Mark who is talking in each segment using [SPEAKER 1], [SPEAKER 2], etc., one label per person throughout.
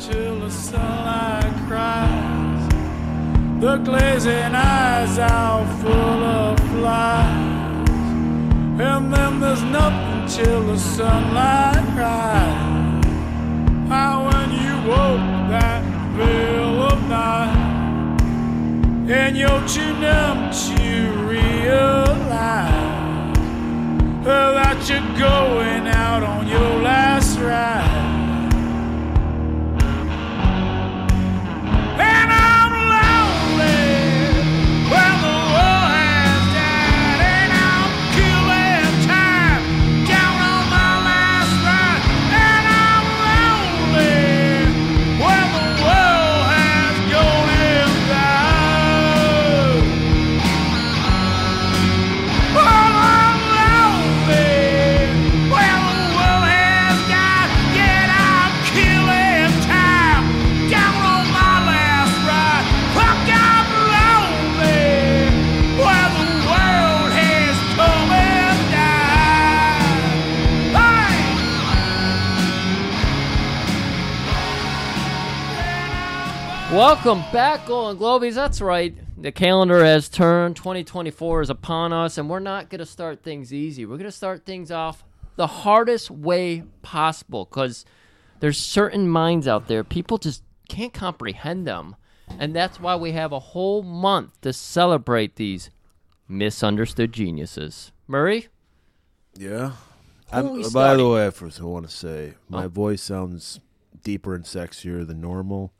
[SPEAKER 1] till the sunlight cries. The glazing eyes out full of flies. And then there's nothing till the sunlight cries. How when you woke that veil of night and you're too numb to realize that you're going out on your last ride. And I'm lonely when the war has died, and I'm killing time down on my last ride. And I'm lonely when the world has gone and died. Oh, I'm lonely when the world has died, yet I'm killing time down on my last ride. Fuck, I'm lonely when the world has come and died. Hey!
[SPEAKER 2] Welcome back, Golden Globies. That's right. The calendar has turned. 2024 is upon us, and we're not going to start things easy. We're going to start things off the hardest way possible because there's certain minds out there. People just can't comprehend them. And that's why we have a whole month to celebrate these misunderstood geniuses. Murray?
[SPEAKER 3] Yeah.
[SPEAKER 2] are we
[SPEAKER 3] I'm, uh, by
[SPEAKER 2] starting? Oh.
[SPEAKER 3] the way, I first I want to say my voice sounds deeper and sexier than normal.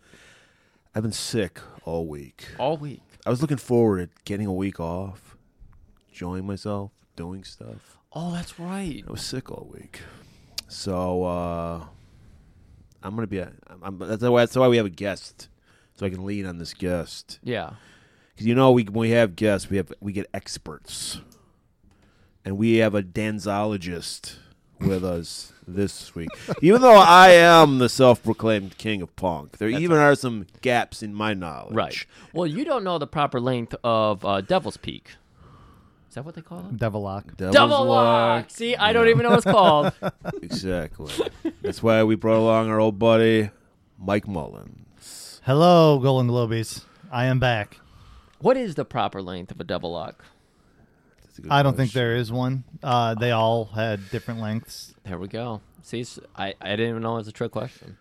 [SPEAKER 3] I've been sick all week.
[SPEAKER 2] All week.
[SPEAKER 3] I was looking forward to getting a week off, enjoying myself, doing stuff.
[SPEAKER 2] Oh, that's right.
[SPEAKER 3] I was sick all week, so uh, I'm gonna be. I'm, I'm, that's why. That's why we have a guest, so I can lean on this guest.
[SPEAKER 2] Yeah.
[SPEAKER 3] Because you know, we when we have guests, we have we get experts, and we have a danzologist with us this week. Even though I am the self-proclaimed king of punk, there even are some gaps in my knowledge.
[SPEAKER 2] Right. Well, you don't know the proper length of uh, Devil's Peak. Is that what they call it?
[SPEAKER 4] Devil Lock.
[SPEAKER 3] Devil's
[SPEAKER 2] Double
[SPEAKER 3] luck.
[SPEAKER 2] lock. See, I don't even know what it's called.
[SPEAKER 3] Exactly. That's why we brought along our old buddy Mike Mullins.
[SPEAKER 4] Hello, Golden Globies. I am back.
[SPEAKER 2] what is the proper length of a double lock?
[SPEAKER 3] That's a good
[SPEAKER 4] I don't think
[SPEAKER 3] question.
[SPEAKER 4] there is one. Uh, they all had different lengths.
[SPEAKER 2] There we go. See, it's- I, I didn't even know it was a trick question.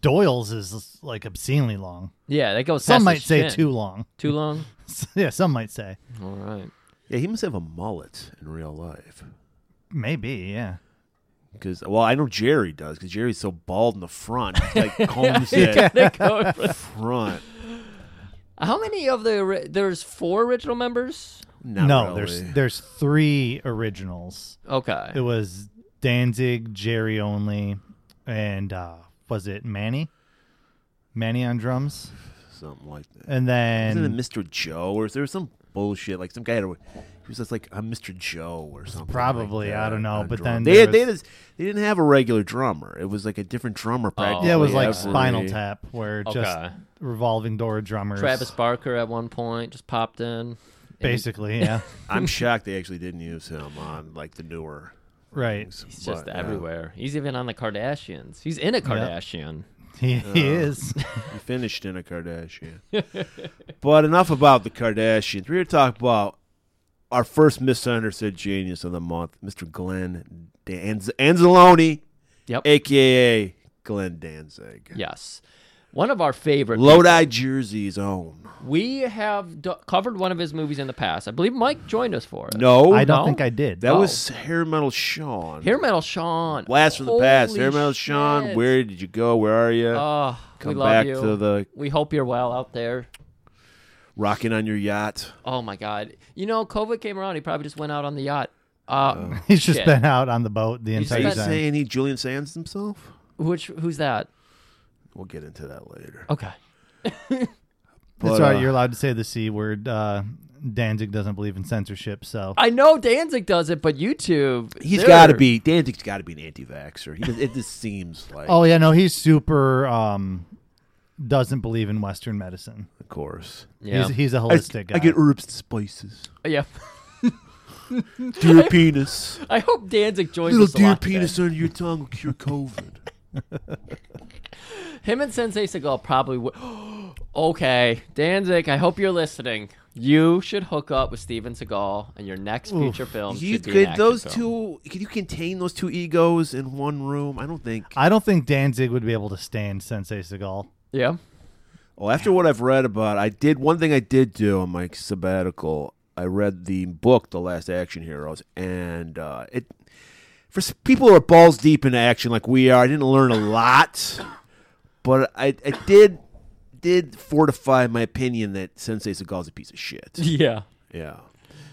[SPEAKER 4] Doyle's is like obscenely long.
[SPEAKER 2] Yeah, that goes.
[SPEAKER 4] Some
[SPEAKER 2] past
[SPEAKER 4] might
[SPEAKER 2] his
[SPEAKER 4] say
[SPEAKER 2] chin.
[SPEAKER 4] too long.
[SPEAKER 2] Too long.
[SPEAKER 4] yeah, some might say
[SPEAKER 2] All right.
[SPEAKER 3] Yeah, he must have a mullet in real life.
[SPEAKER 4] maybe. Yeah,
[SPEAKER 3] Because well, I know Jerry does. Because Jerry's so bald in the front, he, like combs it
[SPEAKER 2] They go for-
[SPEAKER 3] front.
[SPEAKER 2] How many of the ori- there's four original members?
[SPEAKER 3] Not
[SPEAKER 4] no.
[SPEAKER 3] really.
[SPEAKER 4] There's there's three originals. It
[SPEAKER 2] Okay.
[SPEAKER 4] was Danzig, Jerry only, and uh, was it Manny? Manny on drums,
[SPEAKER 3] something like that.
[SPEAKER 4] and
[SPEAKER 3] Isn't
[SPEAKER 4] then
[SPEAKER 3] it Mr. Joe or is there some bullshit like some guy had a, he was just like I'm Mr. Joe or something.
[SPEAKER 4] Probably,
[SPEAKER 3] like
[SPEAKER 4] I
[SPEAKER 3] that
[SPEAKER 4] don't know,
[SPEAKER 3] on
[SPEAKER 4] but
[SPEAKER 3] drum.
[SPEAKER 4] then
[SPEAKER 3] they
[SPEAKER 4] there
[SPEAKER 3] they,
[SPEAKER 4] was-
[SPEAKER 3] just, they didn't have a regular drummer. It was like a different drummer.
[SPEAKER 2] Oh.
[SPEAKER 3] Practically
[SPEAKER 4] yeah, it was like
[SPEAKER 3] every-
[SPEAKER 4] Spinal Tap, where just
[SPEAKER 2] Okay.
[SPEAKER 4] revolving door drummers.
[SPEAKER 2] Travis Barker at one point just popped in.
[SPEAKER 4] basically, yeah,
[SPEAKER 3] I'm shocked they actually didn't use him on like the newer.
[SPEAKER 4] right.
[SPEAKER 2] He's just
[SPEAKER 3] But, yeah,
[SPEAKER 2] everywhere. He's even on the Kardashians. He's in a Kardashian.
[SPEAKER 4] He, he is.
[SPEAKER 3] he finished in a Kardashian. but enough about the Kardashians. We're here to talk about our first misunderstood genius of the month, Mr. Glenn Dan- Anzalone,
[SPEAKER 2] Yep.
[SPEAKER 3] aka Glenn Danzig.
[SPEAKER 2] yes. One of our favorite
[SPEAKER 3] Lodi, Jersey's own.
[SPEAKER 2] We have d- covered one of his movies in the past. I believe Mike joined us for it.
[SPEAKER 3] No,
[SPEAKER 4] I don't
[SPEAKER 2] no.
[SPEAKER 4] think I did.
[SPEAKER 3] that
[SPEAKER 2] Oh.
[SPEAKER 3] was hair metal Sean.
[SPEAKER 2] Hair Metal Sean.
[SPEAKER 3] Blast from the past.
[SPEAKER 2] Holy
[SPEAKER 3] Hair metal Sean.
[SPEAKER 2] shit.
[SPEAKER 3] Where did you go? Where are you?
[SPEAKER 2] Oh, we
[SPEAKER 3] Come
[SPEAKER 2] love
[SPEAKER 3] back
[SPEAKER 2] you.
[SPEAKER 3] to the
[SPEAKER 2] we hope you're well out there.
[SPEAKER 3] rocking on your yacht.
[SPEAKER 2] Oh my God. You know, COVID came around. He probably just went out on the yacht.
[SPEAKER 3] Oh.
[SPEAKER 2] Uh,
[SPEAKER 4] He's just
[SPEAKER 2] Shit.
[SPEAKER 4] been out on the boat the
[SPEAKER 2] He's
[SPEAKER 3] Are
[SPEAKER 4] entire
[SPEAKER 3] you
[SPEAKER 2] But-
[SPEAKER 4] time.
[SPEAKER 3] saying he Julian Sands himself?
[SPEAKER 2] which who's that?
[SPEAKER 3] We'll get into that later.
[SPEAKER 2] Okay.
[SPEAKER 4] That's
[SPEAKER 3] But,
[SPEAKER 4] right.
[SPEAKER 3] uh,
[SPEAKER 4] You're allowed to say the c word. Uh, Danzig doesn't believe in censorship, so
[SPEAKER 2] I know Danzig does it, but YouTube.
[SPEAKER 3] He's
[SPEAKER 2] they're-
[SPEAKER 3] got to be Danzig's got to be an anti-vaxxer. He, does- it just seems like,
[SPEAKER 4] Oh yeah, no, he's super. Um, doesn't believe in Western medicine.
[SPEAKER 3] of course.
[SPEAKER 2] Yeah.
[SPEAKER 4] He's he's a
[SPEAKER 3] I,
[SPEAKER 4] holistic guy.
[SPEAKER 3] I get herbs and spices.
[SPEAKER 2] yeah.
[SPEAKER 3] Deer penis,
[SPEAKER 2] I hope Danzig joins
[SPEAKER 3] little
[SPEAKER 2] us. a
[SPEAKER 3] deer
[SPEAKER 2] lot today.
[SPEAKER 3] penis under your tongue will cure COVID.
[SPEAKER 2] Him and Sensei Segal probably would. okay, Danzig, I hope you're listening. You should hook up with Steven Seagal, and your next feature film
[SPEAKER 3] You
[SPEAKER 2] should be an
[SPEAKER 3] could
[SPEAKER 2] action
[SPEAKER 3] those
[SPEAKER 2] film.
[SPEAKER 3] two. Could you contain those two egos in one room? I don't think.
[SPEAKER 4] I don't think Danzig would be able to stand Sensei Seagal.
[SPEAKER 2] Yeah.
[SPEAKER 3] Well, after what I've read about, I did one thing I did do on my sabbatical. I read the book, The Last Action Heroes, and uh, it for s- people who are balls deep into action like we are. I didn't learn a lot, but I, I did did fortify my opinion that Sensei Seagal's a piece of shit.
[SPEAKER 2] Yeah.
[SPEAKER 3] Yeah,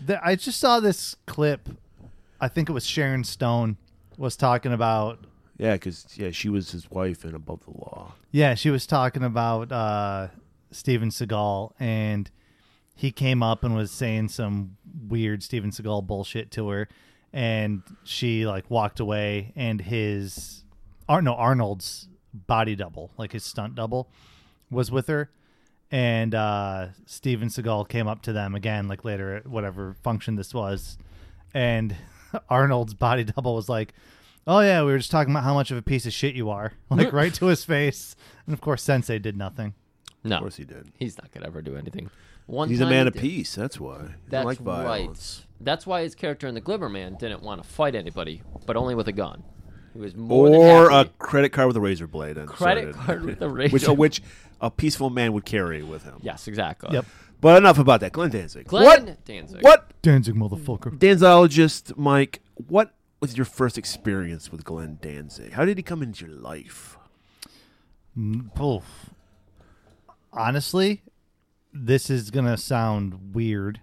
[SPEAKER 4] The- I just saw this clip. I think it was Sharon Stone was talking about.
[SPEAKER 3] yeah, because yeah, she was his wife and above the law.
[SPEAKER 4] Yeah, she was talking about uh, Steven Seagal, and he came up and was saying some weird Steven Seagal bullshit to her, and she like walked away, and his, Ar- no Arnold's body double, like his stunt double, was with her. and uh, Steven Seagal came up to them again, like later at whatever function this was, and Arnold's body double was like, "Oh yeah, we were just talking about how much of a piece of shit you are," like right to his face, and of course Sensei did nothing.
[SPEAKER 2] No.
[SPEAKER 3] Of course, he did.
[SPEAKER 2] He's not gonna ever do anything. One
[SPEAKER 3] He's a
[SPEAKER 2] time
[SPEAKER 3] man
[SPEAKER 2] he
[SPEAKER 3] of
[SPEAKER 2] did-
[SPEAKER 3] peace. That's why. He doesn't
[SPEAKER 2] That's
[SPEAKER 3] like violence.
[SPEAKER 2] right. That's why his character in the Glimmerman didn't want to fight anybody, but only with a gun. He was more
[SPEAKER 3] or
[SPEAKER 2] than
[SPEAKER 3] a
[SPEAKER 2] happy.
[SPEAKER 3] credit card with a razor blade. and
[SPEAKER 2] Credit
[SPEAKER 3] started-
[SPEAKER 2] card with a
[SPEAKER 3] which
[SPEAKER 2] razor.
[SPEAKER 3] a, which a peaceful man would carry with him.
[SPEAKER 2] yes, exactly.
[SPEAKER 4] Yep.
[SPEAKER 3] But enough about that. Glenn Danzig.
[SPEAKER 2] Glenn
[SPEAKER 3] what?
[SPEAKER 2] Danzig.
[SPEAKER 3] What?
[SPEAKER 4] Danzig motherfucker.
[SPEAKER 3] Danzologist Mike. What was your first experience with Glenn Danzig? How did he come into your life?
[SPEAKER 4] Oof. Honestly, this is gonna sound weird,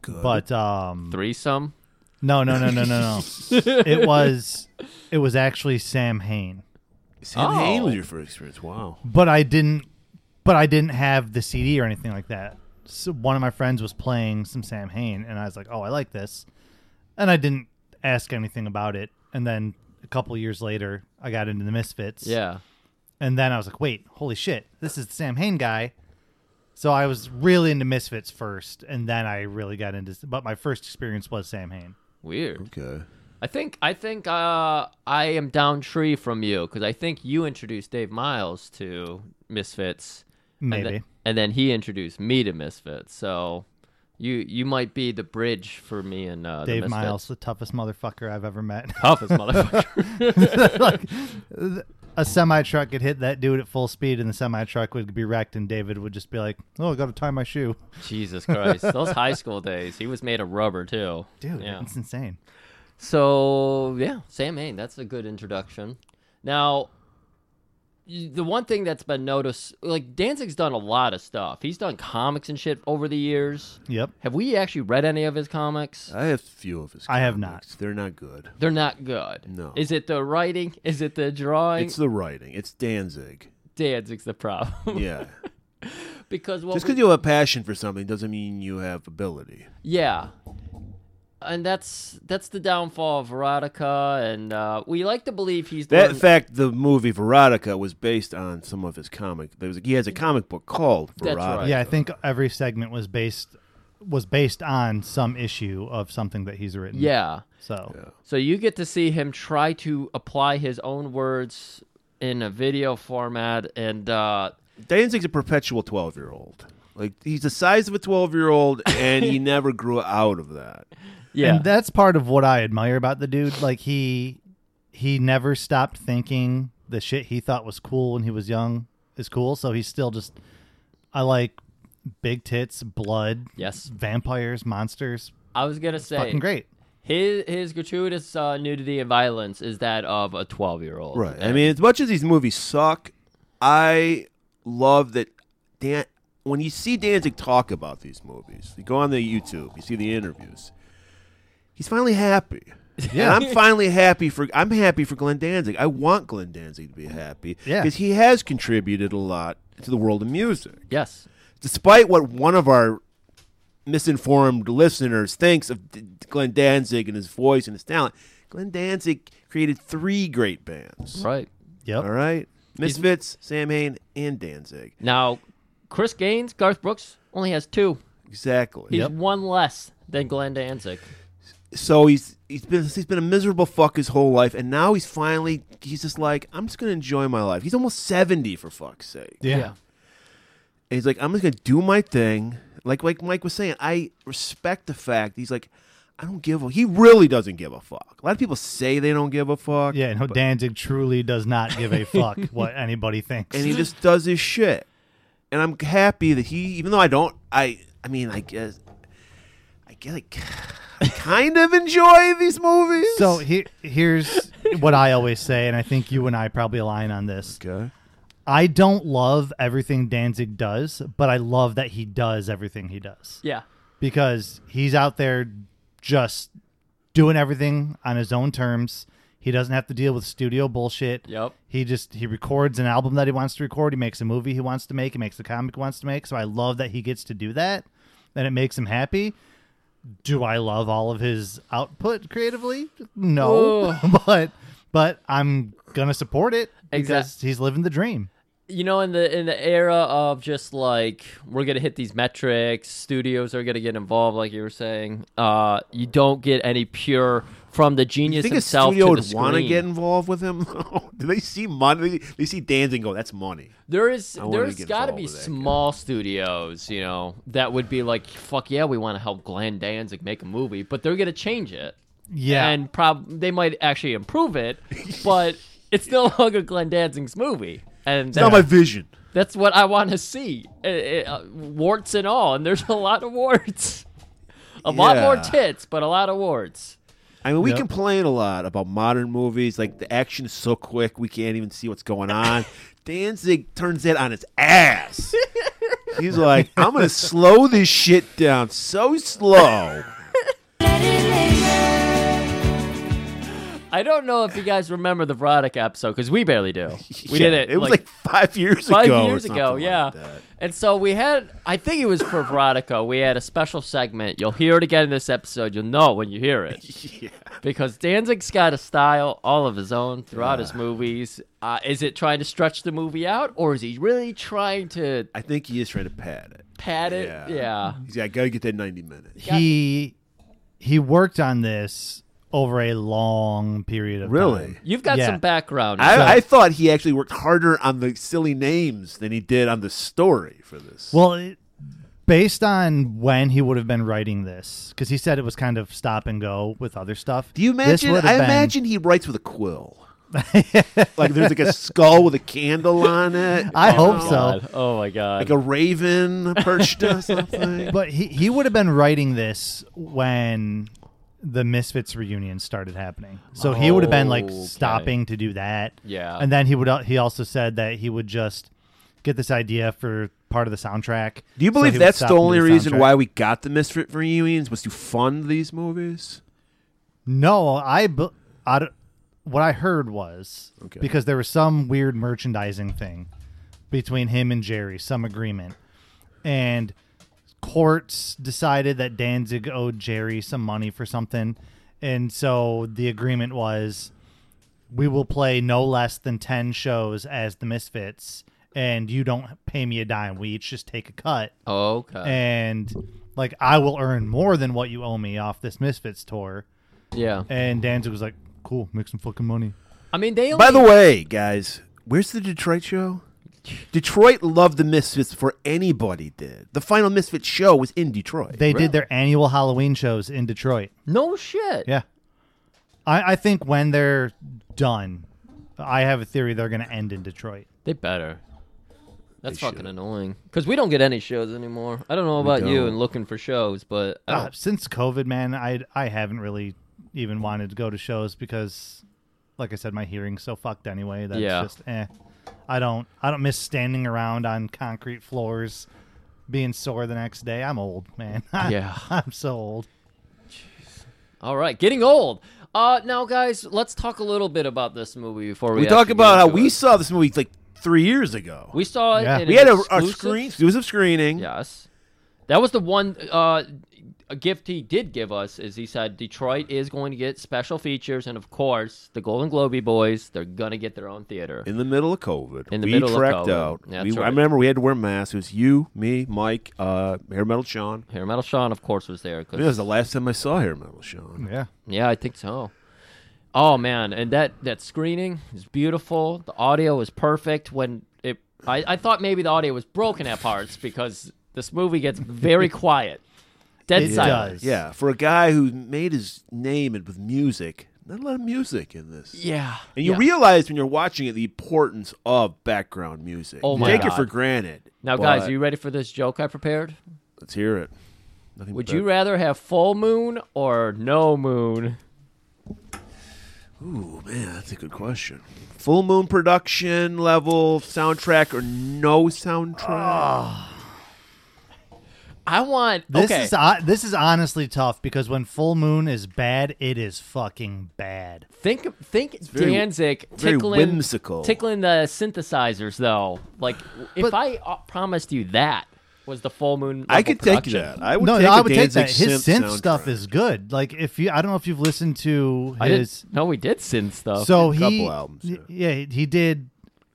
[SPEAKER 3] Good.
[SPEAKER 4] but um,
[SPEAKER 2] Threesome.
[SPEAKER 4] no, no, no, no, no, no. it was, it was actually Sam Hain.
[SPEAKER 3] Sam
[SPEAKER 2] Oh.
[SPEAKER 3] Hain was your first experience. Wow.
[SPEAKER 4] but I didn't but I didn't have the CD or anything like that. So one of my friends was playing some Sam Hain and I was like, "Oh, I like this." And I didn't ask anything about it. And then a couple years later, I got into the Misfits.
[SPEAKER 2] Yeah.
[SPEAKER 4] And then I was like, "Wait, holy shit. This is the Sam Hain guy." So I was really into Misfits first and then I really got into but my first experience was Sam Hain.
[SPEAKER 2] Weird.
[SPEAKER 3] Okay.
[SPEAKER 2] I think I think uh, I am down tree from you because I think you introduced Dave Miles to Misfits, and
[SPEAKER 4] Maybe.
[SPEAKER 2] then, and then he introduced me to Misfits. So you you might be the bridge for me and uh, the
[SPEAKER 4] Dave
[SPEAKER 2] Misfits.
[SPEAKER 4] Miles, the toughest motherfucker I've ever met.
[SPEAKER 2] toughest motherfucker.
[SPEAKER 4] like th- a semi truck could hit that dude at full speed, and the semi truck would be wrecked, and David would just be like, "Oh, I got to tie my shoe,
[SPEAKER 2] Jesus Christ, those high school days. He was made of rubber too,
[SPEAKER 4] dude.
[SPEAKER 2] Yeah.
[SPEAKER 4] It's insane."
[SPEAKER 2] So yeah, Sam Hain. That's a good introduction. Now, y- the one thing that's been noticed, like Danzig's done a lot of stuff. He's done comics and shit over the years.
[SPEAKER 4] Yep.
[SPEAKER 2] Have we actually read any of his comics?
[SPEAKER 3] I have a few of his.
[SPEAKER 4] I have
[SPEAKER 3] comics. They're not good.
[SPEAKER 2] They're not good.
[SPEAKER 3] No.
[SPEAKER 2] Is it the writing? Is it the drawing?
[SPEAKER 3] It's the writing. It's Danzig.
[SPEAKER 2] Danzig's the problem.
[SPEAKER 3] Yeah.
[SPEAKER 2] because what
[SPEAKER 3] Just
[SPEAKER 2] we-
[SPEAKER 3] because you have a passion for something doesn't mean you have ability.
[SPEAKER 2] Yeah. And that's that's the downfall of Veronica, and uh, we like to believe he's the
[SPEAKER 3] That in
[SPEAKER 2] one-
[SPEAKER 3] fact, the movie Veronica was based on some of his comic. There was he has a comic book called
[SPEAKER 2] That's
[SPEAKER 3] Veronica.
[SPEAKER 2] right.
[SPEAKER 4] Yeah, I think every segment was based was based on some issue of something that he's written.
[SPEAKER 2] yeah.
[SPEAKER 4] So
[SPEAKER 2] So you get to see him try to apply his own words in a video format, and uh,
[SPEAKER 3] Danzig's a perpetual twelve-year-old. Like he's the size of a twelve-year-old, and he never grew out of that.
[SPEAKER 2] yeah,
[SPEAKER 4] And that's part of what I admire about the dude. Like he he never stopped thinking the shit he thought was cool when he was young is cool. So he's still just I like big tits, blood,
[SPEAKER 2] Yes.
[SPEAKER 4] vampires, monsters.
[SPEAKER 2] I was gonna say
[SPEAKER 4] Fucking great.
[SPEAKER 2] his his gratuitous uh, nudity and violence is that of a twelve year old.
[SPEAKER 3] Right. I mean, as much as these movies suck, I love that Dan. When you see Danzig talk about these movies, you go on the YouTube, you see the interviews. He's finally happy. Yeah, I'm finally happy for I'm happy for Glenn Danzig. I want Glenn Danzig to be happy
[SPEAKER 4] Yeah.
[SPEAKER 3] because he has contributed a lot to the world of music.
[SPEAKER 2] yes,
[SPEAKER 3] despite what one of our misinformed listeners thinks of D- Glenn Danzig and his voice and his talent, Glenn Danzig created three great bands.
[SPEAKER 2] right
[SPEAKER 4] Yep.
[SPEAKER 3] All right. Misfits, Sam Hain, and Danzig.
[SPEAKER 2] now, Chris Gaines, Garth Brooks only has two.
[SPEAKER 3] Exactly.
[SPEAKER 2] He's one less than Glenn Danzig.
[SPEAKER 3] so he's he's been he's been a miserable fuck his whole life, and now he's finally he's just like I'm just gonna enjoy my life. He's almost seventy for fuck's sake.
[SPEAKER 4] Yeah.
[SPEAKER 3] And he's like I'm just gonna do my thing. Like like Mike was saying, I respect the fact he's like I don't give a. He really doesn't give a fuck. A lot of people say they don't give a fuck.
[SPEAKER 4] Yeah, and Danzig truly does not give a fuck what anybody thinks.
[SPEAKER 3] and he just does his shit. And I'm happy that he, even though I don't, I, I mean, I guess, I guess, I k- I kind of enjoy these movies.
[SPEAKER 4] so he, here's what I always say, and I think you and I probably align on this.
[SPEAKER 3] okay,
[SPEAKER 4] I don't love everything Danzig does, but I love that he does everything he does
[SPEAKER 2] Yeah.
[SPEAKER 4] because he's out there just doing everything on his own terms. He doesn't have to deal with studio bullshit.
[SPEAKER 2] Yep.
[SPEAKER 4] He just he records an album that he wants to record. He makes a movie he wants to make. He makes a comic he wants to make. So I love that he gets to do that, and it makes him happy. Do I love all of his output creatively? No, but but I'm gonna support it because
[SPEAKER 2] Exact-
[SPEAKER 4] he's living the dream.
[SPEAKER 2] you know in the in the era of just like we're gonna hit these metrics studios are gonna get involved like you were saying uh you don't get any pure from the
[SPEAKER 3] you
[SPEAKER 2] genius
[SPEAKER 3] think a
[SPEAKER 2] himself
[SPEAKER 3] studio
[SPEAKER 2] to
[SPEAKER 3] would
[SPEAKER 2] the
[SPEAKER 3] want to
[SPEAKER 2] screen.
[SPEAKER 3] get involved with him? Do they see money? They, they see Danzig and go, "That's money."
[SPEAKER 2] there is
[SPEAKER 3] wanna
[SPEAKER 2] there's
[SPEAKER 3] get
[SPEAKER 2] gotta
[SPEAKER 3] involved
[SPEAKER 2] be
[SPEAKER 3] with that guy.
[SPEAKER 2] small studios you know that would be like fuck yeah we want to help glenn danzig make a movie but they're gonna change it
[SPEAKER 4] Yeah,
[SPEAKER 2] and prob they might actually improve it but it's no longer glenn danzig's movie and
[SPEAKER 3] It's not my vision.
[SPEAKER 2] That's what I want to see, Uh, uh, warts and all. And there's a lot of warts, a lot more
[SPEAKER 3] Yeah.
[SPEAKER 2] tits, but a lot of warts.
[SPEAKER 3] I mean, we
[SPEAKER 4] Yep.
[SPEAKER 3] complain a lot about modern movies. Like the action is so quick, we can't even see what's going on. Danzig turns that on its ass. He's like, "I'm gonna slow this shit down so slow."
[SPEAKER 2] I don't know if you guys remember the Vradek episode because we barely do. We
[SPEAKER 3] Yeah,
[SPEAKER 2] did it.
[SPEAKER 3] It was like, five years
[SPEAKER 2] five
[SPEAKER 3] ago. or
[SPEAKER 2] years
[SPEAKER 3] something
[SPEAKER 2] ago,
[SPEAKER 3] like
[SPEAKER 2] yeah.
[SPEAKER 3] that.
[SPEAKER 2] and so we had, I think it was for Veronica. We had a special segment. You'll hear it again in this episode. You'll know when you hear it.
[SPEAKER 3] Yeah.
[SPEAKER 2] because Danzig's got a style all of his own throughout his movies. Uh, is it trying to stretch the movie out, or is he really trying to
[SPEAKER 3] I think he is trying to pad it.
[SPEAKER 2] pat it?
[SPEAKER 3] Yeah.
[SPEAKER 2] yeah.
[SPEAKER 3] He's got gotta get that ninety minutes.
[SPEAKER 4] he he worked on this over a long period of time.
[SPEAKER 3] Really?
[SPEAKER 2] You've got
[SPEAKER 4] Yeah.
[SPEAKER 2] some background.
[SPEAKER 3] I, I thought he actually worked harder on the silly names than he did on the story for this.
[SPEAKER 4] Well, it, based on when he would have been writing this, because he said it was kind of stop and go with other stuff.
[SPEAKER 3] Do you
[SPEAKER 4] This
[SPEAKER 3] imagine?
[SPEAKER 4] would
[SPEAKER 3] I
[SPEAKER 4] have been-
[SPEAKER 3] imagine he writes with a quill. like there's like a skull with a candle on it.
[SPEAKER 4] I
[SPEAKER 3] you
[SPEAKER 4] hope
[SPEAKER 3] know?
[SPEAKER 4] so.
[SPEAKER 2] God. Oh my god.
[SPEAKER 3] Like a raven perched or something.
[SPEAKER 4] But he he would have been writing this when the Misfits reunion started happening. So he would have been like
[SPEAKER 2] Okay.
[SPEAKER 4] stopping to do that.
[SPEAKER 2] Yeah.
[SPEAKER 4] And then he would al- he also said that he would just get this idea for part of the soundtrack.
[SPEAKER 3] Do you
[SPEAKER 4] So
[SPEAKER 3] believe
[SPEAKER 4] he would
[SPEAKER 3] that's
[SPEAKER 4] stop
[SPEAKER 3] the
[SPEAKER 4] and do
[SPEAKER 3] only reason
[SPEAKER 4] soundtrack.
[SPEAKER 3] why we got the Misfit reunions was to fund these movies?
[SPEAKER 4] No, I, bu- I d- what I heard was
[SPEAKER 3] Okay.
[SPEAKER 4] because there was some weird merchandising thing between him and Jerry, some agreement, and courts decided that Danzig owed Jerry some money for something, and so the agreement was we will play no less than ten shows as the Misfits, and you don't pay me a dime. We each just take a cut
[SPEAKER 2] okay.
[SPEAKER 4] and like I will earn more than what you owe me off this Misfits tour.
[SPEAKER 2] yeah.
[SPEAKER 4] And Danzig was like, "Cool, make some fucking money."
[SPEAKER 2] I mean, they. Only,
[SPEAKER 3] By the way, guys, where's the Detroit show? Detroit loved the Misfits before anybody did. The final Misfit show was in Detroit.
[SPEAKER 4] They did their annual Halloween shows in Detroit.
[SPEAKER 2] no shit.
[SPEAKER 4] Yeah, I, I think when they're done, I have a theory they're going to end in Detroit.
[SPEAKER 2] They better. That's
[SPEAKER 3] They
[SPEAKER 2] fucking
[SPEAKER 3] should.
[SPEAKER 2] annoying. Because we don't get any shows anymore. I don't know about you
[SPEAKER 3] don't.
[SPEAKER 2] and looking for shows, but I
[SPEAKER 4] Uh,
[SPEAKER 2] don't-
[SPEAKER 4] since COVID, man, I I haven't really even wanted to go to shows because, like I said, my hearing's so fucked anyway. That's
[SPEAKER 2] Yeah.
[SPEAKER 4] just eh. I don't I don't miss standing around on concrete floors, being sore the next day. I'm old, man.
[SPEAKER 2] Yeah.
[SPEAKER 4] I'm so old.
[SPEAKER 2] all right, getting old. Uh, now guys, let's talk a little bit about this movie before we.
[SPEAKER 3] We talk
[SPEAKER 2] actually get
[SPEAKER 3] about how
[SPEAKER 2] into
[SPEAKER 3] we
[SPEAKER 2] it.
[SPEAKER 3] saw this movie like three years ago.
[SPEAKER 2] we saw it.
[SPEAKER 4] Yeah.
[SPEAKER 2] in
[SPEAKER 3] We
[SPEAKER 2] an
[SPEAKER 3] had a, a
[SPEAKER 2] exclusive-
[SPEAKER 3] screen exclusive screening.
[SPEAKER 2] Yes. That was the one uh, a gift he did give us. Is he said Detroit is going to get special features, and of course, the Golden Globey boys they're gonna get their own theater.
[SPEAKER 3] in the middle of COVID.
[SPEAKER 2] In the
[SPEAKER 3] we
[SPEAKER 2] middle of
[SPEAKER 3] trekked
[SPEAKER 2] COVID.
[SPEAKER 3] out.
[SPEAKER 2] That's
[SPEAKER 3] we,
[SPEAKER 2] right.
[SPEAKER 3] I remember we had to wear masks. It was you, me, Mike, uh, Hair Metal Sean.
[SPEAKER 2] Hair Metal Sean, of course, was there.
[SPEAKER 3] I
[SPEAKER 2] 'cause-
[SPEAKER 3] think that was the last time I saw Hair Metal Sean.
[SPEAKER 4] Yeah.
[SPEAKER 2] yeah, I think so. Oh man, and that that screening is beautiful. The audio was perfect. When it, I, I thought maybe the audio was broken at parts because this movie gets very quiet, dead
[SPEAKER 4] It
[SPEAKER 2] silent.
[SPEAKER 4] does.
[SPEAKER 3] Yeah, for a guy who made his name and with music, not a lot of music in this.
[SPEAKER 2] Yeah,
[SPEAKER 3] And you
[SPEAKER 2] yeah.
[SPEAKER 3] realize when you're watching it the importance of background music.
[SPEAKER 2] Oh
[SPEAKER 3] You
[SPEAKER 2] my
[SPEAKER 3] Take
[SPEAKER 2] God.
[SPEAKER 3] it for granted.
[SPEAKER 2] Now, guys,
[SPEAKER 3] but
[SPEAKER 2] are you ready for this joke I prepared?
[SPEAKER 3] let's hear it. Nothing
[SPEAKER 2] Would
[SPEAKER 3] but-
[SPEAKER 2] you rather have full moon or no moon?
[SPEAKER 3] Ooh, man, that's a good question. Full Moon production level soundtrack or no soundtrack?
[SPEAKER 2] I want
[SPEAKER 4] This
[SPEAKER 2] okay.
[SPEAKER 4] is uh, this is honestly tough because when full moon is bad, it is fucking bad.
[SPEAKER 2] think think
[SPEAKER 3] very-
[SPEAKER 2] Danzig
[SPEAKER 3] very
[SPEAKER 2] tickling
[SPEAKER 3] whimsical.
[SPEAKER 2] tickling the synthesizers though. Like if I uh, promised you that was the full moon,
[SPEAKER 3] I
[SPEAKER 2] level
[SPEAKER 3] could
[SPEAKER 2] production,
[SPEAKER 3] take that. I would
[SPEAKER 4] no,
[SPEAKER 3] take
[SPEAKER 4] no,
[SPEAKER 3] a
[SPEAKER 4] I would take
[SPEAKER 3] Danzig
[SPEAKER 4] that. His synth, stuff
[SPEAKER 3] soundtrack.
[SPEAKER 4] is good. Like if you, I don't know if you've listened to
[SPEAKER 2] I
[SPEAKER 4] his.
[SPEAKER 2] didn't. No, we did synth stuff.
[SPEAKER 4] so
[SPEAKER 3] couple
[SPEAKER 4] he,
[SPEAKER 3] albums,
[SPEAKER 4] y-
[SPEAKER 3] yeah.
[SPEAKER 4] yeah, he did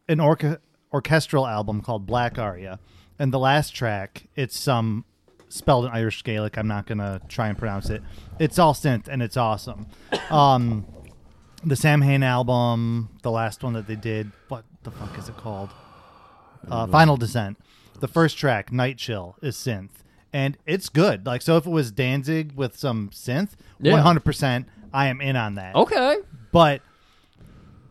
[SPEAKER 4] an orca- orchestral album called Black Aria, and the last track, it's some spelled in Irish Gaelic. I'm not gonna try and pronounce it. It's all synth, and it's awesome. Um, the Sam Hain album, the last one that they did, what the fuck is it called? Uh, Final Descent. The first track, Night Chill, is synth, and it's good. Like so, if it was Danzig with some synth,
[SPEAKER 2] Yeah.
[SPEAKER 4] one hundred percent, I am in on that.
[SPEAKER 2] okay,
[SPEAKER 4] But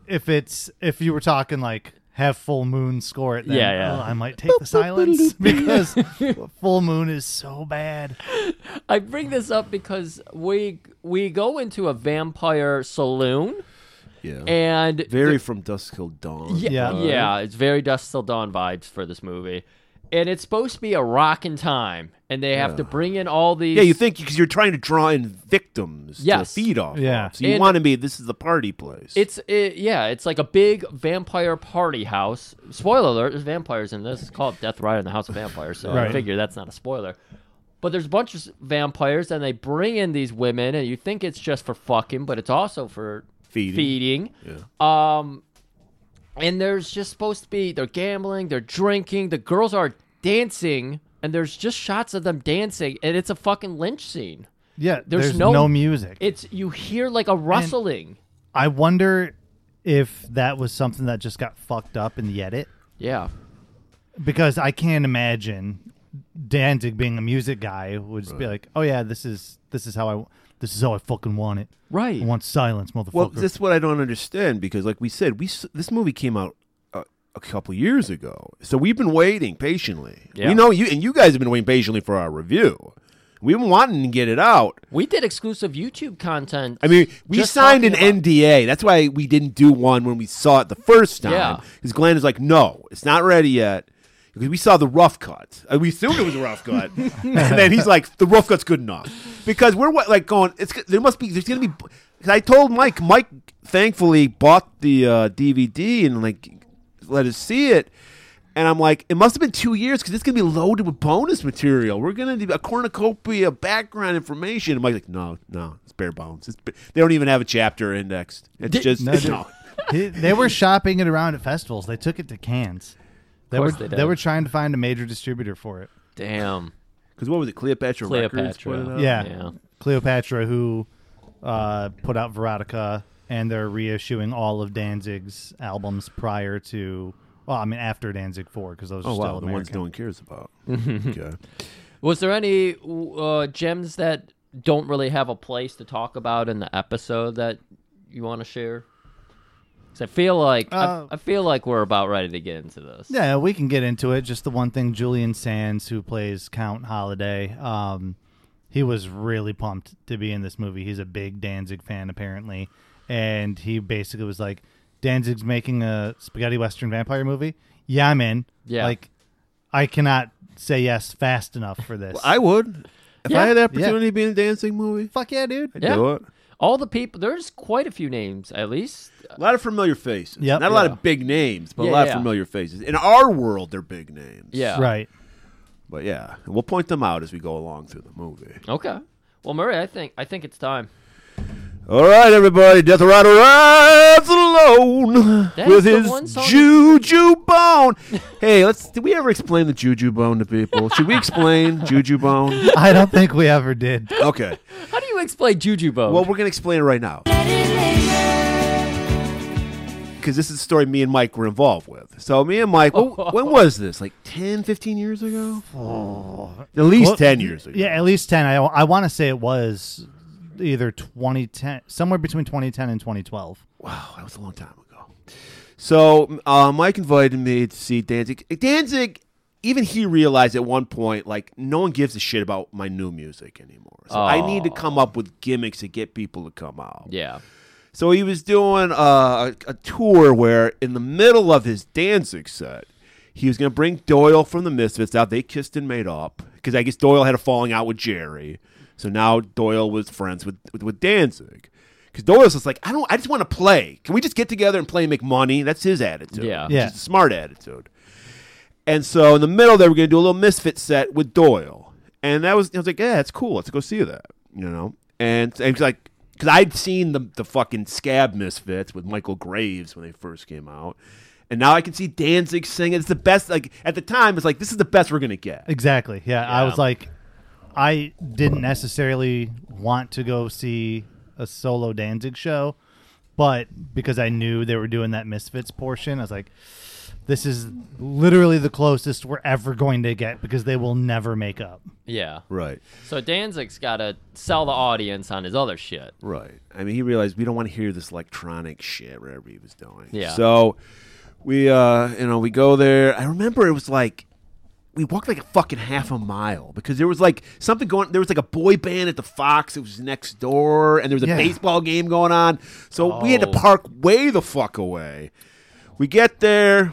[SPEAKER 4] if it's if you were talking like have full moon score it, then
[SPEAKER 2] Yeah, yeah.
[SPEAKER 4] oh, I might take the silence because full moon is so bad.
[SPEAKER 2] I bring this up because we we go into a vampire saloon
[SPEAKER 3] yeah.
[SPEAKER 2] and
[SPEAKER 3] Very from Dusk Till Dawn.
[SPEAKER 2] Yeah,
[SPEAKER 4] Yeah.
[SPEAKER 2] yeah, it's very Dust Till Dawn vibes for this movie, and it's supposed to be a rockin' time, and they have to bring in all these.
[SPEAKER 3] Yeah, you think because you're trying to draw in victims
[SPEAKER 2] Yes.
[SPEAKER 3] to feed off.
[SPEAKER 4] Yeah.
[SPEAKER 3] of. so you
[SPEAKER 2] And-
[SPEAKER 3] want to be this is the party place.
[SPEAKER 2] It's it, yeah, it's like a big vampire party house. Spoiler alert: there's vampires in this. It's called Death Rider in the House of Vampires, so I
[SPEAKER 4] Right.
[SPEAKER 2] figure that's not a spoiler. But there's a bunch of s- vampires, and they bring in these women, and you think it's just for fucking, but it's also for
[SPEAKER 3] Feeding.
[SPEAKER 2] feeding. Um, and there's just supposed to be they're gambling, they're drinking, the girls are dancing, and there's just shots of them dancing, and it's a fucking lynch scene.
[SPEAKER 4] Yeah,
[SPEAKER 2] There's
[SPEAKER 4] there's,
[SPEAKER 2] no-
[SPEAKER 4] no, music.
[SPEAKER 2] It's you hear like a rustling.
[SPEAKER 4] I wonder if that was something that just got fucked up in the edit
[SPEAKER 2] yeah.
[SPEAKER 4] because I can't imagine Danzig being a music guy would just be like, "Oh yeah, this is this is how I this is how I fucking want it.
[SPEAKER 2] Right.
[SPEAKER 4] I want silence, motherfucker."
[SPEAKER 3] well, that's what I don't understand because, like we said, we s- this movie came out a, a couple years ago, so we've been waiting patiently.
[SPEAKER 2] Yeah.
[SPEAKER 3] We know you and you guys have been waiting patiently for our review. We've been wanting to get it out.
[SPEAKER 2] We did exclusive YouTube content.
[SPEAKER 3] I mean, we
[SPEAKER 2] Just
[SPEAKER 3] signed an
[SPEAKER 2] talking about-
[SPEAKER 3] NDA. That's why we didn't do one when we saw it the first time.
[SPEAKER 2] Yeah.
[SPEAKER 3] Because Glenn is like, no, it's not ready yet. Because we saw the rough cut. Uh, We assumed it was a rough cut. and then he's like, the rough cut's good enough. Because we're what, like going, it's there must be, there's going to be, because I told Mike, Mike thankfully bought the uh, DVD and like let us see it. And I'm like, it must have been two years because it's gonna be loaded with bonus material. We're gonna do a cornucopia of background information. And Mike's like, no, no, it's bare bones. It's ba- they don't even have a chapter indexed. It's just
[SPEAKER 4] No,
[SPEAKER 3] no.
[SPEAKER 4] dude. They- they were shopping it around at festivals. They took it to Cannes. They were
[SPEAKER 2] course
[SPEAKER 4] they,
[SPEAKER 2] they did.
[SPEAKER 4] were trying to find a major distributor for it.
[SPEAKER 2] Damn.
[SPEAKER 3] Because what was it, Cleopatra? Records
[SPEAKER 2] Cleopatra.
[SPEAKER 3] put it out?
[SPEAKER 4] yeah.
[SPEAKER 2] yeah.
[SPEAKER 4] Cleopatra, who uh, put out Veronica, and they're reissuing all of Danzig's albums prior to. Well, I mean after Danzig Four because those
[SPEAKER 3] Oh
[SPEAKER 4] are
[SPEAKER 3] wow,
[SPEAKER 4] still
[SPEAKER 3] the ones
[SPEAKER 4] American.
[SPEAKER 3] no one cares about. okay.
[SPEAKER 2] Was there any uh, gems that don't really have a place to talk about in the episode that you want to share? 'Cause I feel like I-
[SPEAKER 4] Uh,
[SPEAKER 2] I, feel like we're about ready to get into this.
[SPEAKER 4] Yeah, we can get into it. Just the one thing, Julian Sands, who plays Count Holiday, um, he was really pumped to be in this movie. He's a big Danzig fan, apparently, and he basically was like, "Danzig's making a spaghetti western vampire movie. Yeah, I'm in.
[SPEAKER 2] Yeah.
[SPEAKER 4] like I cannot say yes fast enough for this.
[SPEAKER 3] I would if
[SPEAKER 2] Yeah.
[SPEAKER 3] I had the
[SPEAKER 4] Yeah.
[SPEAKER 3] opportunity to be in a dancing movie.
[SPEAKER 4] fuck yeah, dude.
[SPEAKER 3] I'd
[SPEAKER 2] Yeah.
[SPEAKER 3] do it.
[SPEAKER 2] All the people. There's quite a few names, at least.
[SPEAKER 3] A lot of familiar faces.
[SPEAKER 4] Yep.
[SPEAKER 3] Not a lot
[SPEAKER 2] Yeah.
[SPEAKER 3] of big names, but
[SPEAKER 2] Yeah,
[SPEAKER 3] a lot
[SPEAKER 2] yeah.
[SPEAKER 3] of familiar faces. In our world, they're big names.
[SPEAKER 2] Yeah.
[SPEAKER 4] Right.
[SPEAKER 3] But yeah, we'll point them out as we go along through the movie.
[SPEAKER 2] Okay. Well, Murray, I think I think it's time.
[SPEAKER 3] All right, everybody, Death Rider rides alone
[SPEAKER 2] That
[SPEAKER 3] with
[SPEAKER 2] is the
[SPEAKER 3] his
[SPEAKER 2] one song that you
[SPEAKER 3] juju bone. Hey, let's. Did we ever explain the juju bone to people? Should we explain juju bone?
[SPEAKER 4] I don't think we ever did.
[SPEAKER 3] Okay.
[SPEAKER 2] How do you explain Juju Bone?
[SPEAKER 3] Well, we're gonna explain it right now because this is a story me and Mike were involved with. So me and Mike,
[SPEAKER 2] Oh.
[SPEAKER 3] wh- when was this? Like 10, 15 yeyears ago? At least
[SPEAKER 4] Well,
[SPEAKER 3] ten years ago.
[SPEAKER 4] Yeah, at least 10. I, I want to say it was either 2010, somewhere between 2010 and 2012.
[SPEAKER 3] Wow, that was a long time ago. So uh, Mike invited me to see Danzig. Danzig, even he realized at one point, like no one gives a shit about my new music anymore. So I need to come up with gimmicks to get people to come out.
[SPEAKER 2] yeah.
[SPEAKER 3] So he was doing uh, a, a tour where, in the middle of his Danzig set, he was going to bring Doyle from the Misfits out. They kissed and made up because I guess Doyle had a falling out with Jerry. So now Doyle was friends with with, with Danzig because Doyle's just like, I don't, I just want to play. Can we just get together and play and make money? That's his attitude.
[SPEAKER 2] Yeah.
[SPEAKER 4] Yeah.
[SPEAKER 3] Which is a smart attitude. And so in the middle, they were going to do a little misfit set with Doyle, and that was I was like, yeah, that's cool. Let's go see that, you know. And, and it's like, because I'd seen the the fucking Scab Misfits with Michael Graves when they first came out, and now I can see Danzig sing. It's the best. Like at the time, it's like this is the best we're gonna get.
[SPEAKER 4] Exactly. Yeah, I
[SPEAKER 2] Yeah.
[SPEAKER 4] was like, I didn't necessarily want to go see a solo Danzig show, but because I knew they were doing that Misfits portion, I was like, this is literally the closest we're ever going to get because they will never make up.
[SPEAKER 2] Yeah.
[SPEAKER 3] Right,
[SPEAKER 2] So Danzig's got to sell the audience on his other shit.
[SPEAKER 3] right. I mean, he realized we don't want to hear this electronic shit, whatever he was doing.
[SPEAKER 2] Yeah.
[SPEAKER 3] So we, uh, you know, we go there. I remember it was like we walked like a fucking half a mile because there was like something going. There was like a boy band at the Fox. It was next door, and there was a
[SPEAKER 4] Yeah.
[SPEAKER 3] baseball game going on. So we had to
[SPEAKER 2] Oh.
[SPEAKER 3] park way the fuck away. We get there.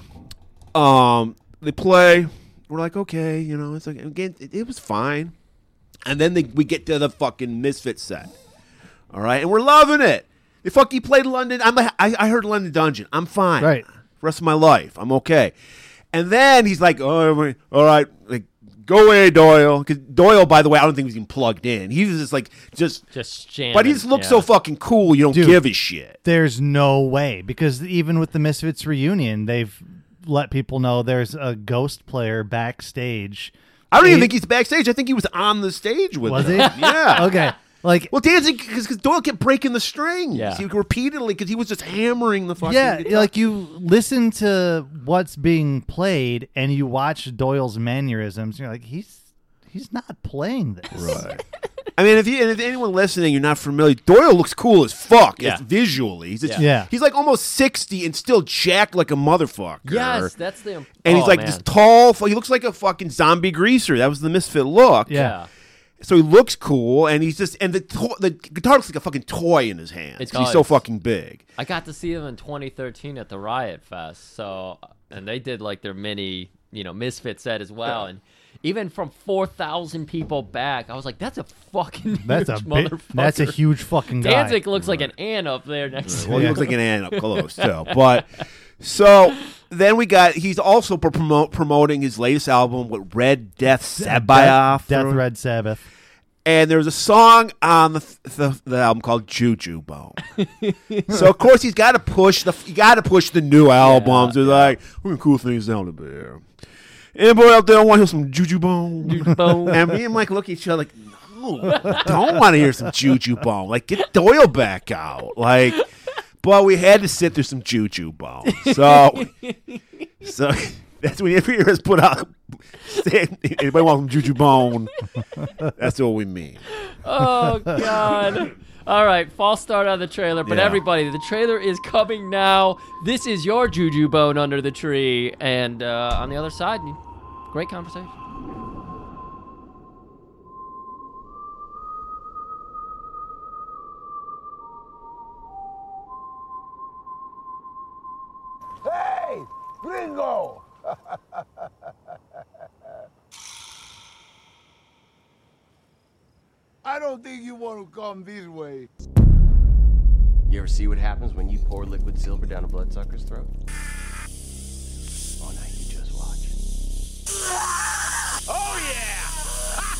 [SPEAKER 3] Um, they play. We're like, okay, you know, it's like again, it, it was fine. And then they, we get to the fucking misfit set. All right, and we're loving it. They fucking played London. I'm I, I heard London Dungeon. I'm fine.
[SPEAKER 4] Right.
[SPEAKER 3] Rest of my life, I'm okay. And then he's like, "Oh, we- all right, like go away, Doyle." Because Doyle, by the way, I don't think he's even plugged in. He was just like just.
[SPEAKER 2] Just jamming.
[SPEAKER 3] But he just looks
[SPEAKER 2] yeah.
[SPEAKER 3] so fucking cool. You don't
[SPEAKER 4] Dude.
[SPEAKER 3] give a shit.
[SPEAKER 4] There's no way because even with the Misfits reunion, they've let people know there's a ghost player backstage.
[SPEAKER 3] I don't even
[SPEAKER 4] He-
[SPEAKER 3] think he's backstage. I think he was on the stage with
[SPEAKER 4] Was
[SPEAKER 3] them.
[SPEAKER 4] he?
[SPEAKER 3] Yeah.
[SPEAKER 4] Okay, like
[SPEAKER 3] Well, Danzig, because Doyle kept breaking the strings
[SPEAKER 2] Yeah.
[SPEAKER 3] he, repeatedly because he was just hammering the fucking.
[SPEAKER 4] yeah,
[SPEAKER 3] guitar.
[SPEAKER 4] like you listen to what's being played and you watch Doyle's mannerisms, and you're like, he's he's not playing this.
[SPEAKER 3] Right. I mean, if you and if anyone listening, you're not familiar. Doyle looks cool as fuck.
[SPEAKER 2] Yeah.
[SPEAKER 3] as visually, he's just-
[SPEAKER 4] Yeah.
[SPEAKER 3] he's like almost sixty and still jacked like a motherfucker.
[SPEAKER 2] Yes, that's the.
[SPEAKER 3] and he's
[SPEAKER 2] oh,
[SPEAKER 3] like
[SPEAKER 2] man.
[SPEAKER 3] this tall. fu- He looks like a fucking zombie greaser. That was the misfit look.
[SPEAKER 4] Yeah.
[SPEAKER 2] Yeah.
[SPEAKER 3] So he looks cool, and he's just and the to- the guitar looks like a fucking toy in his hand.
[SPEAKER 2] It
[SPEAKER 3] He's so
[SPEAKER 2] does.
[SPEAKER 3] fucking big.
[SPEAKER 2] I got to see them in 2013 at the Riot Fest. So, and they did like their mini, you know, misfit set as well. And even from 4,000 people back, I was like, that's a fucking
[SPEAKER 4] That's a
[SPEAKER 2] huge
[SPEAKER 4] big,
[SPEAKER 2] motherfucker.
[SPEAKER 4] that's a huge fucking guy.
[SPEAKER 2] Danzig looks like an ant up there next to
[SPEAKER 3] Well, he looks like an ant up close too. But so then we got he's also pro- promote, promoting his latest album with Red Death Sabayoff.
[SPEAKER 4] Death, Death Red Sabbath.
[SPEAKER 3] and there was a song on the, the, the album called Juju Bone. so of course he's got to push the you got to push the new albums. They're like we're gonna cool things down a bit. Anybody out there want to hear some Juju Bone?
[SPEAKER 2] Bone.
[SPEAKER 3] and me and Mike look at each other like, no, don't want to hear some Juju Bone. Like get Doyle back out. Like, but we had to sit through some Juju Bone. So, so. That's when every year is put out. Anybody want some juju bone? That's what we mean.
[SPEAKER 2] Oh, God. All right, false start on the trailer, but
[SPEAKER 3] Yeah.
[SPEAKER 2] everybody, the trailer is coming now. This is your Juju Bone under the tree, and uh, on the other side, great conversation.
[SPEAKER 5] Hey, gringo! I don't think you want to come this way.
[SPEAKER 6] You ever see what happens when you pour liquid silver down a bloodsucker's throat? Oh, now you just watch.
[SPEAKER 5] Oh, yeah!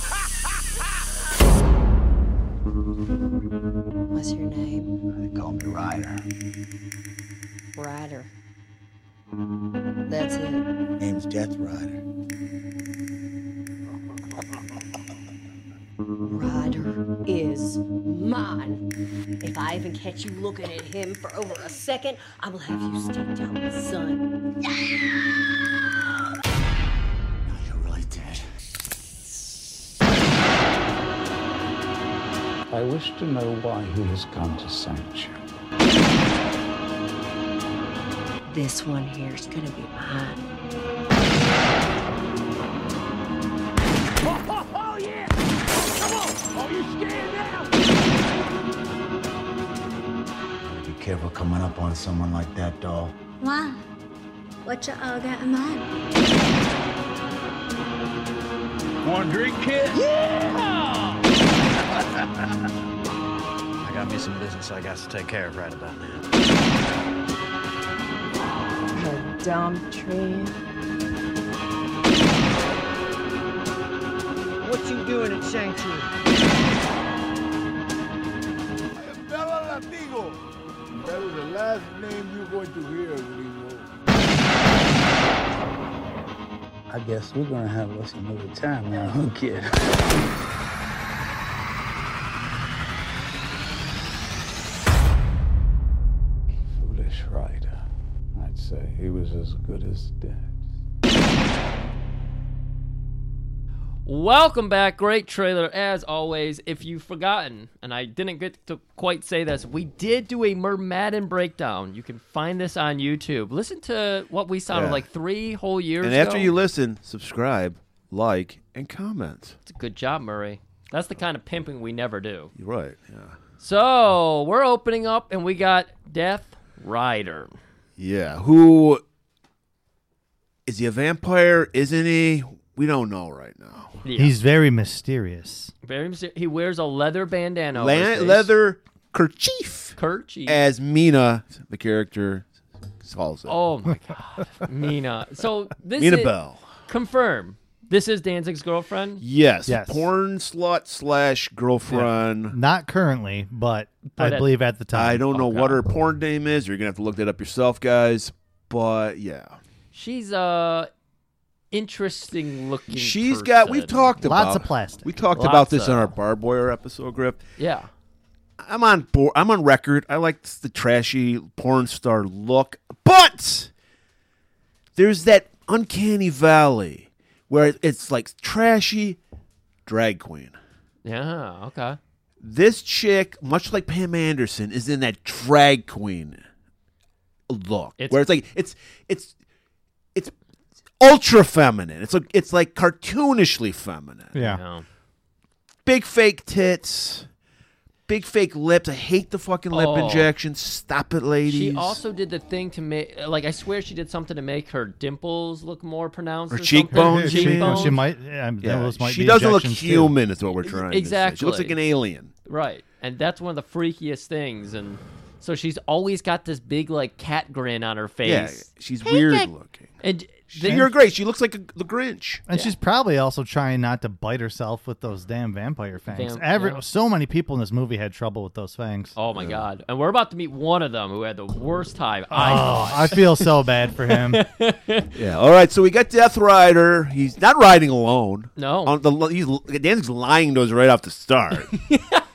[SPEAKER 7] That's it.
[SPEAKER 8] Name's Death Rider.
[SPEAKER 7] Ryder is mine. If I even catch you looking at him for over a second, I will have you stake down the sun.
[SPEAKER 6] Now you're really dead.
[SPEAKER 9] I wish to know why he has come to Sanctuary.
[SPEAKER 7] This one here is gonna be mine.
[SPEAKER 8] Be careful coming up on someone like that, doll.
[SPEAKER 10] Why? What you all got in mind?
[SPEAKER 9] One drink, kid?
[SPEAKER 6] I got me some business I got to take care of right about now.
[SPEAKER 7] The dumb tree.
[SPEAKER 6] What you doing at Sanctuary?
[SPEAKER 5] I am Bella Latigo. That is the last name you're going to hear, Gringo.
[SPEAKER 9] I guess we're gonna have us another time now, huh, kid? Foolish rider. I'd say he was as good as dead.
[SPEAKER 2] Welcome back. Great trailer as always. If you've forgotten, and I didn't get to quite say this, we did do a Mer Madden breakdown. You can find this on YouTube. Listen to what we sounded
[SPEAKER 3] Yeah.
[SPEAKER 2] like three whole years
[SPEAKER 3] And after
[SPEAKER 2] ago.
[SPEAKER 3] you listen, subscribe, like, and comment.
[SPEAKER 2] That's a good job, Murray. That's the kind of pimping we never do.
[SPEAKER 3] You're right. Yeah.
[SPEAKER 2] So we're opening up, and we got Death Rider.
[SPEAKER 3] Yeah. Who is he a vampire? Isn't he? We don't know right now.
[SPEAKER 2] Yeah.
[SPEAKER 4] He's very mysterious.
[SPEAKER 2] Very myster- he wears a leather bandana. over his
[SPEAKER 3] La-
[SPEAKER 2] face.
[SPEAKER 3] leather kerchief,
[SPEAKER 2] kerchief.
[SPEAKER 3] as Mina, the character, calls it.
[SPEAKER 2] oh my god, Mina. So this
[SPEAKER 3] Mina
[SPEAKER 2] is,
[SPEAKER 3] Bell.
[SPEAKER 2] confirm. This is Danzig's girlfriend.
[SPEAKER 3] Yes.
[SPEAKER 4] Yes.
[SPEAKER 3] Porn slut slash girlfriend.
[SPEAKER 4] Not currently, but,
[SPEAKER 2] But
[SPEAKER 4] I
[SPEAKER 2] at-
[SPEAKER 4] believe at the time.
[SPEAKER 3] I don't know
[SPEAKER 2] Okay.
[SPEAKER 3] what her porn name is. You're gonna have to look that up yourself, guys. But yeah,
[SPEAKER 2] She's a interesting looking.
[SPEAKER 3] she's got. We've
[SPEAKER 2] person.
[SPEAKER 3] talked about
[SPEAKER 4] Lots of plastic.
[SPEAKER 3] We talked
[SPEAKER 2] Lots
[SPEAKER 3] about this in
[SPEAKER 2] of-
[SPEAKER 3] our Barb Wire episode, Griff.
[SPEAKER 2] Yeah,
[SPEAKER 3] I'm on board. I'm on record. I like the trashy porn star look, but there's that uncanny valley where it's like trashy drag queen.
[SPEAKER 2] yeah, okay.
[SPEAKER 3] This chick, much like Pam Anderson, is in that drag queen look,
[SPEAKER 2] It's-
[SPEAKER 3] where it's like it's it's it's ultra feminine. It's like it's like cartoonishly feminine.
[SPEAKER 4] Yeah.
[SPEAKER 2] No.
[SPEAKER 3] Big fake tits, big fake lips. I hate the fucking lip
[SPEAKER 2] Oh.
[SPEAKER 3] injections. Stop it, ladies.
[SPEAKER 2] She also did the thing to make, like, I swear she did something to make her dimples look more pronounced.
[SPEAKER 3] Her
[SPEAKER 2] or something.
[SPEAKER 3] cheekbones,
[SPEAKER 4] She,
[SPEAKER 3] you mean?
[SPEAKER 2] cheekbones.
[SPEAKER 4] she might. yeah, those might
[SPEAKER 3] she
[SPEAKER 4] be
[SPEAKER 3] doesn't look
[SPEAKER 4] injections, too.
[SPEAKER 3] human. Is what we're trying. To say. She
[SPEAKER 2] Exactly.
[SPEAKER 3] looks like an alien.
[SPEAKER 2] Right. And that's one of the freakiest things. And so she's always got this big, like, cat grin on her
[SPEAKER 3] Yeah,
[SPEAKER 2] face.
[SPEAKER 3] she's weird looking.
[SPEAKER 2] And
[SPEAKER 3] She- You're great. She looks like a, the Grinch.
[SPEAKER 4] And she's probably also trying not to bite herself with those damn vampire fangs.
[SPEAKER 2] Vamp-
[SPEAKER 4] Every
[SPEAKER 2] yeah.
[SPEAKER 4] so many people in this movie had trouble with those fangs.
[SPEAKER 2] oh my God. And we're about to meet one of them who had the worst time. I,
[SPEAKER 4] Oh, I feel so bad for him.
[SPEAKER 3] Yeah. All right. So we got Death Rider. He's not riding alone.
[SPEAKER 2] No.
[SPEAKER 3] On the he's Danzig's lying to us right off the start.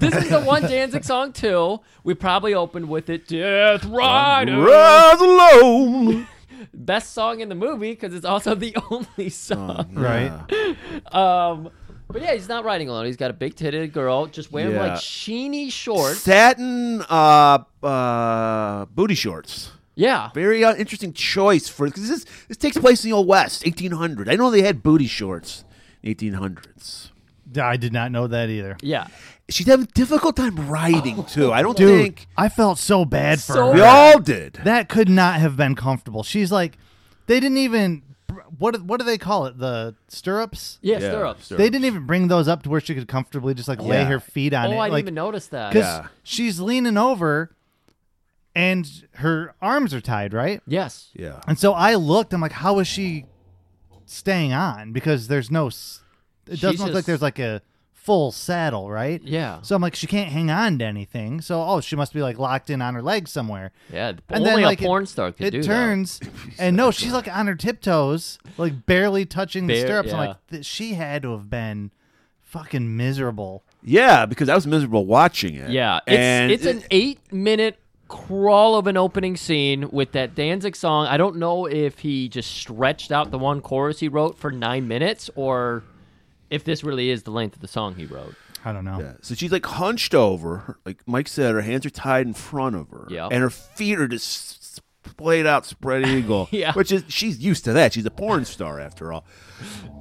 [SPEAKER 2] this is the one Danzig song, too. We probably opened with it Death Rider.
[SPEAKER 3] Rise alone.
[SPEAKER 2] Best song in the movie because it's also the only song.
[SPEAKER 4] right?
[SPEAKER 2] Um, but yeah, he's not riding alone. He's got a big titted girl just wearing
[SPEAKER 3] Yeah.
[SPEAKER 2] like sheeny shorts.
[SPEAKER 3] Satin uh, uh, booty shorts.
[SPEAKER 2] Yeah.
[SPEAKER 3] Very uh, interesting choice for because this this takes place in the old west, 1800. I know they had booty shorts, in 1800s.
[SPEAKER 4] I did not know that either.
[SPEAKER 2] Yeah.
[SPEAKER 3] She's having a difficult time riding too. I don't
[SPEAKER 4] Dude,
[SPEAKER 3] think
[SPEAKER 4] I felt so bad for
[SPEAKER 2] So
[SPEAKER 4] her.
[SPEAKER 3] we all did.
[SPEAKER 4] That could not have been comfortable. She's like, they didn't even. What what do they call it? The stirrups.
[SPEAKER 2] Yeah, stirrups.
[SPEAKER 4] They didn't even bring those up to where she could comfortably just like lay
[SPEAKER 3] Yeah.
[SPEAKER 4] her feet
[SPEAKER 2] Oh,
[SPEAKER 4] on it.
[SPEAKER 2] I didn't
[SPEAKER 4] like,
[SPEAKER 2] even notice that.
[SPEAKER 4] because
[SPEAKER 3] Yeah.
[SPEAKER 4] she's leaning over, and her arms are tied, right?
[SPEAKER 2] Yes.
[SPEAKER 3] Yeah.
[SPEAKER 4] And so I looked. I'm like, how is she staying on? Because there's no. s- It doesn't
[SPEAKER 2] She's
[SPEAKER 4] look like
[SPEAKER 2] just-
[SPEAKER 4] there's like a full saddle, right?
[SPEAKER 2] Yeah.
[SPEAKER 4] So I'm like, she can't hang on to anything. So oh, she must be like locked in on her leg somewhere.
[SPEAKER 2] Yeah, only a porn
[SPEAKER 4] it,
[SPEAKER 2] star could
[SPEAKER 4] it
[SPEAKER 2] do that.
[SPEAKER 4] turns, and no, she's like on her tiptoes, like barely touching the
[SPEAKER 2] Bare-
[SPEAKER 4] stirrups. I'm
[SPEAKER 2] yeah.
[SPEAKER 4] like, th- she had to have been fucking miserable.
[SPEAKER 3] Yeah, because I was miserable watching it.
[SPEAKER 2] Yeah, it's
[SPEAKER 3] and
[SPEAKER 2] it's an eight minute crawl of an opening scene with that Danzig song. I don't know if he just stretched out the one chorus he wrote for nine minutes, or if this really is the length of the song he wrote.
[SPEAKER 4] I don't know.
[SPEAKER 3] So she's like hunched over, like Mike said, her hands are tied in front of her,
[SPEAKER 2] Yeah.
[SPEAKER 3] and her feet are just splayed out, spread eagle.
[SPEAKER 2] Yeah.
[SPEAKER 3] which is she's used to that. She's a porn star after all.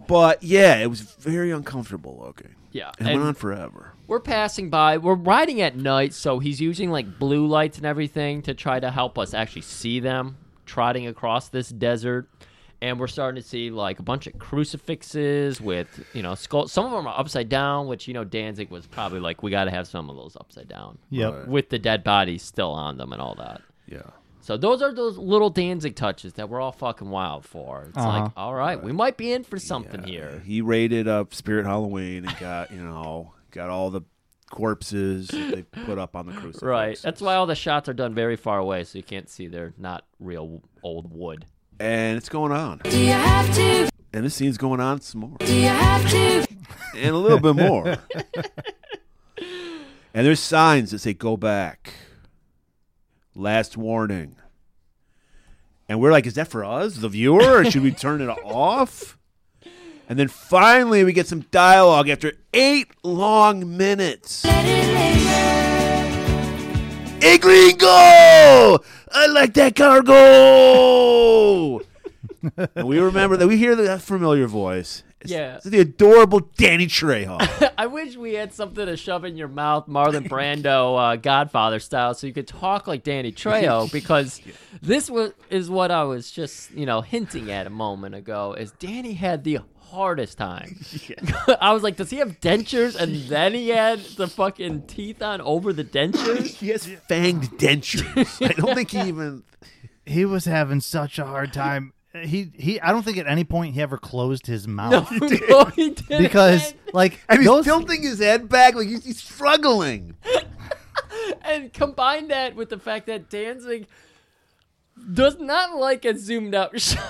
[SPEAKER 3] But yeah, it was very uncomfortable looking.
[SPEAKER 2] Yeah,
[SPEAKER 3] it
[SPEAKER 2] and-
[SPEAKER 3] went on forever.
[SPEAKER 2] We're passing by. We're riding at night, so he's using like blue lights and everything to try to help us actually see them trotting across this desert. And we're starting to see like a bunch of crucifixes with, you know, skulls. Some of them are upside down, which, you know, Danzig was probably like, we got to have some of those upside down.
[SPEAKER 4] Yep. Right.
[SPEAKER 2] With the dead bodies still on them and all that.
[SPEAKER 3] Yeah.
[SPEAKER 2] So those are those little Danzig touches that we're all fucking wild for. It's
[SPEAKER 4] Uh-huh.
[SPEAKER 2] like, all right, we might be in for something here.
[SPEAKER 3] He raided up Spirit Halloween and got you know got all the corpses that they put up on the crucifix.
[SPEAKER 2] Right. That's why all the shots are done very far away, so you can't see they're not real old wood.
[SPEAKER 3] and it's going on.
[SPEAKER 11] Do you have to?
[SPEAKER 3] And this scene's going on some more.
[SPEAKER 11] Do you have to?
[SPEAKER 3] and a little bit more. and there's signs that say go back. Last warning. And we're like, is that for us, the viewer? Or should we turn it off? And then finally we get some dialogue after eight long minutes. Hey gringo! I like that cargo. and we remember that we hear that familiar voice. It's-
[SPEAKER 2] Yeah.
[SPEAKER 3] it's the adorable Danny Trejo.
[SPEAKER 2] I wish we had something to shove in your mouth, Marlon Brando, uh, Godfather style, so you could talk like Danny Trejo. Because this was is what I was just you know hinting at a moment ago. Is Danny had the hardest time? I was like, does he have dentures? And then he had the fucking teeth on over the dentures.
[SPEAKER 3] he has fanged dentures. I don't think he even.
[SPEAKER 4] He was having such a hard time. He he. I don't think at any point he ever closed his mouth
[SPEAKER 2] No, he didn't.
[SPEAKER 4] because like
[SPEAKER 3] And he's
[SPEAKER 4] those
[SPEAKER 3] tilting his head back like he's, he's struggling.
[SPEAKER 2] and combine that with the fact that Danzig does not like a zoomed out shot.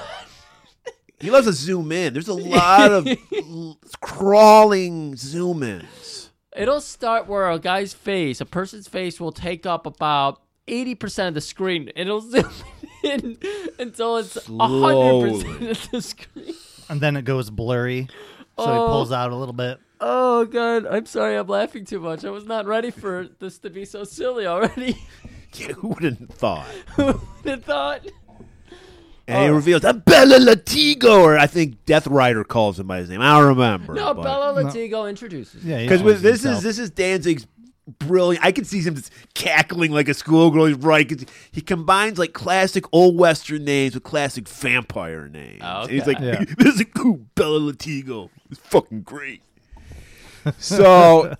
[SPEAKER 3] He loves to zoom in. There's a lot of l- crawling zoom ins.
[SPEAKER 2] It'll start where a guy's face, a person's face, will take up about eighty percent of the screen. It'll zoom in until it's hundred percent
[SPEAKER 3] Slowly.
[SPEAKER 2] of the screen.
[SPEAKER 4] and then it goes blurry, so
[SPEAKER 2] Oh.
[SPEAKER 4] he pulls out a little bit.
[SPEAKER 2] Oh god, I'm sorry, I'm laughing too much. I was not ready for this to be so silly already.
[SPEAKER 3] Yeah, who would have thought?
[SPEAKER 2] Who would have thought?
[SPEAKER 3] And
[SPEAKER 2] Oh.
[SPEAKER 3] he reveals, I'm Bella Latigo, or I think Death Rider calls him by his name. I don't remember.
[SPEAKER 2] No, Bella Latigo introduces.
[SPEAKER 4] Yeah, he
[SPEAKER 3] Because
[SPEAKER 4] owns
[SPEAKER 3] this is
[SPEAKER 4] himself.
[SPEAKER 3] this is Danzig's brilliant. I can see him just cackling like a schoolgirl. He's right. 'cause He combines like classic old western names with classic vampire names. And he's like,
[SPEAKER 2] Oh, Okay.
[SPEAKER 4] Yeah.
[SPEAKER 3] "This is cool, Bella Latigo. It's fucking great." So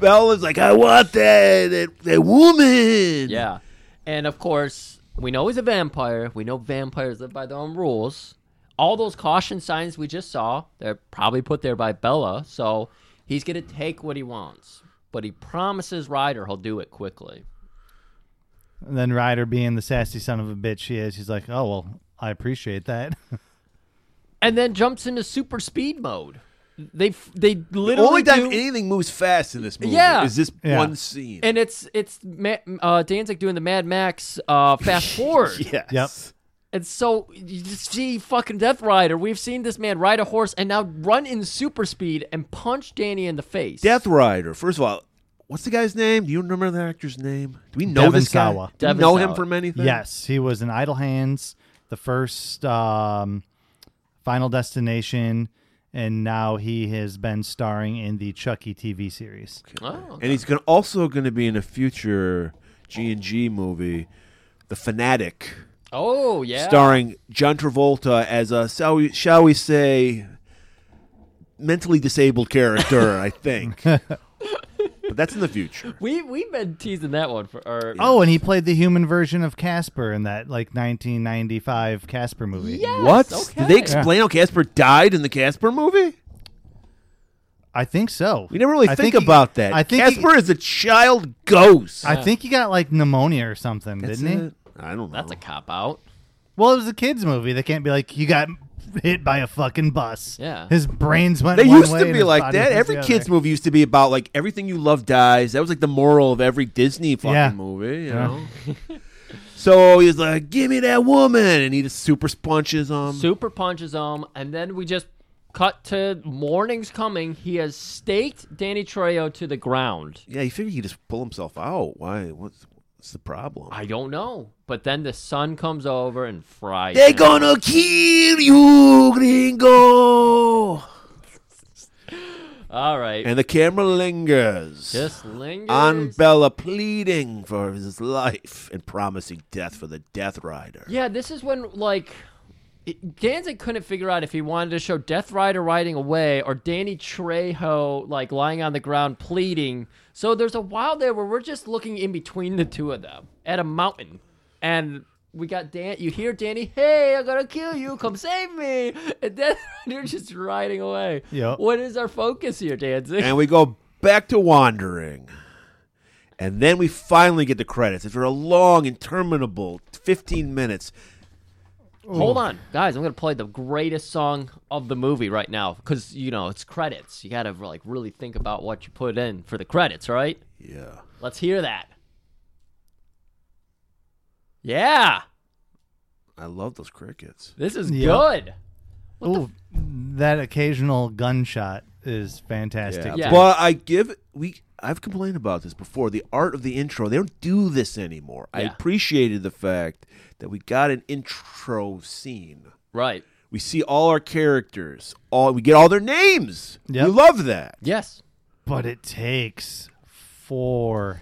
[SPEAKER 3] Bella's like, "I want that that, that woman."
[SPEAKER 2] Yeah. And of course, we know he's a vampire. We know vampires live by their own rules. All those caution signs we just saw, they're probably put there by Bella. So he's going to take what he wants. But he promises Ryder he'll do it quickly.
[SPEAKER 4] And then Ryder, being the sassy son of a bitch she is, he's like, "Oh well, I appreciate that."
[SPEAKER 2] And then jumps into super speed mode. They f- they literally
[SPEAKER 3] Only time
[SPEAKER 2] do-
[SPEAKER 3] anything moves fast in this movie
[SPEAKER 2] Yeah.
[SPEAKER 3] is this
[SPEAKER 4] Yeah.
[SPEAKER 3] one scene.
[SPEAKER 2] and it's it's Ma- uh, Danzig doing the Mad Max uh, fast forward.
[SPEAKER 3] yes.
[SPEAKER 4] Yep.
[SPEAKER 2] And so you just see fucking Death Rider. We've seen this man ride a horse and now run in super speed and punch Danny in the face.
[SPEAKER 3] Death Rider. First of all, what's the guy's name? Do you remember the actor's name? Do we know
[SPEAKER 4] Devin
[SPEAKER 3] this guy?
[SPEAKER 4] Sawa.
[SPEAKER 3] Do we
[SPEAKER 2] Devin
[SPEAKER 3] know
[SPEAKER 2] Sawa.
[SPEAKER 3] him from anything?
[SPEAKER 4] yes, he was in Idle Hands, the first um, Final Destination, and now he has been starring in the Chucky TV series.
[SPEAKER 2] Oh,
[SPEAKER 3] And he's gonna, also going to be in a future G and G movie, The Fanatic,
[SPEAKER 2] oh yeah.
[SPEAKER 3] starring John Travolta as a shall we, shall we say mentally disabled character. I think, but that's in the future.
[SPEAKER 2] We we've been teasing that one for. Or,
[SPEAKER 3] Uh,
[SPEAKER 4] Oh, and he played the human version of Casper in that like 1995 Casper movie.
[SPEAKER 2] yes,
[SPEAKER 3] What?
[SPEAKER 2] Okay.
[SPEAKER 3] Did they explain how Casper died in the Casper movie?
[SPEAKER 4] I think so.
[SPEAKER 3] We never really
[SPEAKER 4] I
[SPEAKER 3] think,
[SPEAKER 4] he-
[SPEAKER 3] about that.
[SPEAKER 4] I think
[SPEAKER 3] Casper is a child ghost.
[SPEAKER 4] I think he got like pneumonia or something,
[SPEAKER 3] That's
[SPEAKER 4] didn't he?
[SPEAKER 3] it. I don't know.
[SPEAKER 2] That's a cop out.
[SPEAKER 4] Well, it was a kids' movie. They can't be like you got hit by a fucking bus.
[SPEAKER 2] Yeah.
[SPEAKER 4] his brains went.
[SPEAKER 3] They
[SPEAKER 4] one
[SPEAKER 3] used
[SPEAKER 4] way
[SPEAKER 3] to
[SPEAKER 4] and
[SPEAKER 3] be
[SPEAKER 4] his
[SPEAKER 3] like
[SPEAKER 4] body
[SPEAKER 3] that.
[SPEAKER 4] went
[SPEAKER 3] Every
[SPEAKER 4] the
[SPEAKER 3] kids
[SPEAKER 4] other.
[SPEAKER 3] movie used to be about like everything you love dies. That was like the moral of every Disney fucking
[SPEAKER 4] Yeah.
[SPEAKER 3] movie, you
[SPEAKER 4] Yeah.
[SPEAKER 3] know. so he's like, "Give me that woman," and he just super punches him.
[SPEAKER 2] Super punches him, and then we just cut to morning's coming. He has staked Danny Trejo to the ground.
[SPEAKER 3] yeah, he figured he could just pull himself out. Why? What's what's the problem?
[SPEAKER 2] I don't know, but then the sun comes over and fries.
[SPEAKER 3] They
[SPEAKER 2] him.
[SPEAKER 3] gonna kill you, gringo.
[SPEAKER 2] All right.
[SPEAKER 3] And the camera lingers.
[SPEAKER 2] Just lingers.
[SPEAKER 3] On Bella pleading for his life and promising death for the Death Rider.
[SPEAKER 2] Yeah, this is when like it, Danzig couldn't figure out if he wanted to show Death Rider riding away or Danny Trejo like lying on the ground pleading. So there's a while there where we're just looking in between the two of them at a mountain, and we got Dan. You hear Danny, "Hey, I'm gonna kill you! Come save me!" And then you're just riding away.
[SPEAKER 4] Yep.
[SPEAKER 2] What is our focus here, Danzig?
[SPEAKER 3] and we go back to wandering. And then we finally get the credits after a long, interminable 15 minutes.
[SPEAKER 2] Hold
[SPEAKER 3] Mm.
[SPEAKER 2] on, guys. I'm gonna play the greatest song of the movie right now because you know it's credits. You gotta like really think about what you put in for the credits, right?
[SPEAKER 3] Yeah.
[SPEAKER 2] Let's hear that. Yeah,
[SPEAKER 3] I love those crickets.
[SPEAKER 2] this is
[SPEAKER 4] Yeah.
[SPEAKER 2] good.
[SPEAKER 4] Ooh, that occasional gunshot is fantastic.
[SPEAKER 3] Yeah.
[SPEAKER 2] Yeah.
[SPEAKER 3] But I give we I've complained about this before. The art of the intro, they don't do this anymore. I
[SPEAKER 2] Yeah.
[SPEAKER 3] appreciated the fact that we got an intro scene.
[SPEAKER 2] Right.
[SPEAKER 3] We see all our characters, all we get all their names.
[SPEAKER 4] Yep.
[SPEAKER 3] We love that.
[SPEAKER 2] Yes.
[SPEAKER 4] But it takes forever,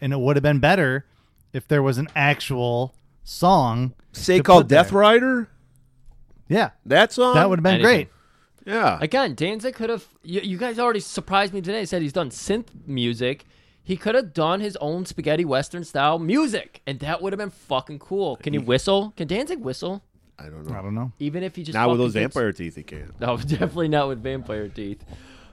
[SPEAKER 4] and it would have been better if there was an actual song.
[SPEAKER 3] Say
[SPEAKER 4] to
[SPEAKER 3] called
[SPEAKER 4] put there.
[SPEAKER 3] Death Rider?
[SPEAKER 4] Yeah,
[SPEAKER 3] That song?
[SPEAKER 4] that would have been
[SPEAKER 2] Anything.
[SPEAKER 4] great.
[SPEAKER 3] Yeah.
[SPEAKER 2] Again, Danzig could have. You, you guys already surprised me today. Said he's done synth music. He could have done his own spaghetti western style music, and that would have been fucking cool. Can you whistle? Can Danzig whistle?
[SPEAKER 3] I don't know.
[SPEAKER 4] I don't know.
[SPEAKER 2] Even if he just
[SPEAKER 3] Not with
[SPEAKER 2] fucking
[SPEAKER 3] those
[SPEAKER 2] gets-
[SPEAKER 3] vampire teeth, he can.
[SPEAKER 2] No, definitely not with vampire teeth.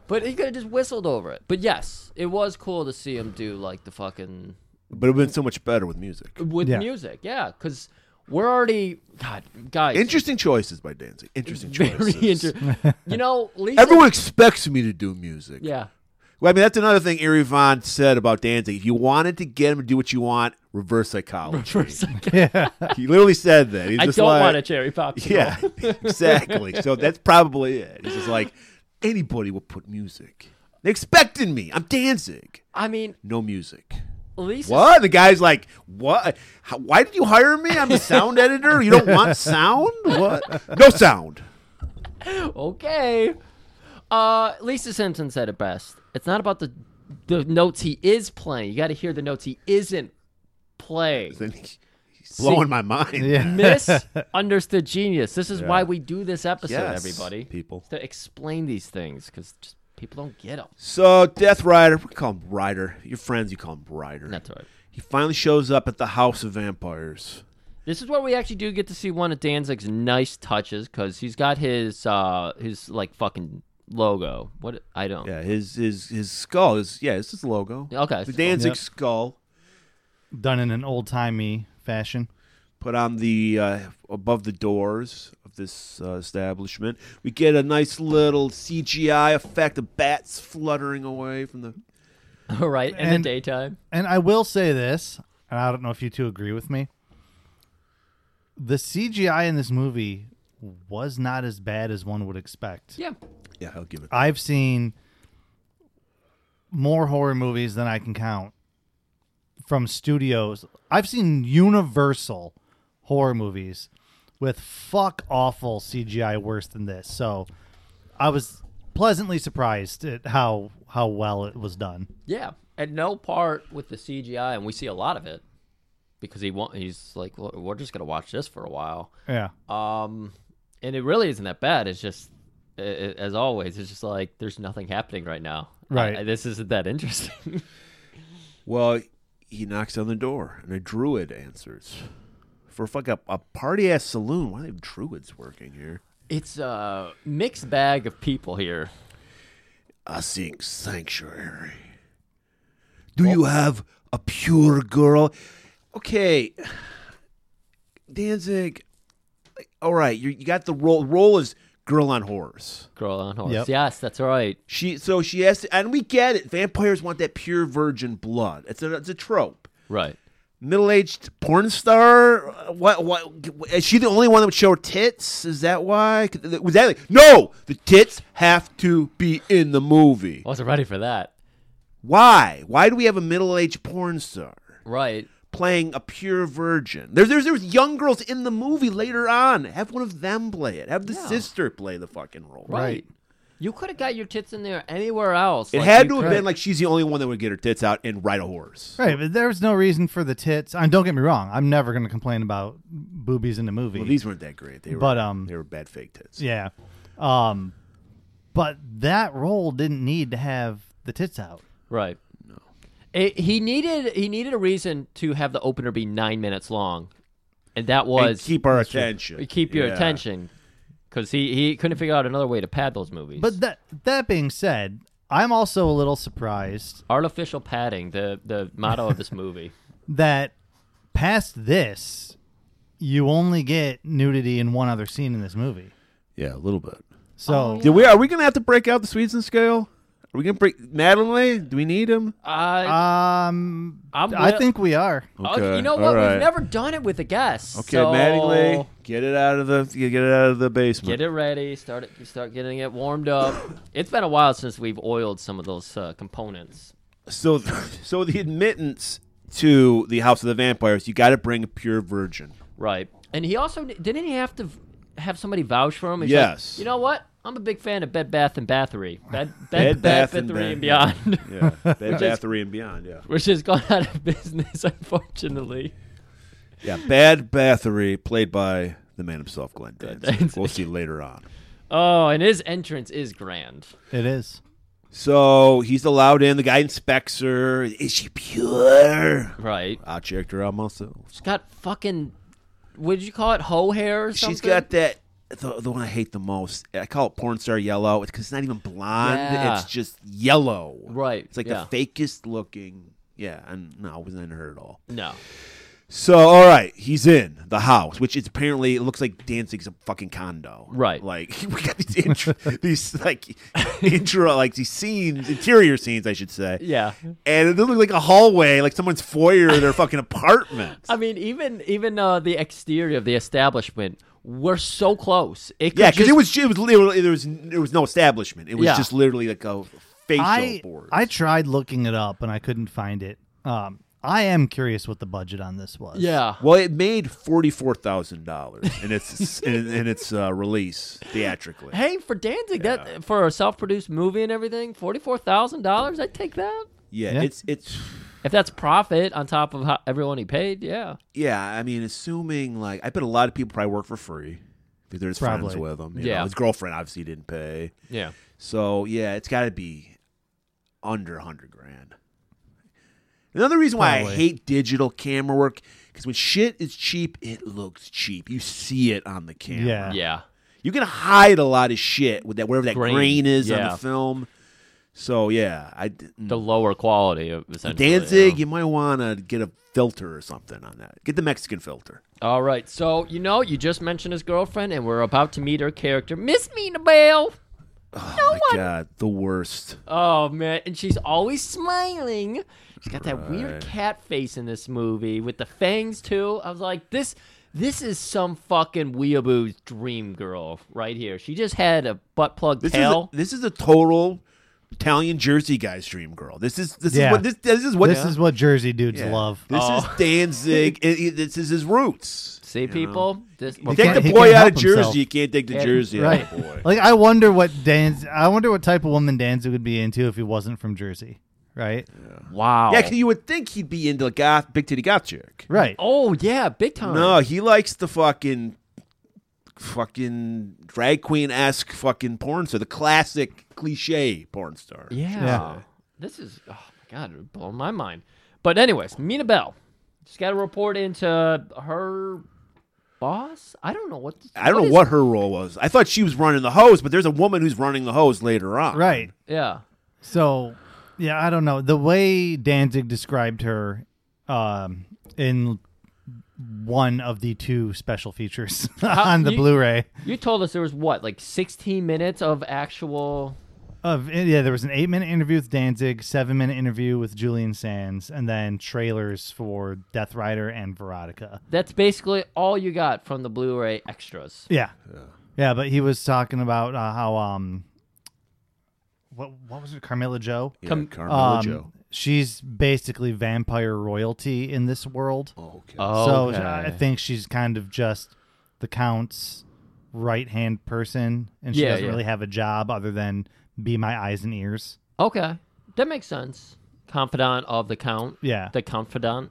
[SPEAKER 2] But he could have just whistled over it. But yes, it was cool to see him do like the fucking
[SPEAKER 3] But it would have been so much better with music.
[SPEAKER 2] with
[SPEAKER 4] Yeah.
[SPEAKER 2] music. Yeah, because we're already God guys.
[SPEAKER 3] Interesting choices by Danzig. Interesting
[SPEAKER 2] Very
[SPEAKER 3] choices.
[SPEAKER 2] interesting. you know, Lisa,
[SPEAKER 3] Everyone expects me to do music.
[SPEAKER 2] Yeah,
[SPEAKER 3] Well, I mean, that's another thing Erie Von said about Danzig. If you wanted to get him to do what you want, reverse psychology. he literally said that. He's
[SPEAKER 2] I
[SPEAKER 3] just
[SPEAKER 2] don't
[SPEAKER 3] like,
[SPEAKER 2] want a cherry popsicle.
[SPEAKER 3] Yeah, exactly. so that's probably it. It's just like anybody will put music. They're expecting me. I'm Danzig.
[SPEAKER 2] I mean,
[SPEAKER 3] No music.
[SPEAKER 2] Lisa.
[SPEAKER 3] What? The guy's like, what? How, why did you hire me? I'm the sound editor. You don't want sound? What? No sound.
[SPEAKER 2] Okay. Uh, Lisa Simpson said it best. It's not about the the notes he is playing. You got to hear the notes he isn't playing.
[SPEAKER 3] Then he- he's blowing my mind.
[SPEAKER 4] Yeah,
[SPEAKER 2] misunderstood genius. This is why we do this episode,
[SPEAKER 3] Yes,
[SPEAKER 2] everybody.
[SPEAKER 3] people.
[SPEAKER 2] Is to explain these things because just people don't get them.
[SPEAKER 3] So Death Rider, we call him Rider. Your friends, you call him Rider.
[SPEAKER 2] That's all right.
[SPEAKER 3] He finally shows up at the House of Vampires.
[SPEAKER 2] This is where we actually do get to see one of Danzig's nice touches because he's got his uh his like fucking logo. What I don't.
[SPEAKER 3] Yeah, his his his skull is yeah, it's his logo.
[SPEAKER 2] Okay, it's
[SPEAKER 3] the
[SPEAKER 2] his
[SPEAKER 3] Danzig
[SPEAKER 4] logo.
[SPEAKER 3] skull
[SPEAKER 4] done in an old timey fashion.
[SPEAKER 3] put on the uh, above the doors of this uh, establishment. We get a nice little CGI effect of bats fluttering away from the
[SPEAKER 2] All right. In
[SPEAKER 4] And-
[SPEAKER 2] the daytime.
[SPEAKER 4] And I will say this, and I don't know if you two agree with me. The CGI in this movie was not as bad as one would expect.
[SPEAKER 2] Yeah.
[SPEAKER 3] yeah, I'll give it.
[SPEAKER 4] I've seen more horror movies than I can count from studios. I've seen Universal horror movies with fuck awful CGI worse than this. So I was pleasantly surprised at how how well it was done.
[SPEAKER 2] Yeah. At no part with the CGI, and we see a lot of it because he want he's like, well, we're just gonna watch this for a while.
[SPEAKER 4] Yeah.
[SPEAKER 2] Um, and it really isn't that bad. It's just, i- i as always, it's just like there's nothing happening right now.
[SPEAKER 4] Right.
[SPEAKER 2] I- this isn't that interesting.
[SPEAKER 3] Well, he knocks on the door, and a druid answers. For fuck up a party ass saloon, why do they have druids working here?
[SPEAKER 2] it's a mixed bag of people here.
[SPEAKER 3] I sing Sanctuary. Do you have a pure girl? Okay, Danzig. like, All right, you, you got the role. Role is girl on horse.
[SPEAKER 2] Girl on horse.
[SPEAKER 3] Yep.
[SPEAKER 2] Yes, that's right.
[SPEAKER 3] She so she has to, and we get it. Vampires want that pure virgin blood. It's a it's a trope.
[SPEAKER 2] Right.
[SPEAKER 3] Middle aged porn star. uh, What what is she the only one that would show her tits? Is that why? uh, Was that like, no? The tits have to be in the movie.
[SPEAKER 2] Wasn't ready for that.
[SPEAKER 3] Why? Why do we have a middle aged porn star
[SPEAKER 2] Right.
[SPEAKER 3] playing a pure virgin? There's there's there's young girls in the movie later on. Have one of them play it. Have the
[SPEAKER 2] Yeah.
[SPEAKER 3] sister play the fucking role.
[SPEAKER 2] Right. You could have got your tits in there anywhere else.
[SPEAKER 3] It
[SPEAKER 2] Like,
[SPEAKER 3] had
[SPEAKER 2] you
[SPEAKER 3] to have
[SPEAKER 2] could-
[SPEAKER 3] been like she's the only one that would get her tits out and ride a horse.
[SPEAKER 4] Right, but there was no reason for the tits. And don't get me wrong, I'm never going to complain about boobies in the movie.
[SPEAKER 3] Well, these weren't that great. They were,
[SPEAKER 4] But, um,
[SPEAKER 3] they were bad fake tits.
[SPEAKER 4] Yeah. Um, but that role didn't need to have the tits out.
[SPEAKER 2] Right. No. It, he needed he needed a reason to have the opener be nine minutes long, and that was
[SPEAKER 3] And keep our attention.
[SPEAKER 2] Keep your
[SPEAKER 3] Yeah.
[SPEAKER 2] attention, because he he couldn't figure out another way to pad those movies.
[SPEAKER 4] But that that being said, I'm also a little surprised
[SPEAKER 2] artificial padding, the the motto of this movie.
[SPEAKER 4] that past this, you only get nudity in one other scene in this movie.
[SPEAKER 3] Yeah, a little bit.
[SPEAKER 4] So
[SPEAKER 3] Do we are we gonna have to break out the Swedes and scale? Are we gonna break Madeline? Do we need him?
[SPEAKER 2] Uh,
[SPEAKER 4] um,
[SPEAKER 2] I'm
[SPEAKER 4] I
[SPEAKER 2] wi-
[SPEAKER 4] think we are.
[SPEAKER 2] oh, you know
[SPEAKER 3] all
[SPEAKER 2] what?
[SPEAKER 3] right.
[SPEAKER 2] We've never done it with a guest.
[SPEAKER 3] uh, Okay,
[SPEAKER 2] so
[SPEAKER 3] Mattingly, get it out of the get it out of the basement.
[SPEAKER 2] Get it ready. Start it. Start getting it warmed up. it's been a while since we've oiled some of those uh, components.
[SPEAKER 3] So, so the admittance to the House of the Vampires, you got to bring a pure virgin.
[SPEAKER 2] Right. And he also didn't he have to v- have somebody vouch for him? He's
[SPEAKER 3] Yes.
[SPEAKER 2] Like, you know what? I'm a big fan of Bed Bath and Bathery. Bed
[SPEAKER 3] Bed,
[SPEAKER 2] Bed,
[SPEAKER 3] Bath,
[SPEAKER 2] Bath, and, Bathery and
[SPEAKER 3] Beyond.
[SPEAKER 2] Beyond,
[SPEAKER 3] Yeah, Bed
[SPEAKER 2] Which
[SPEAKER 3] Bath
[SPEAKER 2] is-
[SPEAKER 3] Three and Beyond. Yeah,
[SPEAKER 2] which has gone out of business, unfortunately.
[SPEAKER 3] yeah. Bad Bathery, played by the man himself, Glenn Danzig.
[SPEAKER 2] Danzig.
[SPEAKER 3] We'll see later on.
[SPEAKER 2] Oh, and his entrance is grand.
[SPEAKER 4] It is.
[SPEAKER 3] So he's allowed in. The guy inspects her. Is she pure?
[SPEAKER 2] Right.
[SPEAKER 3] I checked her out myself.
[SPEAKER 2] She's got fucking. What did you call it? Hoe hair? Or something?
[SPEAKER 3] She's got that. The, the one I hate the most, I call it porn star yellow. It's because it's not even blonde;
[SPEAKER 2] Yeah.
[SPEAKER 3] it's just yellow.
[SPEAKER 2] Right,
[SPEAKER 3] It's like
[SPEAKER 2] yeah.
[SPEAKER 3] the fakest looking. Yeah, and no, I wasn't into her at all.
[SPEAKER 2] No.
[SPEAKER 3] So, all right, he's in the house, which is apparently it looks like Danzig's a fucking condo.
[SPEAKER 2] Right.
[SPEAKER 3] Like we got these intro, these like intro, like these scenes, interior scenes, I should say.
[SPEAKER 2] Yeah.
[SPEAKER 3] And it looked like a hallway, like someone's foyer in their fucking apartment.
[SPEAKER 2] I mean, even even uh, the exterior of the establishment, we're so close. It could
[SPEAKER 3] Yeah, because it
[SPEAKER 2] just-
[SPEAKER 3] was it was literally there was there was no establishment. It was
[SPEAKER 2] Yeah.
[SPEAKER 3] just literally like a facial
[SPEAKER 4] I
[SPEAKER 3] board.
[SPEAKER 4] I tried looking it up and I couldn't find it. Um, I am curious what the budget on this was.
[SPEAKER 2] Yeah.
[SPEAKER 3] well, it made forty four thousand dollars in its in, in its uh, release theatrically.
[SPEAKER 2] Hey, for Danzig, that for a self-produced movie and everything, forty-four thousand dollars. I'd take that.
[SPEAKER 3] Yeah,
[SPEAKER 4] Yeah.
[SPEAKER 3] it's it's
[SPEAKER 2] If that's profit on top of how everyone he paid, yeah.
[SPEAKER 3] yeah. I mean, assuming like I bet a lot of people probably work for free because they're just friends
[SPEAKER 4] Probably.
[SPEAKER 3] with him.
[SPEAKER 2] Yeah.
[SPEAKER 3] his girlfriend obviously didn't pay,
[SPEAKER 2] Yeah.
[SPEAKER 3] so yeah, it's got to be under hundred grand. Another reason why I
[SPEAKER 4] Probably.
[SPEAKER 3] hate digital camera work because when shit is cheap, it looks cheap. You see it on the camera.
[SPEAKER 4] Yeah.
[SPEAKER 2] Yeah.
[SPEAKER 3] you can hide a lot of shit with that wherever that grain,
[SPEAKER 2] Grain,
[SPEAKER 3] is on
[SPEAKER 2] yeah.
[SPEAKER 3] the film. So yeah, I d-
[SPEAKER 2] The lower quality of essentially.
[SPEAKER 3] Danzig,
[SPEAKER 2] yeah.
[SPEAKER 3] you might want to get a filter or something on that. Get the Mexican filter.
[SPEAKER 2] All right. So, you know, you just mentioned his girlfriend and we're about to meet her character, Miss Mina Bell.
[SPEAKER 3] Oh my god, the worst.
[SPEAKER 4] Uh,
[SPEAKER 2] Oh man, and she's always smiling. She's got that weird cat face in this movie with the fangs too. I was like, this this is some fucking weeaboo's dream girl right here. She just had a butt plug
[SPEAKER 3] This
[SPEAKER 2] tail.
[SPEAKER 3] is a, this is a total Italian Jersey guy's dream girl. This is this is
[SPEAKER 4] Yeah.
[SPEAKER 3] what this this is what
[SPEAKER 4] this is what Jersey dudes
[SPEAKER 3] Yeah.
[SPEAKER 4] love.
[SPEAKER 3] This
[SPEAKER 2] Oh.
[SPEAKER 3] is Danzig. it- it- this is his roots.
[SPEAKER 2] See people, this
[SPEAKER 3] You
[SPEAKER 2] we're
[SPEAKER 3] take
[SPEAKER 4] can't-
[SPEAKER 3] the
[SPEAKER 4] he
[SPEAKER 3] boy
[SPEAKER 4] can't
[SPEAKER 3] out of
[SPEAKER 4] help himself.
[SPEAKER 3] Jersey. You can't take the
[SPEAKER 2] Yeah,
[SPEAKER 3] Jersey
[SPEAKER 4] right.
[SPEAKER 3] out of the boy.
[SPEAKER 4] Like I wonder what Dan's I wonder what type of woman Dan's would be into if he wasn't from Jersey, right?
[SPEAKER 2] playing- wow.
[SPEAKER 4] Oh.
[SPEAKER 3] Yeah, 'cause you would think he'd be into the goth, big titty goth chick.
[SPEAKER 4] Right.
[SPEAKER 2] oh yeah, big time.
[SPEAKER 3] No, he likes the fucking fucking drag queen esque fucking porn star, the classic cliche porn star.
[SPEAKER 2] Yeah.
[SPEAKER 4] Yeah.
[SPEAKER 2] This is oh my god, it blow my mind. But anyways, Mina Bell. She's got to report into her boss. I don't know what.
[SPEAKER 3] I don't know
[SPEAKER 2] is-
[SPEAKER 3] what her role was. I thought she was running the hose, but there's a woman who's running the hose later on.
[SPEAKER 4] Right.
[SPEAKER 2] Yeah.
[SPEAKER 4] So, yeah, I don't know. The way Danzig described her um, in one of the two special features
[SPEAKER 2] How-
[SPEAKER 4] on the
[SPEAKER 2] you-
[SPEAKER 4] Blu-ray
[SPEAKER 2] You told us there was what, like 16 minutes of actual.
[SPEAKER 4] of yeah, there was an eight-minute interview with Danzig, seven-minute interview with Julian Sands, and then trailers for Death Rider and Veronica.
[SPEAKER 2] That's basically all you got from the Blu-ray extras.
[SPEAKER 4] Yeah. yeah, But he was talking about uh, how um, what what was it, Carmilla Joe?
[SPEAKER 3] Yeah, Carmilla
[SPEAKER 4] um,
[SPEAKER 3] Joe.
[SPEAKER 4] She's basically vampire royalty in this world.
[SPEAKER 3] Okay.
[SPEAKER 4] So
[SPEAKER 2] Okay.
[SPEAKER 4] I think she's kind of just the count's right hand person, and she
[SPEAKER 2] Yeah,
[SPEAKER 4] doesn't
[SPEAKER 2] yeah.
[SPEAKER 4] really have a job other than be my eyes and ears.
[SPEAKER 2] Okay, that makes sense. Confidant of the Count.
[SPEAKER 4] Yeah.
[SPEAKER 2] The Confidant.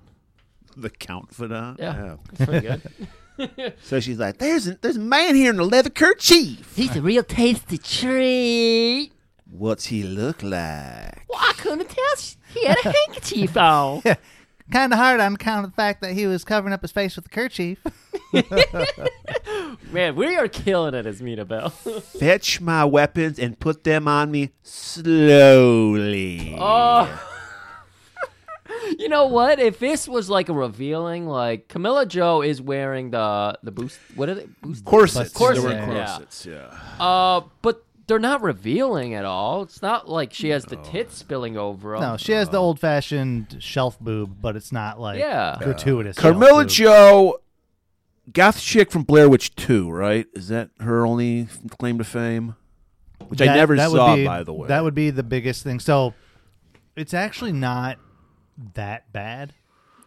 [SPEAKER 3] The Count Fidant.
[SPEAKER 2] Yeah. That's pretty good.
[SPEAKER 3] so she's like, "There's a, there's a man here in a leather kerchief.
[SPEAKER 2] He's a real tasty treat.
[SPEAKER 3] What's he look like?"
[SPEAKER 2] Well, I couldn't tell. She he had a handkerchief on.
[SPEAKER 4] Kind of hard on account of the fact that he was covering up his face with a kerchief.
[SPEAKER 2] Man, we are killing it as Mina Bell.
[SPEAKER 3] Fetch my weapons and put them on me slowly.
[SPEAKER 2] Oh. you know what? If this was like a revealing, like Camilla Joe is wearing the the boost. What are they? Boost
[SPEAKER 3] Corsets.
[SPEAKER 2] Corset,
[SPEAKER 3] They were
[SPEAKER 2] yeah.
[SPEAKER 3] corsets, yeah.
[SPEAKER 2] Uh, but they're not revealing at all. It's not like she has the tits spilling over. 'em.
[SPEAKER 4] No, she has the old fashioned shelf boob, but it's not like
[SPEAKER 2] Yeah.
[SPEAKER 4] gratuitous. shelf
[SPEAKER 3] Carmilla
[SPEAKER 4] boob.
[SPEAKER 3] Joe, goth chick from Blair Witch 2, right? Is that her only claim to fame? Which I
[SPEAKER 4] That-
[SPEAKER 3] never
[SPEAKER 4] that would
[SPEAKER 3] saw,
[SPEAKER 4] be-
[SPEAKER 3] by the way.
[SPEAKER 4] That would be the biggest thing. So it's actually not that bad.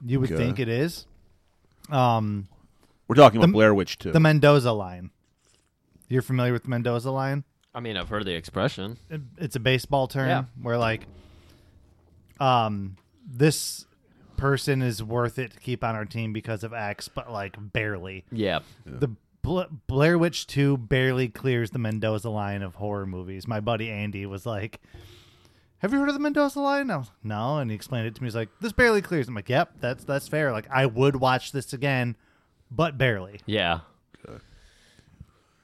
[SPEAKER 4] You would
[SPEAKER 3] Okay.
[SPEAKER 4] think it is. Um,
[SPEAKER 3] We're talking about
[SPEAKER 4] the-
[SPEAKER 3] Blair Witch 2.
[SPEAKER 4] the Mendoza line. You're familiar with the Mendoza line?
[SPEAKER 2] I mean, I've heard the expression.
[SPEAKER 4] It- It's a baseball term
[SPEAKER 2] Yeah.
[SPEAKER 4] where like, um, this person is worth it to keep on our team because of X, but like barely.
[SPEAKER 2] Yeah.
[SPEAKER 4] The Bla- Blair Witch 2 barely clears the Mendoza line of horror movies. My buddy Andy was like, Have you heard of the Mendoza line? I was like, No. And he explained it to me. He's like, This barely clears. I'm like, Yep, that's that's fair. Like, I would watch this again, but barely.
[SPEAKER 2] Yeah.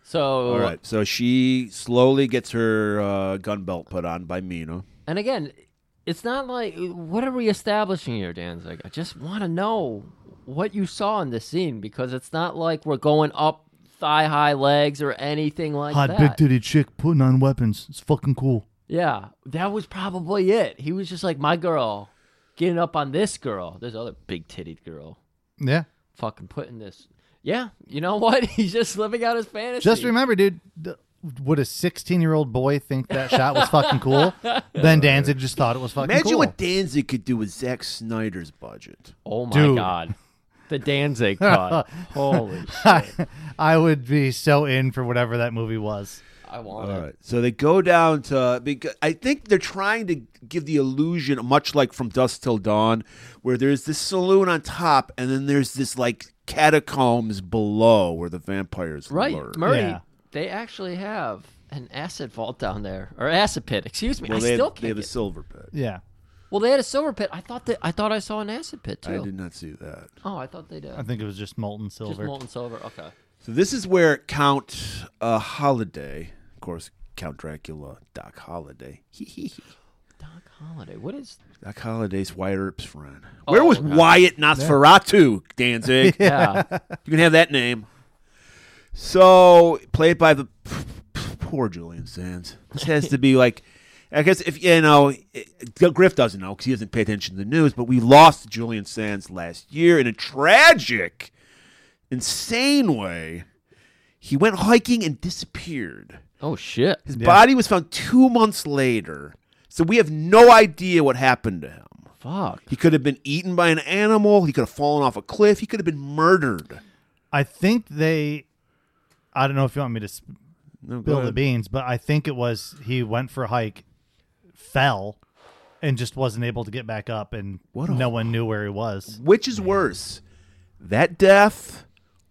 [SPEAKER 2] So,
[SPEAKER 3] All right. So she slowly gets her uh, gun belt put on by Mina.
[SPEAKER 2] and again, it's not like what are we establishing here, Danzig? I just want to know what you saw in this scene because it's not like we're going up thigh high legs or anything like
[SPEAKER 4] Hot
[SPEAKER 2] that.
[SPEAKER 4] big titty chick putting on weapons. It's fucking cool.
[SPEAKER 2] Yeah, that was probably it. He was just like, my girl, getting up on this girl. This other big titted girl.
[SPEAKER 4] Yeah.
[SPEAKER 2] Fucking putting this. Yeah, you know what? He's just living out his fantasy.
[SPEAKER 4] Just remember, dude. d- Would a 16 year old boy think that shot was fucking cool? then Danzig just thought it was fucking
[SPEAKER 3] Imagine
[SPEAKER 4] cool.
[SPEAKER 3] what Danzig could do with Zack Snyder's budget.
[SPEAKER 2] Oh my
[SPEAKER 4] Dude.
[SPEAKER 2] God. The Danzig cut. Holy shit.
[SPEAKER 4] I would be so in for whatever that movie was.
[SPEAKER 2] I
[SPEAKER 3] All
[SPEAKER 2] want it.
[SPEAKER 3] right. So they go down to because I think they're trying to give the illusion, much like from Dusk Till Dawn, where there's this saloon on top, and then there's this like catacombs below where the vampires
[SPEAKER 2] Right.
[SPEAKER 3] lurk.
[SPEAKER 2] Murray,
[SPEAKER 4] Yeah.
[SPEAKER 2] they actually have an acid vault down there, or acid pit. Excuse me.
[SPEAKER 3] Well,
[SPEAKER 2] I
[SPEAKER 3] they
[SPEAKER 2] still
[SPEAKER 3] have,
[SPEAKER 2] can't.
[SPEAKER 3] they have a
[SPEAKER 2] get-
[SPEAKER 3] silver pit.
[SPEAKER 4] Yeah.
[SPEAKER 2] well, they had a silver pit. I thought that I thought I saw an acid pit too.
[SPEAKER 3] I did not see that.
[SPEAKER 2] Oh, I thought they did.
[SPEAKER 4] I think it was just molten
[SPEAKER 2] Just
[SPEAKER 4] silver.
[SPEAKER 2] molten silver. Okay.
[SPEAKER 3] So this is where Count uh, Holiday, of course, Count Dracula, Doc Holiday,
[SPEAKER 2] Doc Holiday. What is?
[SPEAKER 3] Doc Holiday's Wyatt Earp's friend.
[SPEAKER 2] Oh,
[SPEAKER 3] Where was
[SPEAKER 2] okay.
[SPEAKER 3] Wyatt Nosferatu, Danzig?
[SPEAKER 2] Yeah.
[SPEAKER 3] You can have that name. So played by the poor Julian Sands. This has to be like, I guess if you know, it- Griff doesn't know because he doesn't pay attention to the news. But we lost Julian Sands last year in a tragic, insane way. He went hiking and disappeared.
[SPEAKER 2] oh shit.
[SPEAKER 3] His body was found two months later, so we have no idea what happened to him.
[SPEAKER 2] Fuck.
[SPEAKER 3] He could have been eaten by an animal. He could have fallen off a cliff. He could have been murdered.
[SPEAKER 4] I think they. I don't know if you want me to spill
[SPEAKER 3] No, go
[SPEAKER 4] the
[SPEAKER 3] ahead.
[SPEAKER 4] beans, but I think it was he went for a hike, fell, and just wasn't able to get back up, and
[SPEAKER 3] What a-
[SPEAKER 4] no one knew where he was.
[SPEAKER 3] Which is worse, that death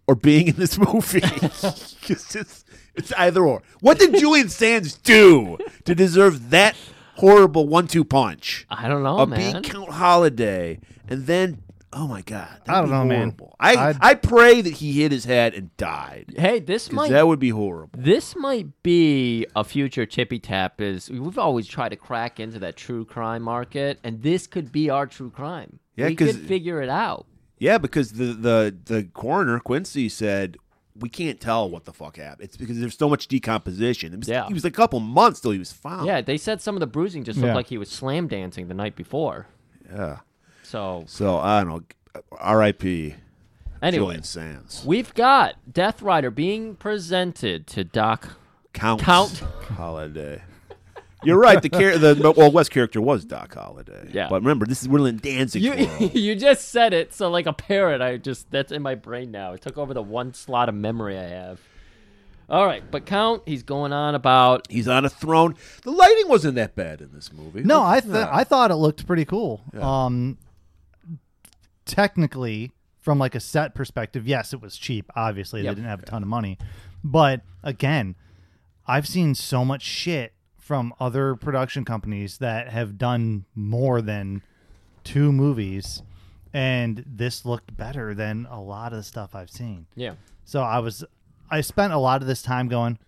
[SPEAKER 3] or being in this movie? 'Cause it's, it's either or. What did Julian Sands do to deserve that horrible one two punch?
[SPEAKER 2] I don't know,
[SPEAKER 3] A
[SPEAKER 2] man.
[SPEAKER 3] beat Count Holiday and then Oh my god!
[SPEAKER 4] I
[SPEAKER 3] That'd
[SPEAKER 4] don't
[SPEAKER 3] be
[SPEAKER 4] know, man.
[SPEAKER 3] horrible. I
[SPEAKER 4] I'd-
[SPEAKER 3] I pray that he hit his head and died.
[SPEAKER 2] Hey, this
[SPEAKER 3] 'Cause
[SPEAKER 2] might-
[SPEAKER 3] that would be horrible.
[SPEAKER 2] This might be a future Chippy Tap. Is we've always tried to crack into that true crime market, and this could be our true crime.
[SPEAKER 3] Yeah,
[SPEAKER 2] we
[SPEAKER 3] 'cause-
[SPEAKER 2] could figure it out.
[SPEAKER 3] Yeah, because the the the coroner Quincy said we can't tell what the fuck happened. It's because there's so much decomposition. It was,
[SPEAKER 2] Yeah.
[SPEAKER 3] he was a couple months till he was found.
[SPEAKER 2] Yeah, they said some of the bruising just looked
[SPEAKER 3] Yeah.
[SPEAKER 2] like he was slam dancing the night before.
[SPEAKER 3] Yeah.
[SPEAKER 2] So
[SPEAKER 3] So I don't know. R.I.P.
[SPEAKER 2] Anyway.
[SPEAKER 3] Julian Sands.
[SPEAKER 2] we've got Death Rider being presented to Doc
[SPEAKER 3] Count
[SPEAKER 2] Count.
[SPEAKER 3] Holiday. You're right. The char- the well West character was Doc Holiday.
[SPEAKER 2] Yeah.
[SPEAKER 3] But remember, this is we're in Danzig's
[SPEAKER 2] You,
[SPEAKER 3] world.
[SPEAKER 2] you just said it, so like a parrot, I just that's in my brain now. It took over the one slot of memory I have. All right, but Count, he's going on about
[SPEAKER 3] he's on a throne. The lighting wasn't that bad in this movie.
[SPEAKER 4] No, I th-
[SPEAKER 3] Yeah.
[SPEAKER 4] I thought it looked pretty cool. Um, technically, from like a set perspective, yes, it was cheap. Obviously,
[SPEAKER 2] Yep.
[SPEAKER 4] they didn't have a ton of money, but again, I've seen so much shit from other production companies that have done more than two movies, and this looked better than a lot of the stuff I've seen.
[SPEAKER 2] Yeah.
[SPEAKER 4] So I was, I spent a lot of this time going,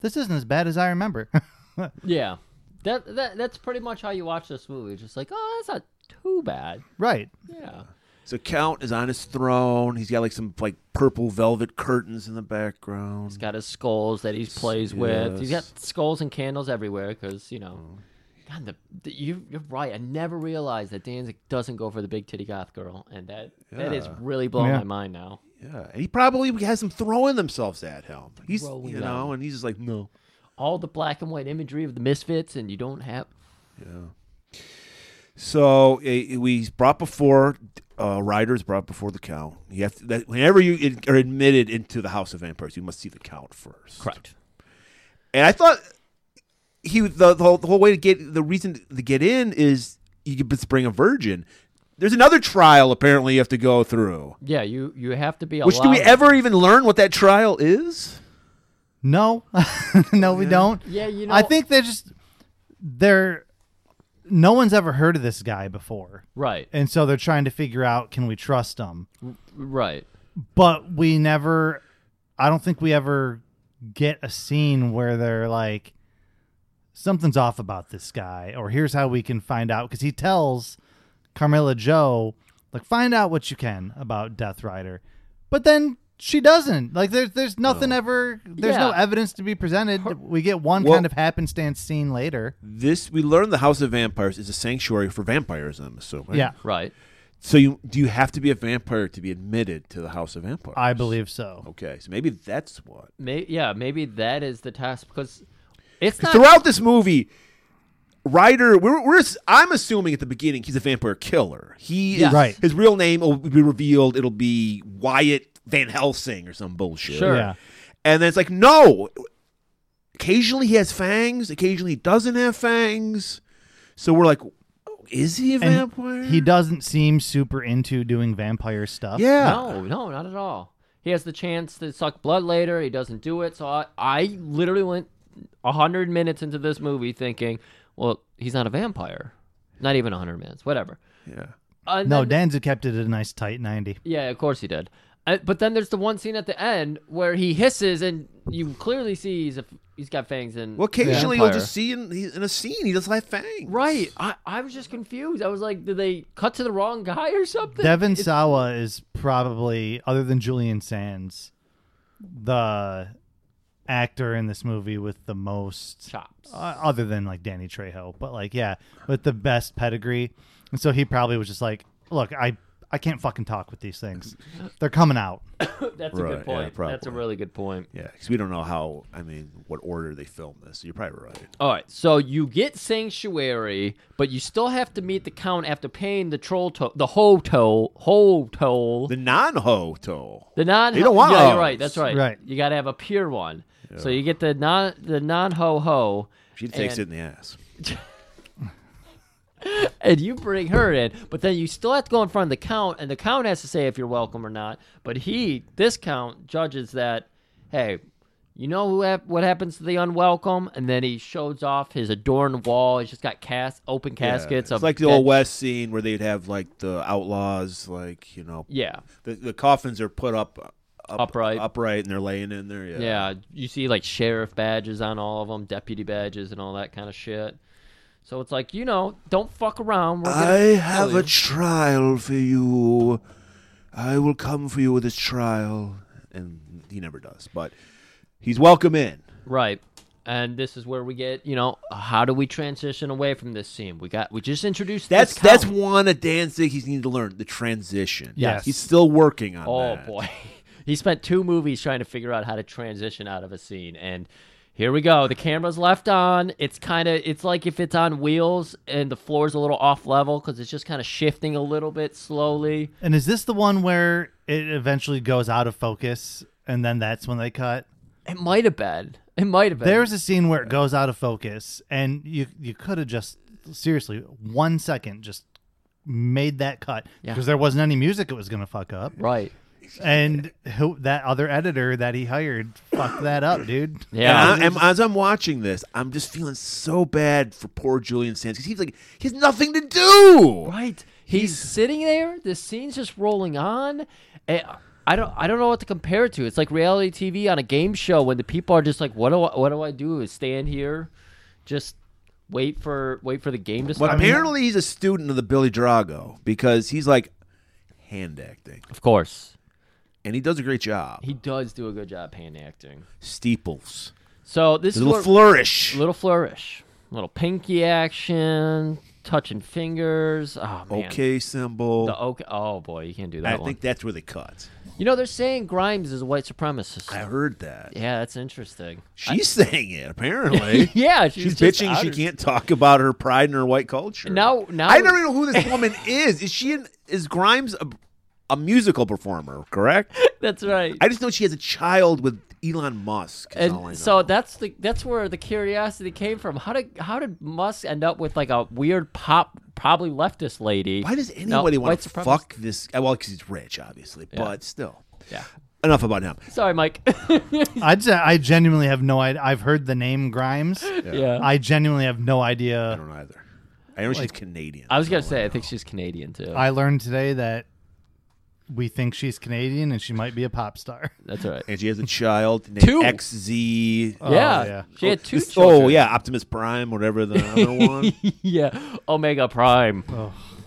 [SPEAKER 4] this isn't as bad as I remember.
[SPEAKER 2] yeah. That, that that's pretty much how you watch this movie. Just like, oh, that's not too bad.
[SPEAKER 4] right.
[SPEAKER 2] Yeah.
[SPEAKER 3] So Count is on his throne. He's got like some like purple velvet curtains in the background. He's
[SPEAKER 2] got his skulls that he plays with. He's got skulls and candles everywhere because you
[SPEAKER 3] Mm.
[SPEAKER 2] know. God, the, the, you, you're right. I never realized that Danzig doesn't go for the big titty goth girl, and that that is
[SPEAKER 3] Yeah.
[SPEAKER 2] really blowing
[SPEAKER 3] Yeah.
[SPEAKER 2] my mind now.
[SPEAKER 3] Yeah, and he probably has them throwing themselves at him. He's
[SPEAKER 2] Throwing
[SPEAKER 3] you know, and he's just like no.
[SPEAKER 2] All the black and white imagery of the misfits, and you don't have.
[SPEAKER 3] Yeah. So eh, we he's brought before uh, riders brought before the count. You have to, that, whenever you in- are admitted into the House of Vampires, you must see the count first.
[SPEAKER 2] Correct.
[SPEAKER 3] And I thought he was- the, the whole the whole way to get the reason to get in is you could just bring a virgin. There's another trial apparently you have to go through.
[SPEAKER 2] Yeah, you you have to be.
[SPEAKER 3] Which do we
[SPEAKER 2] allowed-
[SPEAKER 3] ever even learn what that trial is?
[SPEAKER 4] No, no, we don't.
[SPEAKER 2] Yeah, you
[SPEAKER 4] I
[SPEAKER 2] know-
[SPEAKER 4] think they're just they're no one's ever heard of this guy before,
[SPEAKER 2] Right.
[SPEAKER 4] And so they're trying to figure out can we trust him.
[SPEAKER 2] Right.
[SPEAKER 4] But we never, I don't think we ever get a scene where they're like something's off about this guy, or here's how we can find out because he tells Carmilla Joe like find out what you can about Death Rider, but then. She doesn't like. There's there's nothing ever. There's no
[SPEAKER 2] Yeah.
[SPEAKER 4] evidence to be presented. we get one
[SPEAKER 3] Well-
[SPEAKER 4] kind of happenstance scene later.
[SPEAKER 3] This we learned the House of Vampires is a sanctuary for vampires. I'm assuming.
[SPEAKER 4] Yeah.
[SPEAKER 2] Right.
[SPEAKER 3] So you do you have to be a vampire to be admitted to the House of Vampires?
[SPEAKER 4] I believe so.
[SPEAKER 3] Okay, so maybe that's what.
[SPEAKER 2] May, yeah, maybe that is the test because it's not.
[SPEAKER 3] Throughout this movie, Ryder, we're, we're I'm assuming at the beginning he's a vampire killer. He
[SPEAKER 2] Yes.
[SPEAKER 3] is
[SPEAKER 2] Right.
[SPEAKER 3] His real name will be revealed. It'll be Wyatt Van Helsing or some bullshit.
[SPEAKER 2] Sure. Yeah.
[SPEAKER 3] And then it's like no. Occasionally he has fangs. Occasionally he doesn't have fangs. So we're like, is he a
[SPEAKER 4] And he-
[SPEAKER 3] vampire?
[SPEAKER 4] He doesn't seem super into doing vampire stuff.
[SPEAKER 2] No, no, not at all. He has the chance to suck blood later. He doesn't do it. So I, I literally went 100 minutes into this movie thinking, well, he's not a vampire. Not even 100 minutes, whatever.
[SPEAKER 3] Yeah.
[SPEAKER 2] And
[SPEAKER 4] no,
[SPEAKER 2] then-
[SPEAKER 4] Danza kept it a nice tight 90.
[SPEAKER 2] Yeah, of course he did. Uh, but then there's the one scene at the end where he hisses, and you clearly see he's, a, he's got fangs. And
[SPEAKER 3] Well, occasionally you'll
[SPEAKER 2] vampire.
[SPEAKER 3] just see in, he's in a scene he doesn't have fangs.
[SPEAKER 2] Right. I, I was just confused. I was like, did they cut to the wrong guy or something?
[SPEAKER 4] Devin
[SPEAKER 2] It's-
[SPEAKER 4] Sawa is probably, other than Julian Sands, the actor in this movie with the most uh,
[SPEAKER 2] chops,
[SPEAKER 4] other than like Danny Trejo. But like, yeah, with the best pedigree. And so he probably was just like, "Look, I I can't fucking talk with these things. They're coming out."
[SPEAKER 2] That's a
[SPEAKER 3] Right,
[SPEAKER 2] good
[SPEAKER 3] yeah,
[SPEAKER 2] point. That's a
[SPEAKER 3] probably.
[SPEAKER 2] really good point.
[SPEAKER 3] Yeah, because we don't know how. I mean, what order they filmed this. You're probably right.
[SPEAKER 2] All right, so you get sanctuary, but you still have to meet the count after paying the troll toll, the ho toll, ho toll,
[SPEAKER 3] the non ho toll,
[SPEAKER 2] the non.
[SPEAKER 3] They don't want
[SPEAKER 2] Yeah, you're
[SPEAKER 3] hoes.
[SPEAKER 2] right. That's right.
[SPEAKER 4] Right.
[SPEAKER 2] You got to have a pure one. So you get the non, the non ho ho.
[SPEAKER 3] She takes
[SPEAKER 2] and-
[SPEAKER 3] it in the ass.
[SPEAKER 2] and you bring her in, but then you still have to go in front of the count, and the count has to say if you're welcome or not. But he, this count, judges that, hey, You know who hap- what happens to the unwelcome? And then he shows off his adorned wall. He's just got cas- open caskets.
[SPEAKER 3] Yeah.
[SPEAKER 2] of
[SPEAKER 3] It's like the
[SPEAKER 2] dead-
[SPEAKER 3] old West scene where they'd have like the outlaws, like you know,
[SPEAKER 2] Yeah.
[SPEAKER 3] the, the coffins are put up, up
[SPEAKER 2] Upright.
[SPEAKER 3] upright, and they're laying in there. Yeah,
[SPEAKER 2] Yeah. you see like sheriff badges on all of them, deputy badges, and all that kind of shit. So it's like you know, don't fuck around. We're gonna
[SPEAKER 3] I have
[SPEAKER 2] kill
[SPEAKER 3] a
[SPEAKER 2] you.
[SPEAKER 3] trial for you. I will come for you with this trial, and he never does. But he's welcome in.
[SPEAKER 2] Right. And this is where we get, you know, how do we transition away from this scene? We got we just introduced
[SPEAKER 3] That's
[SPEAKER 2] this
[SPEAKER 3] that's
[SPEAKER 2] count.
[SPEAKER 3] one of Dan's things he's needed to learn the transition.
[SPEAKER 2] Yes.
[SPEAKER 3] he's still working on.
[SPEAKER 2] Oh
[SPEAKER 3] that.
[SPEAKER 2] boy. He spent two movies trying to figure out how to transition out of a scene and here we go. The camera's left on. It's kind of it's like if it's on wheels and the floor's a little off level cuz it's just kind of shifting a little bit slowly.
[SPEAKER 4] And is this the one where it eventually goes out of focus and then that's when they cut?
[SPEAKER 2] It might have been. It might have been.
[SPEAKER 4] There's a scene where it goes out of focus and you you could have just seriously one second just made that cut
[SPEAKER 2] Yeah.
[SPEAKER 4] because there wasn't any music it was going to fuck up.
[SPEAKER 2] Right.
[SPEAKER 4] And who, that other editor that he hired fucked that up, dude.
[SPEAKER 2] Yeah.
[SPEAKER 3] And I, am as I'm watching this, I'm just feeling so bad for poor Julian Sands because he's like he has nothing to do.
[SPEAKER 2] Right. He's, sitting there. The scene's just rolling on. And I don't. I don't know what to compare it to. It's like reality TV on a game show when the people are just like, "What do I? What do I do? Is stand here, just wait for wait for the game to
[SPEAKER 3] Well,
[SPEAKER 2] start?"
[SPEAKER 3] apparently he's a student of the Billy Drago because he's like hand acting,
[SPEAKER 2] of course,
[SPEAKER 3] and he does a great job.
[SPEAKER 2] he does do a good job hand acting.
[SPEAKER 3] Steeples,
[SPEAKER 2] So this
[SPEAKER 3] Little
[SPEAKER 2] is where-
[SPEAKER 3] flourish.
[SPEAKER 2] little flourish, little pinky action, touching fingers. Oh man,
[SPEAKER 3] okay symbol.
[SPEAKER 2] The okay. Oh boy, you can't do that
[SPEAKER 3] I
[SPEAKER 2] one.
[SPEAKER 3] think that's where they cut.
[SPEAKER 2] you know they're saying Grimes is a white supremacist.
[SPEAKER 3] I heard that.
[SPEAKER 2] yeah, that's interesting.
[SPEAKER 3] She's saying it apparently.
[SPEAKER 2] Yeah, she's
[SPEAKER 3] she's,
[SPEAKER 2] just
[SPEAKER 3] bitching.
[SPEAKER 2] out
[SPEAKER 3] She
[SPEAKER 2] of-
[SPEAKER 3] can't talk about her pride in her white culture.
[SPEAKER 2] Now, now
[SPEAKER 3] I don't even know who this woman is. Is she? An, is Grimes a, a musical performer? Correct.
[SPEAKER 2] That's right.
[SPEAKER 3] I just know she has a child with Elon Musk. is all I
[SPEAKER 2] and so
[SPEAKER 3] know.
[SPEAKER 2] that's the that's where the curiosity came from. How did how did Musk end up with like a weird pop, probably leftist lady?
[SPEAKER 3] why does
[SPEAKER 2] No,
[SPEAKER 3] anybody
[SPEAKER 2] white
[SPEAKER 3] want to
[SPEAKER 2] supremacist.
[SPEAKER 3] fuck this? Well, because he's rich, obviously,
[SPEAKER 2] Yeah.
[SPEAKER 3] but still.
[SPEAKER 2] Yeah.
[SPEAKER 3] Enough about him.
[SPEAKER 2] Sorry, Mike.
[SPEAKER 4] I'd say I genuinely have no idea. I've heard the name Grimes.
[SPEAKER 2] Yeah.
[SPEAKER 4] I genuinely have no
[SPEAKER 3] I
[SPEAKER 4] idea.
[SPEAKER 3] don't either. I know she's
[SPEAKER 4] Like-
[SPEAKER 3] Canadian.
[SPEAKER 2] I was
[SPEAKER 3] so
[SPEAKER 2] gonna say I think she's Canadian too.
[SPEAKER 4] I learned today that we think she's Canadian and she might be a pop star.
[SPEAKER 2] that's right.
[SPEAKER 3] And she has a child named
[SPEAKER 2] Two.
[SPEAKER 3] XZ.
[SPEAKER 2] Oh, yeah.
[SPEAKER 4] yeah.
[SPEAKER 2] she had two.
[SPEAKER 3] This-
[SPEAKER 2] children.
[SPEAKER 3] oh yeah, Optimus Prime, whatever the other one.
[SPEAKER 2] yeah. Omega Prime.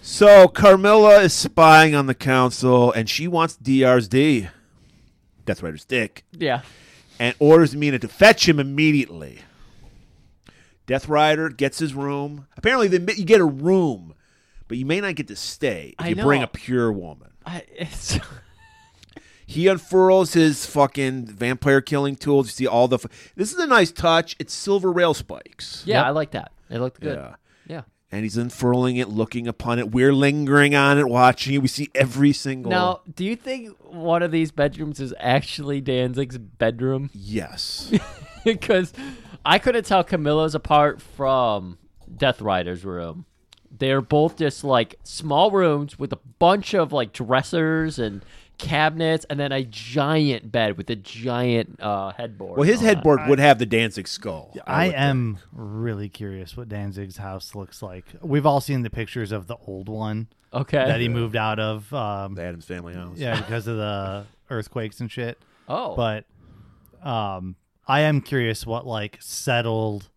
[SPEAKER 3] So Carmilla is spying on the council, and she wants DR's D. That's Rider's dick.
[SPEAKER 2] Yeah.
[SPEAKER 3] and orders Mina to fetch him immediately. Death Rider gets his room. Apparently, they, you get a room, but you may not get to stay if
[SPEAKER 2] I
[SPEAKER 3] you
[SPEAKER 2] know.
[SPEAKER 3] bring a pure woman.
[SPEAKER 2] I, it's,
[SPEAKER 3] He unfurls his fucking vampire killing tools. You see all the. f- This is a nice touch. It's silver rail spikes.
[SPEAKER 2] yeah, I like that. It looked good.
[SPEAKER 3] Yeah.
[SPEAKER 2] Yeah.
[SPEAKER 3] And he's unfurling it, looking upon it. We're lingering on it, watching it. We see every single.
[SPEAKER 2] Now, do you think one of these bedrooms is actually Danzig's bedroom?
[SPEAKER 3] Yes.
[SPEAKER 2] because I couldn't tell Camilla's apart from Death Rider's room. They're both just like small rooms with a bunch of like dressers and cabinets, and then a giant bed with a giant uh, headboard.
[SPEAKER 3] well, his
[SPEAKER 2] and all that.
[SPEAKER 3] headboard would have the Danzig skull.
[SPEAKER 4] Oh, I
[SPEAKER 3] would
[SPEAKER 4] am really curious what Danzig's house looks like. We've all seen the pictures of the old one
[SPEAKER 2] Okay.
[SPEAKER 4] that he moved out of. Um,
[SPEAKER 3] think. The Adams family house.
[SPEAKER 4] yeah, because of the earthquakes and shit.
[SPEAKER 2] oh,
[SPEAKER 4] But um, I am curious what like settled.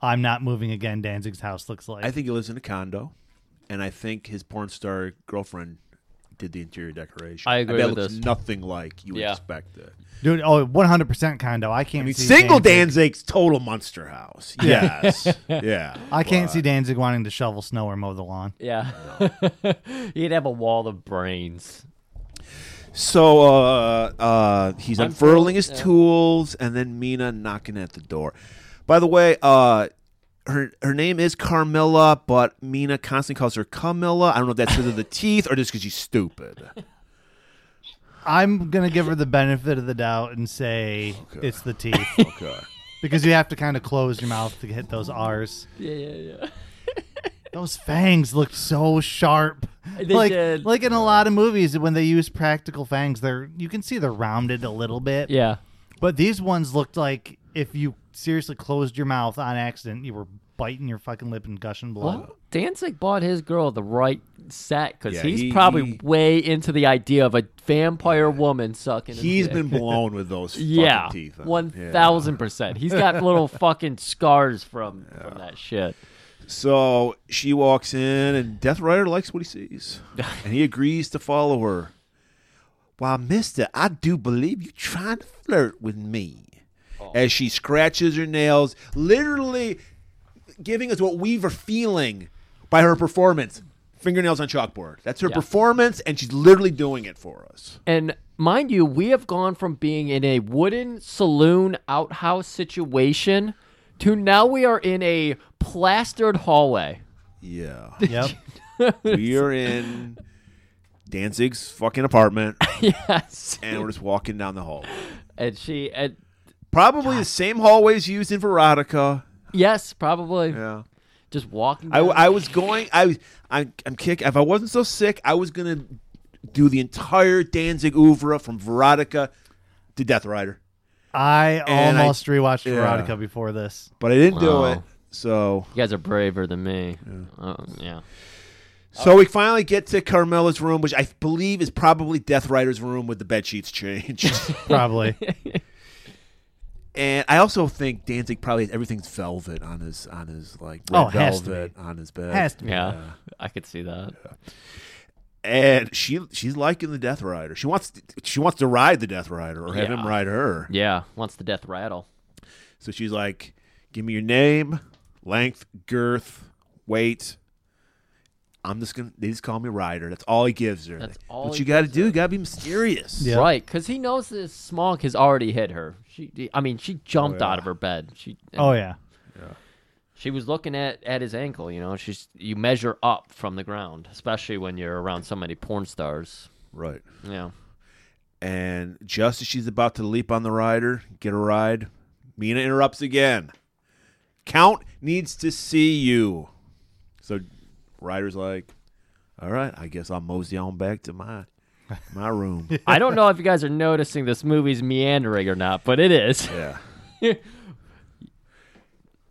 [SPEAKER 4] I'm not moving again. Danzig's house looks like.
[SPEAKER 3] I think he lives in a condo, and I think his porn star girlfriend did the interior decoration.
[SPEAKER 2] I agree
[SPEAKER 3] that
[SPEAKER 2] with
[SPEAKER 3] looks
[SPEAKER 2] this.
[SPEAKER 3] nothing like you would
[SPEAKER 2] Yeah.
[SPEAKER 3] expect it.
[SPEAKER 4] Dude, oh, 100% condo. I can't
[SPEAKER 3] I mean,
[SPEAKER 4] see
[SPEAKER 3] single
[SPEAKER 4] Danzig.
[SPEAKER 3] Danzig's total monster house. Yes, yeah.
[SPEAKER 4] I can't see Danzig wanting to shovel snow or mow the lawn.
[SPEAKER 2] yeah, he'd have a wall of brains.
[SPEAKER 3] So uh, uh, he's
[SPEAKER 2] Unfurl-
[SPEAKER 3] unfurling his
[SPEAKER 2] yeah.
[SPEAKER 3] tools, and then Mina knocking at the door. By the way, uh, her her name is Carmilla, but Mina constantly calls her Camilla. I don't know if that's because of the teeth or just because she's stupid.
[SPEAKER 4] I'm going to give her the benefit of the doubt and say it's the teeth
[SPEAKER 3] Okay.
[SPEAKER 4] because you have to kind of close your mouth to hit those R's.
[SPEAKER 2] Yeah, yeah, yeah.
[SPEAKER 4] Those fangs looked so sharp.
[SPEAKER 2] They
[SPEAKER 4] like
[SPEAKER 2] did.
[SPEAKER 4] like in a lot of movies when they use practical fangs, they're you can see they're rounded a little bit.
[SPEAKER 2] Yeah.
[SPEAKER 4] But these ones looked like if you seriously closed your mouth on accident, you were biting your fucking lip and gushing blood.
[SPEAKER 2] Well, Danzig bought his girl the right set because
[SPEAKER 3] Yeah,
[SPEAKER 2] he's
[SPEAKER 3] he-
[SPEAKER 2] probably
[SPEAKER 3] he-
[SPEAKER 2] way into the idea of a vampire woman sucking. his
[SPEAKER 3] He's
[SPEAKER 2] dick.
[SPEAKER 3] been blown with those fucking
[SPEAKER 2] yeah,
[SPEAKER 3] teeth. Yeah.
[SPEAKER 2] one thousand percent. He's got little fucking scars from from that shit.
[SPEAKER 3] So she walks in, and Death Rider likes what he sees, and he agrees to follow her. Why, Mister, I do believe you trying to flirt with me, as she scratches her nails, literally giving us what we were feeling by her performance. Fingernails on chalkboard. That's her
[SPEAKER 2] Yeah.
[SPEAKER 3] performance, and she's literally doing it for us.
[SPEAKER 2] And mind you, we have gone from being in a wooden saloon outhouse situation to now we are in a plastered hallway.
[SPEAKER 3] Yeah.
[SPEAKER 4] Yep.
[SPEAKER 3] we are in Danzig's fucking apartment.
[SPEAKER 2] yes.
[SPEAKER 3] And we're just walking down the hall.
[SPEAKER 2] And she and
[SPEAKER 3] Probably the same hallways used in Veronica.
[SPEAKER 2] yes, probably.
[SPEAKER 3] Yeah.
[SPEAKER 2] Just walking.
[SPEAKER 3] I,
[SPEAKER 2] down-
[SPEAKER 3] I was going. I was. I'm, I'm kick. If I wasn't so sick, I was gonna do the entire Danzig oeuvre from Veronica to Death Rider,
[SPEAKER 4] I
[SPEAKER 3] And I-
[SPEAKER 4] almost rewatched
[SPEAKER 3] yeah.
[SPEAKER 4] Veronica before this.
[SPEAKER 3] but I didn't
[SPEAKER 2] Wow.
[SPEAKER 3] do it. So,
[SPEAKER 2] You guys are braver than me. Uh, yeah.
[SPEAKER 3] so we finally get to Carmela's room, which I believe is probably Death Rider's room with the bed sheets changed.
[SPEAKER 4] Probably.
[SPEAKER 3] and I also think Danzig probably has everything's velvet on his on his like red
[SPEAKER 4] Oh, it has to
[SPEAKER 3] velvet
[SPEAKER 4] be.
[SPEAKER 3] on his bed.
[SPEAKER 4] Has to be.
[SPEAKER 2] yeah, I could see that.
[SPEAKER 3] and she she's liking the Death Rider. She wants she wants to ride the Death Rider or have him
[SPEAKER 2] Yeah.
[SPEAKER 3] ride her.
[SPEAKER 2] Yeah, once the death rattle.
[SPEAKER 3] So she's like, "Give me your name, length, girth, weight." I'm just gonna. They just call me Ryder. That's all he gives her.
[SPEAKER 2] That's
[SPEAKER 3] Like,
[SPEAKER 2] all
[SPEAKER 3] What
[SPEAKER 2] he
[SPEAKER 3] you got to do? Got to be mysterious.
[SPEAKER 4] Yeah.
[SPEAKER 2] Right, because he knows this smog has already hit her. She, I mean, she jumped out of her bed. She,
[SPEAKER 4] Oh yeah.
[SPEAKER 2] she was looking at at his ankle. You know, she's you measure up from the ground, especially when you're around so many porn stars.
[SPEAKER 3] Right.
[SPEAKER 2] Yeah,
[SPEAKER 3] And just as she's about to leap on the rider, get a ride, Mina interrupts again. Count needs to see you. So Ryder's like, "All right, I guess I'll mosey on back to my my room."
[SPEAKER 2] I don't know if you guys are noticing this movie's meandering or not, but it is.
[SPEAKER 3] Yeah.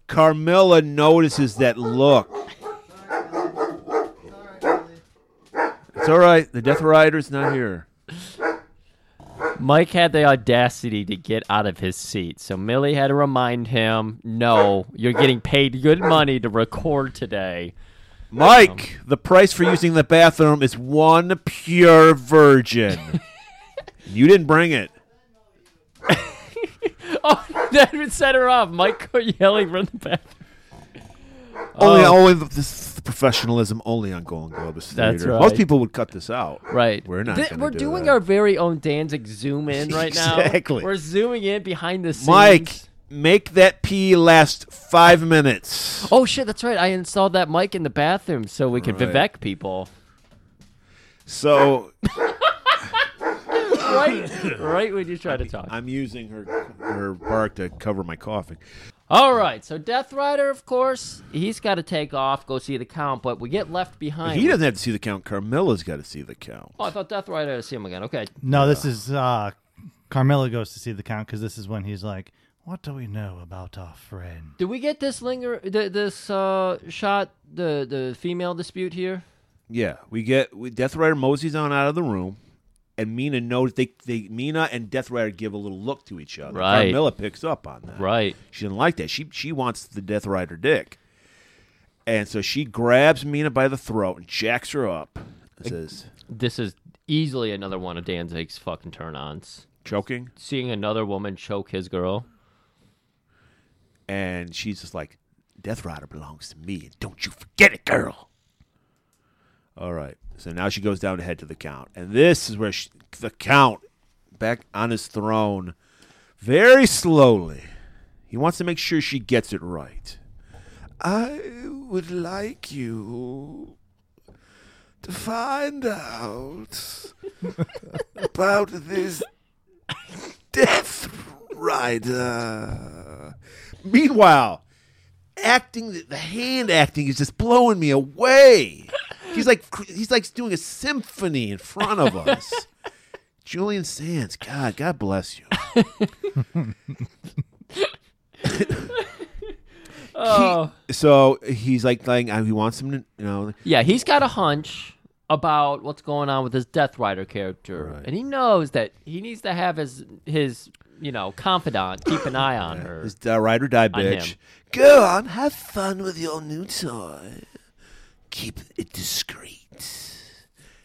[SPEAKER 3] Carmilla notices that look. It's all right. The Death Rider's not here.
[SPEAKER 2] Mike had the audacity to get out of his seat, so Millie had to remind him, "No, you're getting paid good money to record today."
[SPEAKER 3] Mike,
[SPEAKER 2] Um,
[SPEAKER 3] the price for using the bathroom is one pure virgin. you didn't bring it.
[SPEAKER 2] Oh, that would set her off. Mike yelling from the bathroom.
[SPEAKER 3] Only,
[SPEAKER 2] Oh.
[SPEAKER 3] only the, this the professionalism only on Golden Globus Theater.
[SPEAKER 2] That's
[SPEAKER 3] Most
[SPEAKER 2] right.
[SPEAKER 3] people would cut this out.
[SPEAKER 2] Right.
[SPEAKER 3] We're not.
[SPEAKER 2] Th-
[SPEAKER 3] gonna
[SPEAKER 2] we're
[SPEAKER 3] do
[SPEAKER 2] doing
[SPEAKER 3] that.
[SPEAKER 2] our very own Danzig zoom in right now.
[SPEAKER 3] Exactly.
[SPEAKER 2] We're zooming in behind the scenes.
[SPEAKER 3] Mike, make that pee last five minutes.
[SPEAKER 2] Oh shit, that's right. I installed that mic in the bathroom so we could
[SPEAKER 3] Right.
[SPEAKER 2] Vivek people.
[SPEAKER 3] So
[SPEAKER 2] Right, right when you try to talk.
[SPEAKER 3] I'm using her her bark to cover my coughing.
[SPEAKER 2] All right, so Death Rider, of course, he's got to take off, go see the count, but we get left behind.
[SPEAKER 3] He doesn't have to see the count. Carmilla's got to see the count.
[SPEAKER 2] Oh, I thought Death Rider had to see him again. Okay,
[SPEAKER 4] No, this is uh Carmilla goes to see the count because this is when he's like, "What do we know about our friend?"
[SPEAKER 2] did we get this linger, th- this uh, shot, the the female dispute here?
[SPEAKER 3] Yeah, we get we, Death Rider Mosey's on out of the room, and Mina knows they, they Mina and Death Rider give a little look to each other.
[SPEAKER 2] Right.
[SPEAKER 3] Carmilla picks up on that.
[SPEAKER 2] Right.
[SPEAKER 3] She didn't like that. She she wants the Death Rider dick, and so she grabs Mina by the throat and jacks her up. and Says
[SPEAKER 2] This is easily another one of Danzig's fucking turn-ons.
[SPEAKER 3] choking,
[SPEAKER 2] seeing another woman choke his girl.
[SPEAKER 3] and she's just like, "Death Rider belongs to me, and don't you forget it, girl." All right. So now she goes down to head to the count, and this is where she, the count back on his throne, very slowly. He wants to make sure she gets it right. I would like you to find out about this Death Rider. Meanwhile, acting the hand acting is just blowing me away. He's like he's like doing a symphony in front of us. Julian Sands, God, God bless you.
[SPEAKER 2] oh.
[SPEAKER 3] So he's like, like uh, he wants him to, you know.
[SPEAKER 2] Yeah, he's got a hunch about what's going on with his Death Rider character, and he knows that he needs to have his his you know confidant keep an eye on her.
[SPEAKER 3] His uh, ride or die
[SPEAKER 2] On
[SPEAKER 3] bitch.
[SPEAKER 2] him.
[SPEAKER 3] Go on, have fun with your new toy. Keep it discreet.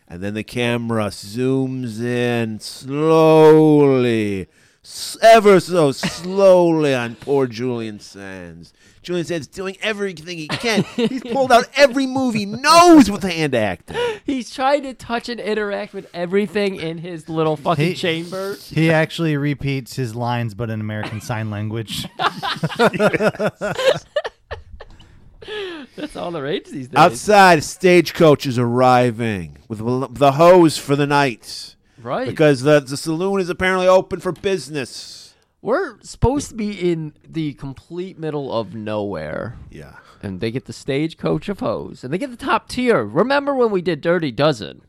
[SPEAKER 3] And then the camera zooms in slowly, s- ever so slowly on poor Julian Sands. Julian Sands doing everything he can. He's pulled out every movie he knows with hand acting.
[SPEAKER 2] He's trying to touch and interact with everything in his little fucking
[SPEAKER 4] He-
[SPEAKER 2] chamber.
[SPEAKER 4] He actually repeats his lines, but in American Sign Language.
[SPEAKER 2] That's all the rage these days.
[SPEAKER 3] Outside, stagecoach is arriving with l- the hose for the night.
[SPEAKER 2] Right.
[SPEAKER 3] Because the, the saloon is apparently open for business.
[SPEAKER 2] We're supposed to be in the complete middle of nowhere.
[SPEAKER 3] Yeah.
[SPEAKER 2] And they get the stagecoach of hoes. And they get the top tier. Remember when we did Dirty Dozen?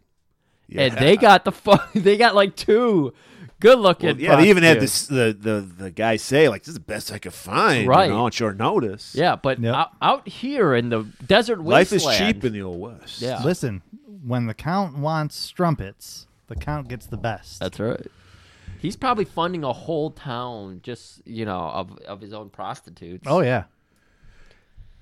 [SPEAKER 2] And they got the fu- they got like two good looking.
[SPEAKER 3] yeah, they even had this, the, the, the guy say, like, this is the best I could find.
[SPEAKER 2] Right.
[SPEAKER 3] You know, on short notice.
[SPEAKER 2] Yeah, but out, out here in the desert
[SPEAKER 3] Life is
[SPEAKER 2] wasteland.
[SPEAKER 3] cheap in the Old West.
[SPEAKER 2] Yeah.
[SPEAKER 4] Listen, when the count wants strumpets, the count gets the best.
[SPEAKER 2] That's right. He's probably funding a whole town just, you know, of, of his own prostitutes.
[SPEAKER 4] Oh yeah.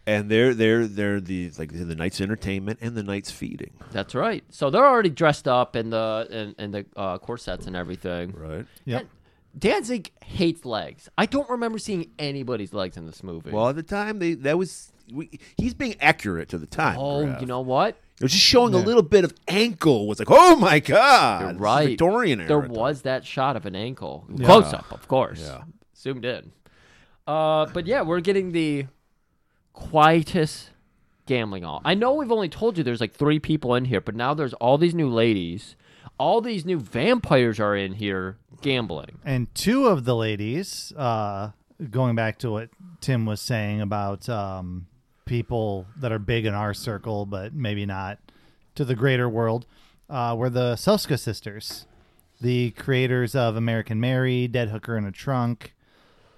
[SPEAKER 3] And they're, they're, they're the, like, they're the night's entertainment and the night's feeding.
[SPEAKER 2] That's right. So they're already dressed up in the in, in the uh, corsets and everything.
[SPEAKER 3] Right.
[SPEAKER 4] Yep.
[SPEAKER 2] And Danzig hates legs. I don't remember seeing anybody's legs in this movie.
[SPEAKER 3] Well, at the time, they that was we, he's being accurate to the time.
[SPEAKER 2] oh,
[SPEAKER 3] Kraft.
[SPEAKER 2] you know what?
[SPEAKER 3] It was just showing a
[SPEAKER 2] Yeah.
[SPEAKER 3] little bit of ankle. Was like, oh my god,
[SPEAKER 2] You're
[SPEAKER 3] this is
[SPEAKER 2] right.
[SPEAKER 3] Victorian era.
[SPEAKER 2] There was that shot of an ankle
[SPEAKER 3] Yeah.
[SPEAKER 2] close up, of course.
[SPEAKER 3] Yeah.
[SPEAKER 2] Zoomed in. Uh, but yeah, we're getting the quietest gambling hall. I know we've only told you there's like three people in here, but now there's all these new ladies. All these new vampires are in here gambling.
[SPEAKER 4] And two of the ladies, uh, going back to what Tim was saying about um, people that are big in our circle, but maybe not to the greater world, uh, were the Soska sisters, the creators of American Mary, Dead Hooker in a Trunk,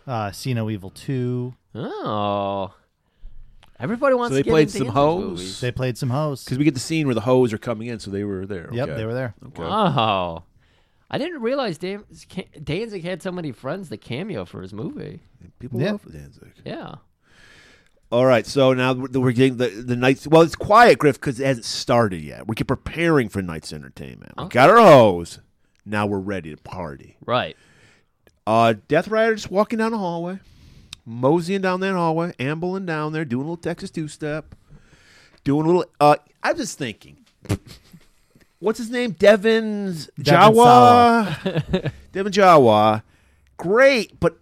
[SPEAKER 4] uh, See No Evil 2.
[SPEAKER 2] Oh. Everybody wants
[SPEAKER 3] So they
[SPEAKER 2] to get
[SPEAKER 3] played
[SPEAKER 2] into
[SPEAKER 3] some
[SPEAKER 2] these
[SPEAKER 3] hoes
[SPEAKER 2] movies.
[SPEAKER 4] They played some hoes.
[SPEAKER 3] because we get the scene where the hoes are coming in, so they were there.
[SPEAKER 4] Yep,
[SPEAKER 3] okay.
[SPEAKER 4] they were there.
[SPEAKER 3] Okay.
[SPEAKER 2] Wow. I didn't realize Dan- Danzig had so many friends that cameo for his movie.
[SPEAKER 3] People
[SPEAKER 4] Yeah.
[SPEAKER 3] love Danzig.
[SPEAKER 2] Yeah.
[SPEAKER 3] All right, so now we're we're getting the the night's. Well, it's quiet, Griff, because it hasn't started yet. We're get- preparing for night's entertainment. We got our hoes. Now we're ready to party.
[SPEAKER 2] Right.
[SPEAKER 3] Uh, Death Rider just walking down the hallway, moseying down that hallway, ambling down there, doing a little Texas two step, doing a little. Uh, I was just thinking, what's his name? Devin
[SPEAKER 4] Devin
[SPEAKER 3] Jawa. Devin Jawa, great, but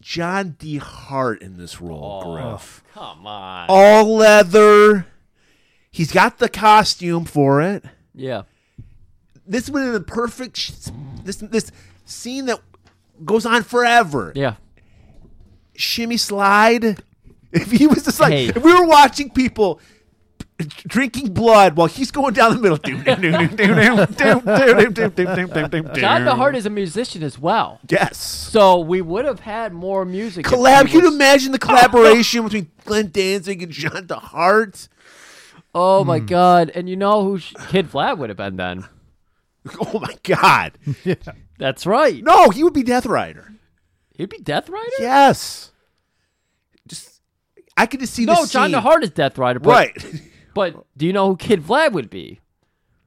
[SPEAKER 3] John D. Hart in this role, Griff,
[SPEAKER 2] Oh, Come on.
[SPEAKER 3] all leather. He's got the costume for it
[SPEAKER 2] Yeah.
[SPEAKER 3] this would have been the perfect sh- this this scene that goes on forever.
[SPEAKER 2] Yeah.
[SPEAKER 3] Shimmy slide. If he was just like
[SPEAKER 2] Hey.
[SPEAKER 3] if we were watching people p- drinking blood while he's going down the middle. Doom, doom, doom, doom, doom, doom, doom, doom, doom, doom, doom, doom,
[SPEAKER 2] John
[SPEAKER 3] doom.
[SPEAKER 2] DeHart is a musician as well.
[SPEAKER 3] Yes.
[SPEAKER 2] So we would have had more music. if
[SPEAKER 3] Collab.
[SPEAKER 2] he
[SPEAKER 3] Can you
[SPEAKER 2] was-
[SPEAKER 3] imagine the collaboration between Glenn Danzig and John DeHart?
[SPEAKER 2] Oh
[SPEAKER 3] Hmm.
[SPEAKER 2] my God. And you know who sh- Kid Vlad would have been then?
[SPEAKER 3] Oh my God!
[SPEAKER 2] That's right.
[SPEAKER 3] No, he would be Death Rider.
[SPEAKER 2] He'd be Death Rider?
[SPEAKER 3] Yes. Just, I could just see
[SPEAKER 2] No,
[SPEAKER 3] this
[SPEAKER 2] John
[SPEAKER 3] scene.
[SPEAKER 2] DeHart is Death Rider. But,
[SPEAKER 3] Right.
[SPEAKER 2] But do you know who Kid Vlad would be?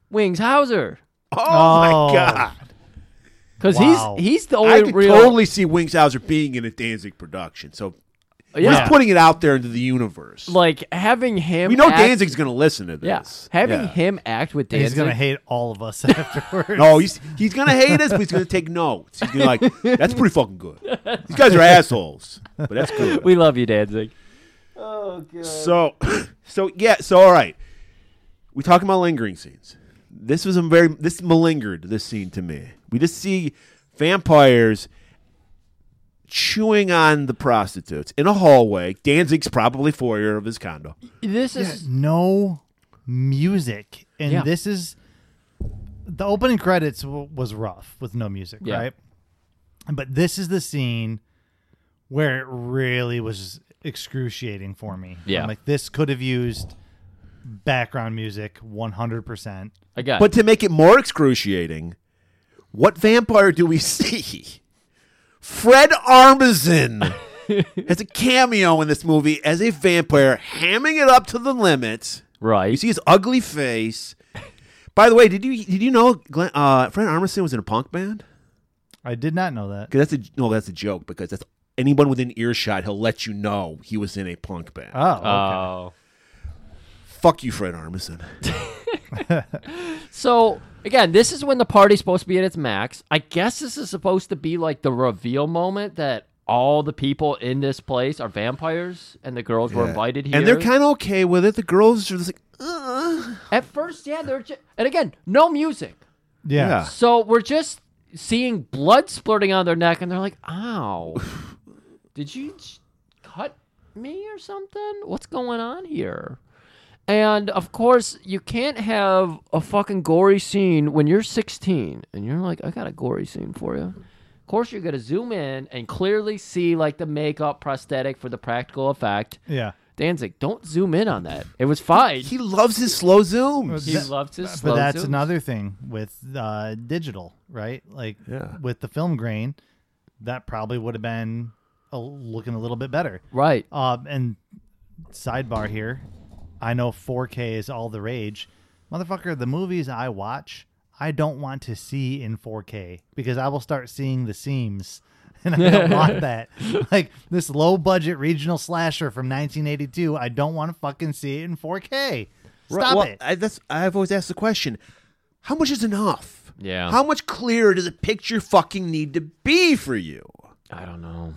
[SPEAKER 2] Wings Hauser.
[SPEAKER 3] Oh,
[SPEAKER 4] Oh.
[SPEAKER 3] my god!
[SPEAKER 2] Because
[SPEAKER 4] Wow.
[SPEAKER 2] he's he's the
[SPEAKER 3] I
[SPEAKER 2] only
[SPEAKER 3] could
[SPEAKER 2] real.
[SPEAKER 3] totally see Wingshauser being in a Danzig production. So
[SPEAKER 2] yeah.
[SPEAKER 3] he's putting it out there into the universe.
[SPEAKER 2] like having him.
[SPEAKER 3] we know
[SPEAKER 2] act-
[SPEAKER 3] Danzig's going to listen to
[SPEAKER 2] Yeah,
[SPEAKER 3] this.
[SPEAKER 2] having
[SPEAKER 3] Yeah.
[SPEAKER 2] him act with Danzig.
[SPEAKER 4] He's going to hate all of us afterwards.
[SPEAKER 3] No, he's he's going to hate us, but he's going to take notes. He's going to like, that's pretty fucking good. These guys are assholes, but that's good.
[SPEAKER 2] We love you, Danzig.
[SPEAKER 3] So, so yeah. So all right, we talking about lingering scenes. This was a very this malingered this scene to me. We just see vampires chewing on the prostitutes in a hallway. Danzig's probably foyer of his condo.
[SPEAKER 2] This
[SPEAKER 4] Yeah,
[SPEAKER 2] is
[SPEAKER 4] no music, and
[SPEAKER 2] Yeah.
[SPEAKER 4] this is the opening credits w- was rough with no music,
[SPEAKER 2] Yeah.
[SPEAKER 4] right? But this is the scene where it really was excruciating for me.
[SPEAKER 2] Yeah.
[SPEAKER 4] I'm like this could have used background music 100%.
[SPEAKER 2] I got
[SPEAKER 3] But to make it more excruciating, what vampire do we see? Fred Armisen has a cameo in this movie as a vampire, hamming it up to the limit.
[SPEAKER 2] Right.
[SPEAKER 3] You see his ugly face. By the way, did you did you know Glenn, uh, Fred Armisen was in a punk band?
[SPEAKER 4] I did not know that.
[SPEAKER 3] 'Cause that's a no, that's a joke. Because that's anyone within earshot, he'll let you know he was in a punk band.
[SPEAKER 4] Oh, okay.
[SPEAKER 2] Oh.
[SPEAKER 3] Fuck you, Fred Armisen.
[SPEAKER 2] So again, this is when the party's supposed to be at its max. I guess this is supposed to be like the reveal moment that all the people in this place are vampires and the girls were
[SPEAKER 3] Yeah.
[SPEAKER 2] invited here.
[SPEAKER 3] and they're kind of okay with it. The girls are just like, Ugh.
[SPEAKER 2] at first, yeah, they're ju- and again, no music.
[SPEAKER 4] Yeah.
[SPEAKER 3] Yeah.
[SPEAKER 2] So we're just seeing blood splurting out of their neck, and they're like, "Ow, did you j- cut me or something? What's going on here?" And of course, you can't have a fucking gory scene when you're 16 and you're like, "I got a gory scene for you." Of course, you're gonna zoom in and clearly see like the makeup, prosthetic for the practical effect.
[SPEAKER 4] Yeah.
[SPEAKER 2] Danzig, don't zoom in on that. It was fine.
[SPEAKER 3] he loves his slow zooms.
[SPEAKER 2] He loves his slow
[SPEAKER 4] but that's
[SPEAKER 2] zooms.
[SPEAKER 4] another thing with uh, digital, right? Like
[SPEAKER 3] Yeah.
[SPEAKER 4] with the film grain, that probably would have been a, looking a little bit better.
[SPEAKER 2] Right.
[SPEAKER 4] Um, and sidebar here, I know 4K is all the rage, motherfucker. The movies I watch, I don't want to see in 4K because I will start seeing the seams. And I don't want that. Like this low budget regional slasher from 1982, I don't want to fucking see it in 4K. Stop
[SPEAKER 3] Right, well,
[SPEAKER 4] it.
[SPEAKER 3] I, that's I've always asked the question: How much is enough?
[SPEAKER 2] Yeah.
[SPEAKER 3] How much clearer does a picture fucking need to be for you?
[SPEAKER 2] I don't know.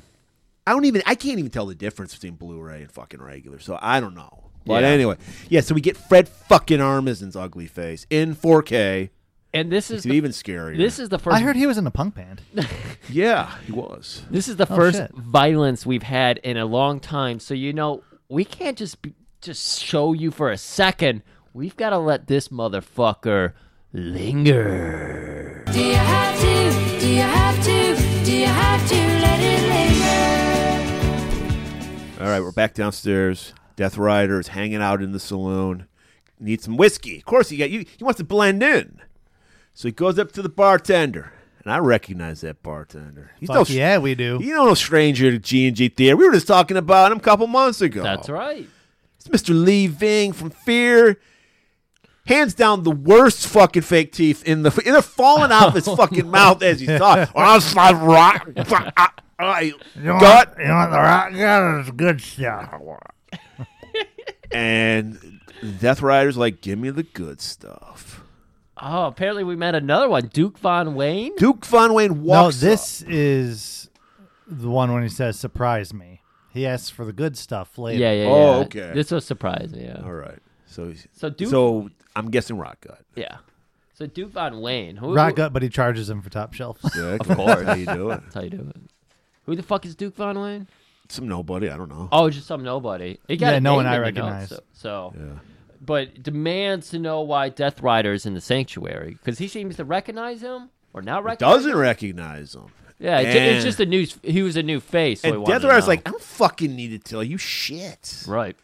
[SPEAKER 3] I don't even. I can't even tell the difference between Blu-ray and fucking regular. So I don't know. But
[SPEAKER 2] Yeah.
[SPEAKER 3] anyway, yeah. So we get Fred fucking Armisen's ugly face in 4K.
[SPEAKER 2] And this is
[SPEAKER 3] It's
[SPEAKER 2] the,
[SPEAKER 3] even scarier.
[SPEAKER 2] this is the first
[SPEAKER 4] I heard he was in a punk band.
[SPEAKER 3] yeah, he was.
[SPEAKER 2] This is the
[SPEAKER 4] Oh,
[SPEAKER 2] first
[SPEAKER 4] shit.
[SPEAKER 2] violence we've had in a long time. So you know, we can't just be, just show you for a second. We've got to let this motherfucker linger.
[SPEAKER 11] Do you have to? Do you have to? Do you have to let it linger?
[SPEAKER 3] All right, we're back downstairs. Death Rider is hanging out in the saloon. Needs some whiskey. Of course, he got you. He wants to blend in, so he goes up to the bartender, and I recognize that bartender. He's
[SPEAKER 4] Fuck
[SPEAKER 3] no,
[SPEAKER 4] yeah, we do.
[SPEAKER 3] You know, no stranger to G and G Theater. We were just talking about him a couple months ago.
[SPEAKER 2] That's right.
[SPEAKER 3] It's Mr. Lee Ving from Fear. Hands down, the worst fucking fake teeth in the. They're falling out of his fucking mouth as he talks. Oh, it's like rock. fuck, ah, ah, you gut.
[SPEAKER 8] You want the rock gun is good stuff.
[SPEAKER 3] and Death Rider's like, give me the good stuff.
[SPEAKER 2] Oh, apparently we met another one, Duke Von Wayne.
[SPEAKER 3] Duke Von Wayne
[SPEAKER 4] No,
[SPEAKER 3] walks. up.
[SPEAKER 4] this is the one when he says "surprise me." He asks for the good stuff later.
[SPEAKER 2] Yeah, yeah, yeah.
[SPEAKER 3] Oh, okay.
[SPEAKER 2] This was surprising. Yeah.
[SPEAKER 3] All right. So, he's-
[SPEAKER 2] So Duke-
[SPEAKER 3] So I'm guessing Rock Gut.
[SPEAKER 2] Yeah. So Duke Von Wayne. Who,
[SPEAKER 4] Rock
[SPEAKER 2] who-
[SPEAKER 4] up, but he charges him for top shelf.
[SPEAKER 3] Yeah,
[SPEAKER 2] Of course.
[SPEAKER 3] How you do it?
[SPEAKER 2] That's how you do it. Who the fuck is Duke Von Wayne?
[SPEAKER 3] Some nobody. I don't know.
[SPEAKER 2] Oh, just some nobody. He got
[SPEAKER 4] Yeah,
[SPEAKER 2] a
[SPEAKER 4] no one
[SPEAKER 2] name
[SPEAKER 4] I
[SPEAKER 2] in the notes,
[SPEAKER 4] recognize.
[SPEAKER 2] so, so- but demands to know why Death Rider is in the sanctuary because he seems to recognize him or not recognize.
[SPEAKER 3] Doesn't
[SPEAKER 2] him.
[SPEAKER 3] recognize him.
[SPEAKER 2] Yeah, it's,
[SPEAKER 3] And-
[SPEAKER 2] it's just a new. He was a new face. So we
[SPEAKER 3] And
[SPEAKER 2] wanted
[SPEAKER 3] Death
[SPEAKER 2] to
[SPEAKER 3] Rider's
[SPEAKER 2] know.
[SPEAKER 3] like, I don't fucking need to tell you shit.
[SPEAKER 2] right.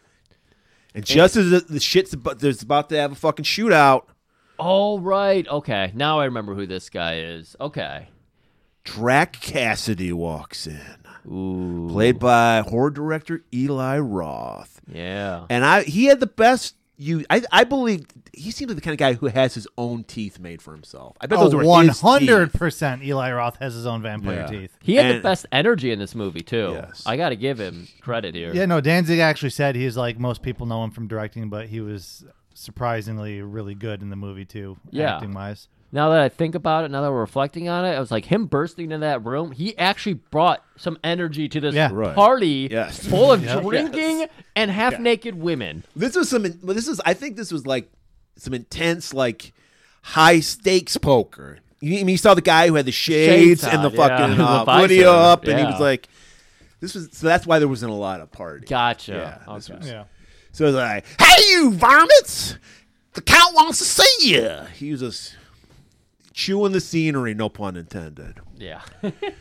[SPEAKER 3] And just as the, the shit's about, there's about to have a fucking shootout,
[SPEAKER 2] Oh right. Okay. Now I remember who this guy is. Okay.
[SPEAKER 3] Drac Cassidy walks in, played by horror director Eli Roth.
[SPEAKER 2] Yeah.
[SPEAKER 3] And I he had the best you I I believe he seemed like the kind of guy who has his own teeth made for himself. I bet
[SPEAKER 2] Oh,
[SPEAKER 3] those were
[SPEAKER 4] One
[SPEAKER 3] his teeth.
[SPEAKER 4] hundred percent. Eli Roth has his own vampire
[SPEAKER 3] Yeah.
[SPEAKER 4] teeth.
[SPEAKER 2] He had the
[SPEAKER 3] and-
[SPEAKER 2] best energy in this movie too.
[SPEAKER 3] Yes.
[SPEAKER 2] I got to give him credit here.
[SPEAKER 4] Yeah, no. Danzig actually said he's like most people know him from directing, but he was surprisingly really good in the movie too,
[SPEAKER 2] Yeah.
[SPEAKER 4] acting wise.
[SPEAKER 2] Now that I think about it, now that we're reflecting on it, I was like him bursting into that room. He actually brought some energy to this
[SPEAKER 4] Yeah.
[SPEAKER 3] Right.
[SPEAKER 2] party
[SPEAKER 3] Yes.
[SPEAKER 2] full of
[SPEAKER 4] Yep.
[SPEAKER 2] drinking and half naked women.
[SPEAKER 3] This was some well, this is I think this was like some intense like high stakes poker. You I mean you saw the guy who had the shades,
[SPEAKER 2] Shades
[SPEAKER 3] and the
[SPEAKER 2] on, yeah.
[SPEAKER 3] fucking
[SPEAKER 2] The
[SPEAKER 3] uh,
[SPEAKER 2] visor,
[SPEAKER 3] hoodie up and he
[SPEAKER 2] yeah.
[SPEAKER 3] was like this was so that's why there wasn't a lot of party.
[SPEAKER 2] Gotcha.
[SPEAKER 3] Yeah, this
[SPEAKER 2] okay.
[SPEAKER 3] was- So it's like, "Hey, you varmints! The count wants to see you." He was just chewing the scenery, no pun intended.
[SPEAKER 2] Yeah.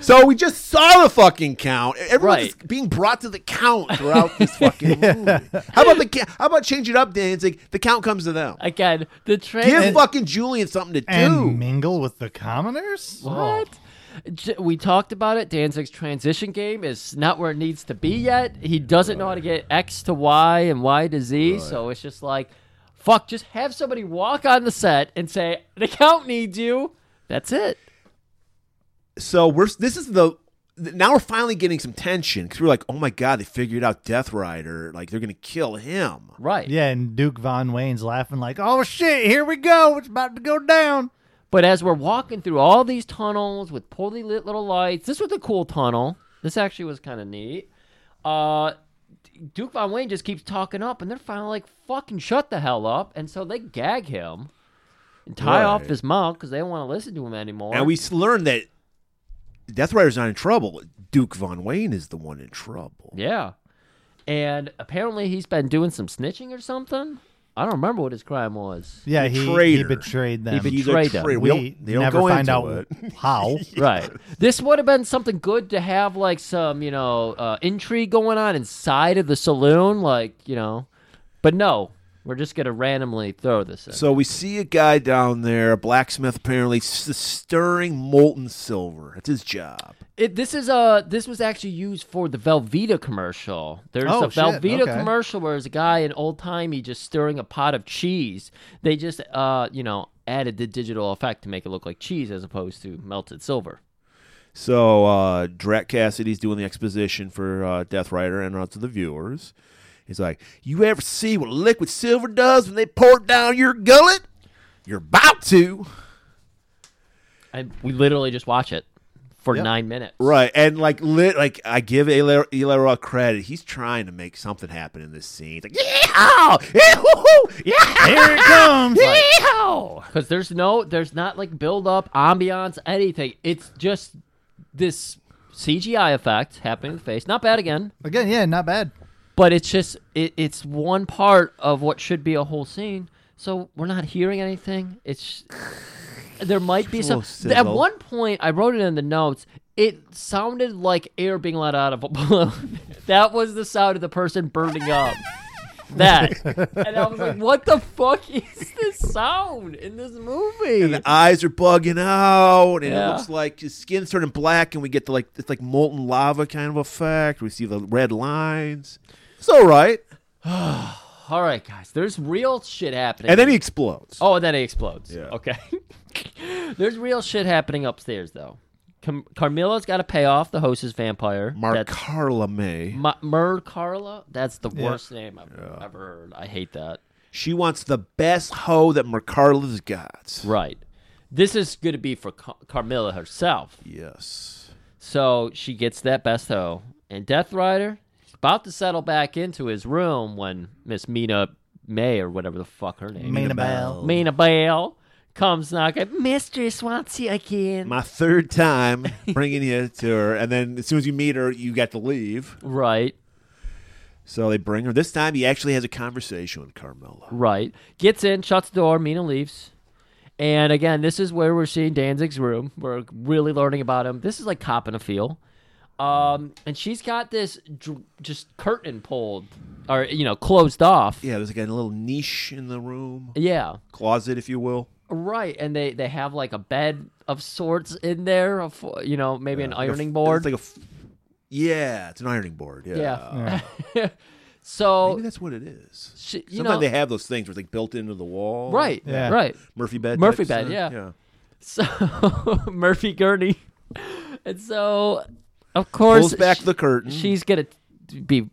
[SPEAKER 3] So we just saw the fucking count. Everyone's
[SPEAKER 2] Right.
[SPEAKER 3] just being brought to the count throughout this fucking movie. How about the ca- how about change it up, Dan? It's like the count comes to them.
[SPEAKER 2] Again, the
[SPEAKER 3] Give
[SPEAKER 2] trailer.
[SPEAKER 3] fucking Julian something to
[SPEAKER 4] and
[SPEAKER 3] do.
[SPEAKER 4] mingle with the commoners.
[SPEAKER 2] What? J- We talked about it. Danzig's transition game is not where it needs to be yet. He doesn't know how to get X to Y and Y to Z. So it's just like, fuck, just have somebody walk on the set and say, the count needs you. That's it.
[SPEAKER 3] so we're this is the th- now we're finally getting some tension because we're like, oh my god, they figured out Death Rider, like they're gonna kill him.
[SPEAKER 2] Right.
[SPEAKER 4] Yeah, and Duke Von Wayne's laughing like, "Oh shit, here we go. It's about to go down."
[SPEAKER 2] But as we're walking through all these tunnels with poorly lit little lights, this was a cool tunnel. This actually was kind of neat. Uh, Duke Von Wayne just keeps talking up, and they're finally like, fucking shut the hell up. And so they gag him and tie off
[SPEAKER 3] Right.
[SPEAKER 2] his mouth because they don't want to listen to him anymore.
[SPEAKER 3] And we s- learned that Death Rider's not in trouble. Duke Von Wayne is the one in trouble.
[SPEAKER 2] Yeah. And apparently he's been doing some snitching or something. I don't remember what his crime was.
[SPEAKER 4] Yeah, he, he
[SPEAKER 3] Traitor.
[SPEAKER 4] betrayed them.
[SPEAKER 2] He betrayed them.
[SPEAKER 3] traitor.
[SPEAKER 4] We
[SPEAKER 3] We don't- they don't
[SPEAKER 4] never
[SPEAKER 3] go
[SPEAKER 4] find
[SPEAKER 3] into
[SPEAKER 4] out
[SPEAKER 3] it.
[SPEAKER 4] how.
[SPEAKER 2] Right. This would have been something good to have, like some, you know, uh, intrigue going on inside of the saloon, like you know. But no, we're just gonna randomly throw this in.
[SPEAKER 3] So we see a guy down there, a blacksmith apparently, s- stirring molten silver. That's his job.
[SPEAKER 2] It, this is uh this was actually used for the Velveeta commercial. There's
[SPEAKER 4] Oh,
[SPEAKER 2] a
[SPEAKER 4] shit,
[SPEAKER 2] Velveeta
[SPEAKER 4] okay.
[SPEAKER 2] commercial where there's a guy in old timey just stirring a pot of cheese. They just uh you know added the digital effect to make it look like cheese as opposed to melted silver.
[SPEAKER 3] So uh, Drat Cassidy's doing the exposition for uh, Death Rider and out to the viewers. He's like, "You ever see what liquid silver does when they pour it down your gullet? You're about to."
[SPEAKER 2] And we literally just watch it for nine minutes.
[SPEAKER 3] Right, and like lit, like I give Ele- Elera credit. He's trying to make something happen in this scene. He's like, "Yeah, yeah,
[SPEAKER 4] Here it comes.
[SPEAKER 3] Oh.
[SPEAKER 2] Because there's no, there's not like build up, ambiance, anything. It's just this CGI effect happening in the face. Not bad again,
[SPEAKER 4] Again, yeah, not bad.
[SPEAKER 2] but it's just it, it's one part of what should be a whole scene. So we're not hearing anything. It's there might be some.
[SPEAKER 3] Little
[SPEAKER 2] At
[SPEAKER 3] sizzle.
[SPEAKER 2] one point, I wrote it in the notes. It sounded like air being let out of a balloon. that was the sound of the person burning up. That and I was like, "What the fuck is this sound in this movie?"
[SPEAKER 3] And the eyes are bugging out, and
[SPEAKER 2] Yeah.
[SPEAKER 3] it looks like his skin's turning black, and we get the like it's like molten lava kind of effect. We see the red lines. It's all right,
[SPEAKER 2] All right, guys, there's real shit happening.
[SPEAKER 3] and then he explodes.
[SPEAKER 2] Oh, and then he explodes.
[SPEAKER 3] Yeah.
[SPEAKER 2] Okay. There's real shit happening upstairs, though. Cam- Carmilla's got to pay off the hostess vampire.
[SPEAKER 3] Mark
[SPEAKER 2] That's-
[SPEAKER 3] Carla May.
[SPEAKER 2] Ma- Mer Carla? That's the worst name I've ever heard. I hate that.
[SPEAKER 3] She wants the best hoe that Mercarla's got.
[SPEAKER 2] Right. This is going to be for Car- Carmilla herself.
[SPEAKER 3] Yes.
[SPEAKER 2] So she gets that best hoe. And Death Rider is about to settle back into his room when Miss Mina May, or whatever the fuck her name
[SPEAKER 4] Mina Bell.
[SPEAKER 2] Mina Bell comes knocking. Mistress wants you again.
[SPEAKER 3] My third time bringing you to her, and then as soon as you meet her, you got to leave.
[SPEAKER 2] right.
[SPEAKER 3] So they bring her. This time, he actually has a conversation with Carmela.
[SPEAKER 2] Right. Gets in, shuts the door, Mina leaves. And again, this is where we're seeing Danzig's room. We're really learning about him. This is like copping a feel. Um, and she's got this dr- just curtain pulled or, you know, closed off.
[SPEAKER 3] Yeah, there's like a little niche in the room,
[SPEAKER 2] Yeah.
[SPEAKER 3] closet, if you will.
[SPEAKER 2] Right. And they, they have like a bed of sorts in there, of, you know, maybe an
[SPEAKER 3] Like a f-
[SPEAKER 2] ironing board.
[SPEAKER 3] It's like a f- yeah, it's an ironing board. Yeah.
[SPEAKER 2] yeah.
[SPEAKER 3] Maybe
[SPEAKER 2] so,
[SPEAKER 3] that's what it is.
[SPEAKER 2] she, you
[SPEAKER 3] Sometimes
[SPEAKER 2] know,
[SPEAKER 3] they have those things where it's like built into the wall.
[SPEAKER 2] right,
[SPEAKER 4] Yeah.
[SPEAKER 2] right.
[SPEAKER 3] Murphy bed. type
[SPEAKER 2] Murphy
[SPEAKER 3] stuff.
[SPEAKER 2] bed, yeah. So Murphy Gurney, and so of course
[SPEAKER 3] Pulls back
[SPEAKER 2] sh-
[SPEAKER 3] the curtain.
[SPEAKER 2] She's gonna t- be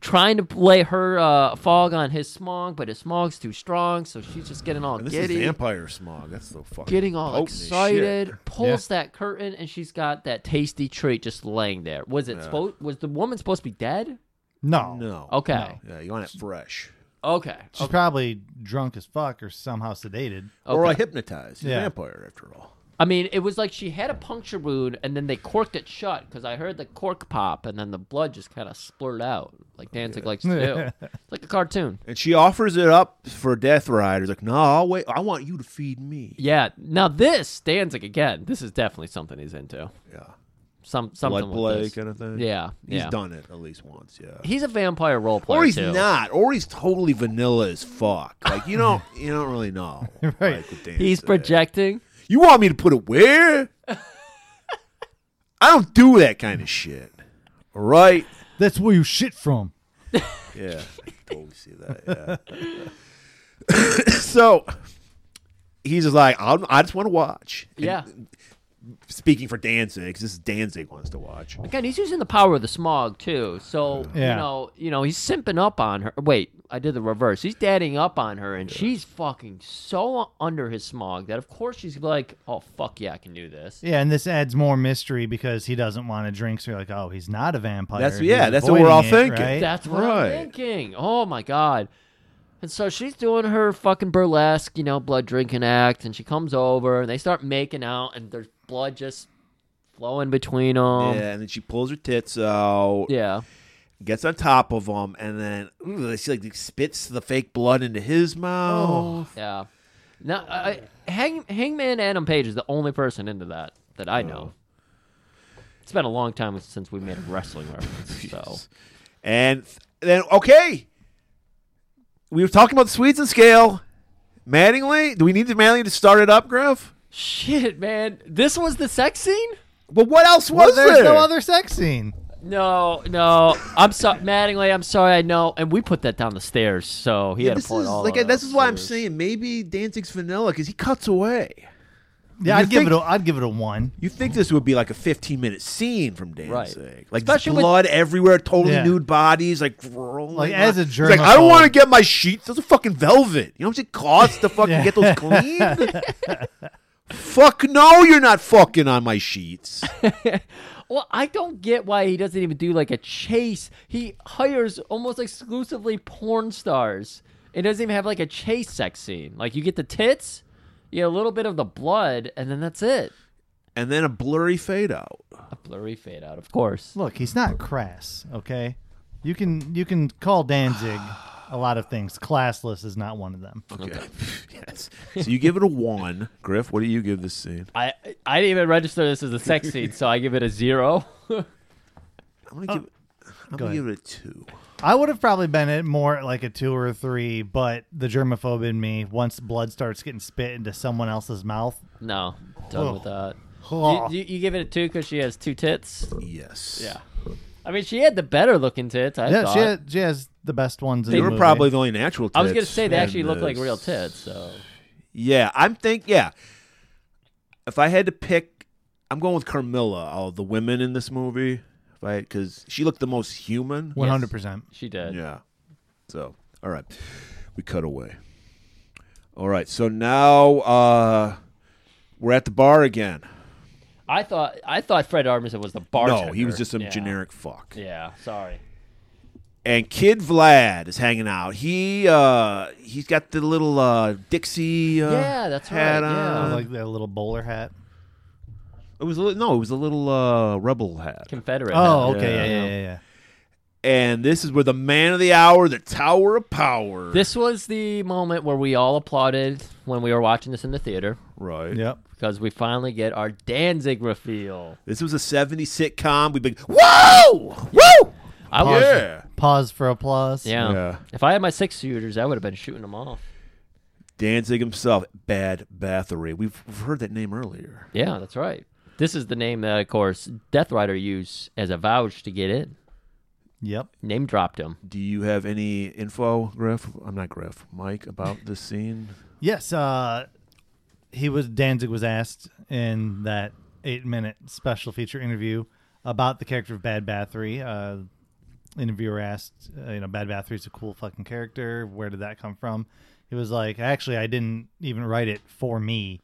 [SPEAKER 2] trying to lay her uh, fog on his smog, but his smog's too strong, so she's just getting all
[SPEAKER 3] And Oh, this is
[SPEAKER 2] giddy,
[SPEAKER 3] vampire smog. That's the fucking
[SPEAKER 2] getting all
[SPEAKER 3] potent as shit.
[SPEAKER 2] excited. Pulls that curtain, and she's got that tasty treat just laying there. Was it supposed? Was the woman supposed to be dead?
[SPEAKER 4] No.
[SPEAKER 3] No.
[SPEAKER 2] Okay,
[SPEAKER 3] Yeah, you want it fresh.
[SPEAKER 2] okay,
[SPEAKER 4] She's probably drunk as fuck or somehow sedated.
[SPEAKER 3] Or
[SPEAKER 2] Okay.
[SPEAKER 3] I hypnotized. He's a
[SPEAKER 4] Yeah.
[SPEAKER 3] vampire after all.
[SPEAKER 2] I mean, it was like she had a puncture wound and then they corked it shut because I heard the cork pop and then the blood just kind of splurted out like Danzig likes to do. it's like a cartoon.
[SPEAKER 3] And she offers it up for Death Rider's like, no, I'll wait. I want you to feed me.
[SPEAKER 2] Yeah. Now this Danzig again. This is definitely something he's into.
[SPEAKER 3] Yeah.
[SPEAKER 2] Some something
[SPEAKER 3] Blood
[SPEAKER 2] like
[SPEAKER 3] play
[SPEAKER 2] this.
[SPEAKER 3] kind of thing.
[SPEAKER 2] Yeah.
[SPEAKER 3] He's
[SPEAKER 2] yeah.
[SPEAKER 3] done it at least once. Yeah.
[SPEAKER 2] He's a vampire role player.
[SPEAKER 3] or he's
[SPEAKER 2] too.
[SPEAKER 3] not. Or he's totally vanilla as fuck. Like you don't, you don't really know.
[SPEAKER 4] Right.
[SPEAKER 3] Like, with
[SPEAKER 2] He's
[SPEAKER 3] Danzig.
[SPEAKER 2] projecting.
[SPEAKER 3] You want me to put it where? I don't do that kind of shit. All right.
[SPEAKER 4] That's where you shit from.
[SPEAKER 3] Yeah, I can totally see that. Yeah. so he's just like, I'm, I just want to watch. And
[SPEAKER 2] Yeah.
[SPEAKER 3] Speaking for Danzig, 'cause this is Danzig wants to watch.
[SPEAKER 2] Again, he's using the power of the smog too. So
[SPEAKER 4] Yeah.
[SPEAKER 2] you know, you know, he's simping up on her. Wait, I did the reverse. He's daddying up on her, and she's fucking so under his smog that of course she's like, "Oh fuck yeah, I can do this."
[SPEAKER 4] Yeah, and this adds more mystery because he doesn't want to drink. So you're like, oh, he's not a vampire.
[SPEAKER 3] That's-
[SPEAKER 4] He's
[SPEAKER 3] yeah, that's what we're all
[SPEAKER 4] avoiding it,
[SPEAKER 3] thinking.
[SPEAKER 4] right?
[SPEAKER 2] That's what
[SPEAKER 3] Eh, Right.
[SPEAKER 2] I'm thinking. Oh my god. And so she's doing her fucking burlesque, you know, blood drinking act, and she comes over, and they start making out, and there's blood just flowing between them.
[SPEAKER 3] yeah, Um, and then she pulls her tits out,
[SPEAKER 2] yeah.
[SPEAKER 3] gets on top of him, and then ooh, she like spits the fake blood into his mouth.
[SPEAKER 2] Yeah. Now, I, I- Hang, Hangman Adam Page is the only person into that that I
[SPEAKER 3] Oh.
[SPEAKER 2] know. It's been a long time since we made a wrestling reference, so
[SPEAKER 3] And th- then okay, we were talking about the Swedes and scale. Mattingly, do we need to Mattingly to start it up, Griff?
[SPEAKER 2] shit, man. This was the sex scene?
[SPEAKER 3] But what else was
[SPEAKER 4] There's
[SPEAKER 3] there?
[SPEAKER 4] no other sex scene.
[SPEAKER 2] No, no. I'm sorry, Mattingly. I'm sorry. I know, and we put that down the stairs, so he
[SPEAKER 3] Yeah,
[SPEAKER 2] had
[SPEAKER 3] this
[SPEAKER 2] to pull
[SPEAKER 3] is
[SPEAKER 2] it all.
[SPEAKER 3] like
[SPEAKER 2] out
[SPEAKER 3] this is why I'm
[SPEAKER 2] upstairs.
[SPEAKER 3] saying maybe Danzig's vanilla because he cuts away.
[SPEAKER 4] Yeah,
[SPEAKER 3] You
[SPEAKER 4] I'd give
[SPEAKER 3] think-
[SPEAKER 4] it. A, I'd give it a one.
[SPEAKER 3] You think this would be like a 15 minute scene from Danzig,
[SPEAKER 2] Right.
[SPEAKER 3] like just
[SPEAKER 2] Especially with-
[SPEAKER 3] blood everywhere, totally
[SPEAKER 4] Yeah.
[SPEAKER 3] nude bodies, like rolling.
[SPEAKER 4] Like, as a
[SPEAKER 3] He's like I
[SPEAKER 4] germaphobe-
[SPEAKER 3] don't want to get my sheets. Those are fucking velvet. You know what it costs to fucking get those clean? Fuck no, you're not fucking on my sheets.
[SPEAKER 2] Well, I don't get why he doesn't even do like a chase. He hires almost exclusively porn stars. It doesn't even have like a chase sex scene. Like you get the tits, you get a little bit of the blood, and then that's it.
[SPEAKER 3] and then a blurry fade out.
[SPEAKER 2] A blurry fade out, of course.
[SPEAKER 4] Look, he's not crass. Okay, you can you can call Danzig a lot of things. Classless is not one of them.
[SPEAKER 3] Okay. yes. So you give it a one, Griff. What do you give this scene?
[SPEAKER 2] I I didn't even register this as a sex scene, so I give it a zero.
[SPEAKER 3] I'm gonna give. I'm
[SPEAKER 4] Oh. go
[SPEAKER 3] gonna
[SPEAKER 4] ahead.
[SPEAKER 3] give it a two.
[SPEAKER 4] I would have probably been at more like a two or a three, but the germaphobe in me, once blood starts getting spit into someone else's mouth,
[SPEAKER 2] no, done with that.
[SPEAKER 4] Oh.
[SPEAKER 2] You, you, you give it a two because she has two tits.
[SPEAKER 3] Yes.
[SPEAKER 2] Yeah. I mean, she had the better looking tits. I
[SPEAKER 4] yeah,
[SPEAKER 2] thought.
[SPEAKER 4] she, had- she has the best ones. in
[SPEAKER 3] They
[SPEAKER 4] the
[SPEAKER 3] were
[SPEAKER 4] movie.
[SPEAKER 3] probably the only natural tits.
[SPEAKER 2] I was gonna say they
[SPEAKER 3] in
[SPEAKER 2] actually look like
[SPEAKER 3] this.
[SPEAKER 2] real tits. So
[SPEAKER 3] Yeah, I'm think yeah. If I had to pick, I'm going with Carmilla. All the women in this movie, right? Because she looked the most human.
[SPEAKER 4] one hundred percent.
[SPEAKER 2] she did.
[SPEAKER 3] Yeah. So, all right, we cut away. All right, so now uh we're at the bar again.
[SPEAKER 2] I thought I thought Fred Armisen was the bartender.
[SPEAKER 3] No, he was just some
[SPEAKER 2] Yeah.
[SPEAKER 3] generic fuck.
[SPEAKER 2] Yeah, sorry.
[SPEAKER 3] and Kid Vlad is hanging out. He uh he's got the little uh Dixie uh,
[SPEAKER 2] Yeah, that's
[SPEAKER 3] hat
[SPEAKER 2] right, yeah.
[SPEAKER 3] on.
[SPEAKER 4] Like that little bowler hat.
[SPEAKER 3] It was a li- no, it was a little uh rebel hat.
[SPEAKER 2] Confederate.
[SPEAKER 4] Oh,
[SPEAKER 2] man.
[SPEAKER 4] okay, yeah,
[SPEAKER 3] Yeah.
[SPEAKER 4] yeah, yeah. yeah.
[SPEAKER 3] And this is where the man of the hour, the Tower of Power.
[SPEAKER 2] This was the moment where we all applauded when we were watching this in the theater
[SPEAKER 3] right.
[SPEAKER 4] Yep.
[SPEAKER 2] because we finally get our Danzig reveal.
[SPEAKER 3] This was a 70s sitcom. We've been Whoa! Woo!
[SPEAKER 2] I was
[SPEAKER 3] Yeah.
[SPEAKER 4] Pause for applause.
[SPEAKER 2] yeah.
[SPEAKER 3] Yeah.
[SPEAKER 2] If I had my six shooters, I would have been shooting them off.
[SPEAKER 3] Danzig himself, Bad Bathory. We've, we've heard that name earlier.
[SPEAKER 2] Yeah, that's right. This is the name that, of course, Death Rider used as a vouch to get in.
[SPEAKER 4] Yep.
[SPEAKER 2] Name dropped him.
[SPEAKER 3] Do you have any info, Griff? I'm not Griff. Mike about this scene?
[SPEAKER 4] Yes, uh, he was Danzig was asked in that eight-minute special feature interview about the character of Bad Bathory. Uh, interviewer asked, uh, you know, Bad Bathory's a cool fucking character. Where did that come from? He was like, actually, I didn't even write it for me.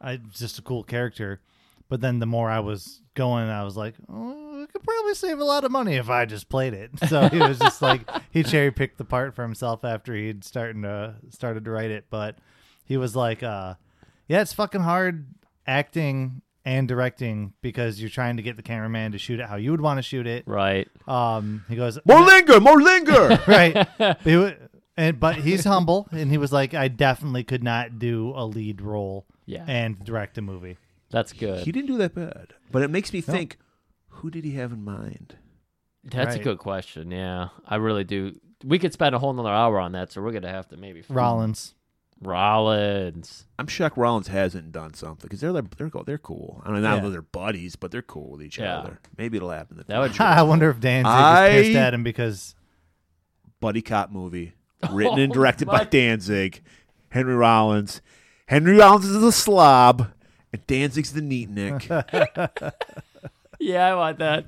[SPEAKER 4] I it's just a cool character. But then the more I was going, I was like, oh, I could probably save a lot of money if I just played it. So he was just like, he cherry picked the part for himself after he'd starting to started to write it. But he was like, uh, yeah, it's fucking hard acting and directing because you're trying to get the cameraman to shoot it how you would want to shoot it.
[SPEAKER 2] Right.
[SPEAKER 4] Um, he goes
[SPEAKER 3] More linger, more linger.
[SPEAKER 4] right. But he wa- and but he's humble and he was like, I definitely could not do a lead role
[SPEAKER 2] Yeah.
[SPEAKER 4] and direct a movie.
[SPEAKER 2] That's good.
[SPEAKER 3] He didn't do that bad, but it makes me
[SPEAKER 4] No.
[SPEAKER 3] think: Who did he have in mind?
[SPEAKER 2] That's a
[SPEAKER 4] Right.
[SPEAKER 2] good question. Yeah, I really do. We could spend a whole nother hour on that, so we're gonna have to maybe
[SPEAKER 4] Rollins.
[SPEAKER 2] Rollins.
[SPEAKER 3] I'm shocked Rollins hasn't done something because they're like, they're co- they're cool. I mean, not
[SPEAKER 4] Yeah.
[SPEAKER 3] that they're buddies, but they're cool with each
[SPEAKER 2] Yeah.
[SPEAKER 3] other. Maybe it'll happen. in the
[SPEAKER 2] That would
[SPEAKER 3] future.
[SPEAKER 4] I wonder if Danzig
[SPEAKER 3] I-
[SPEAKER 4] was pissed at him because
[SPEAKER 3] buddy cop movie written and
[SPEAKER 2] Oh,
[SPEAKER 3] directed by
[SPEAKER 2] my-
[SPEAKER 3] Danzig, Henry Rollins. Henry Rollins is the slob, and Danzig's the neat nick.
[SPEAKER 2] Yeah, I want that.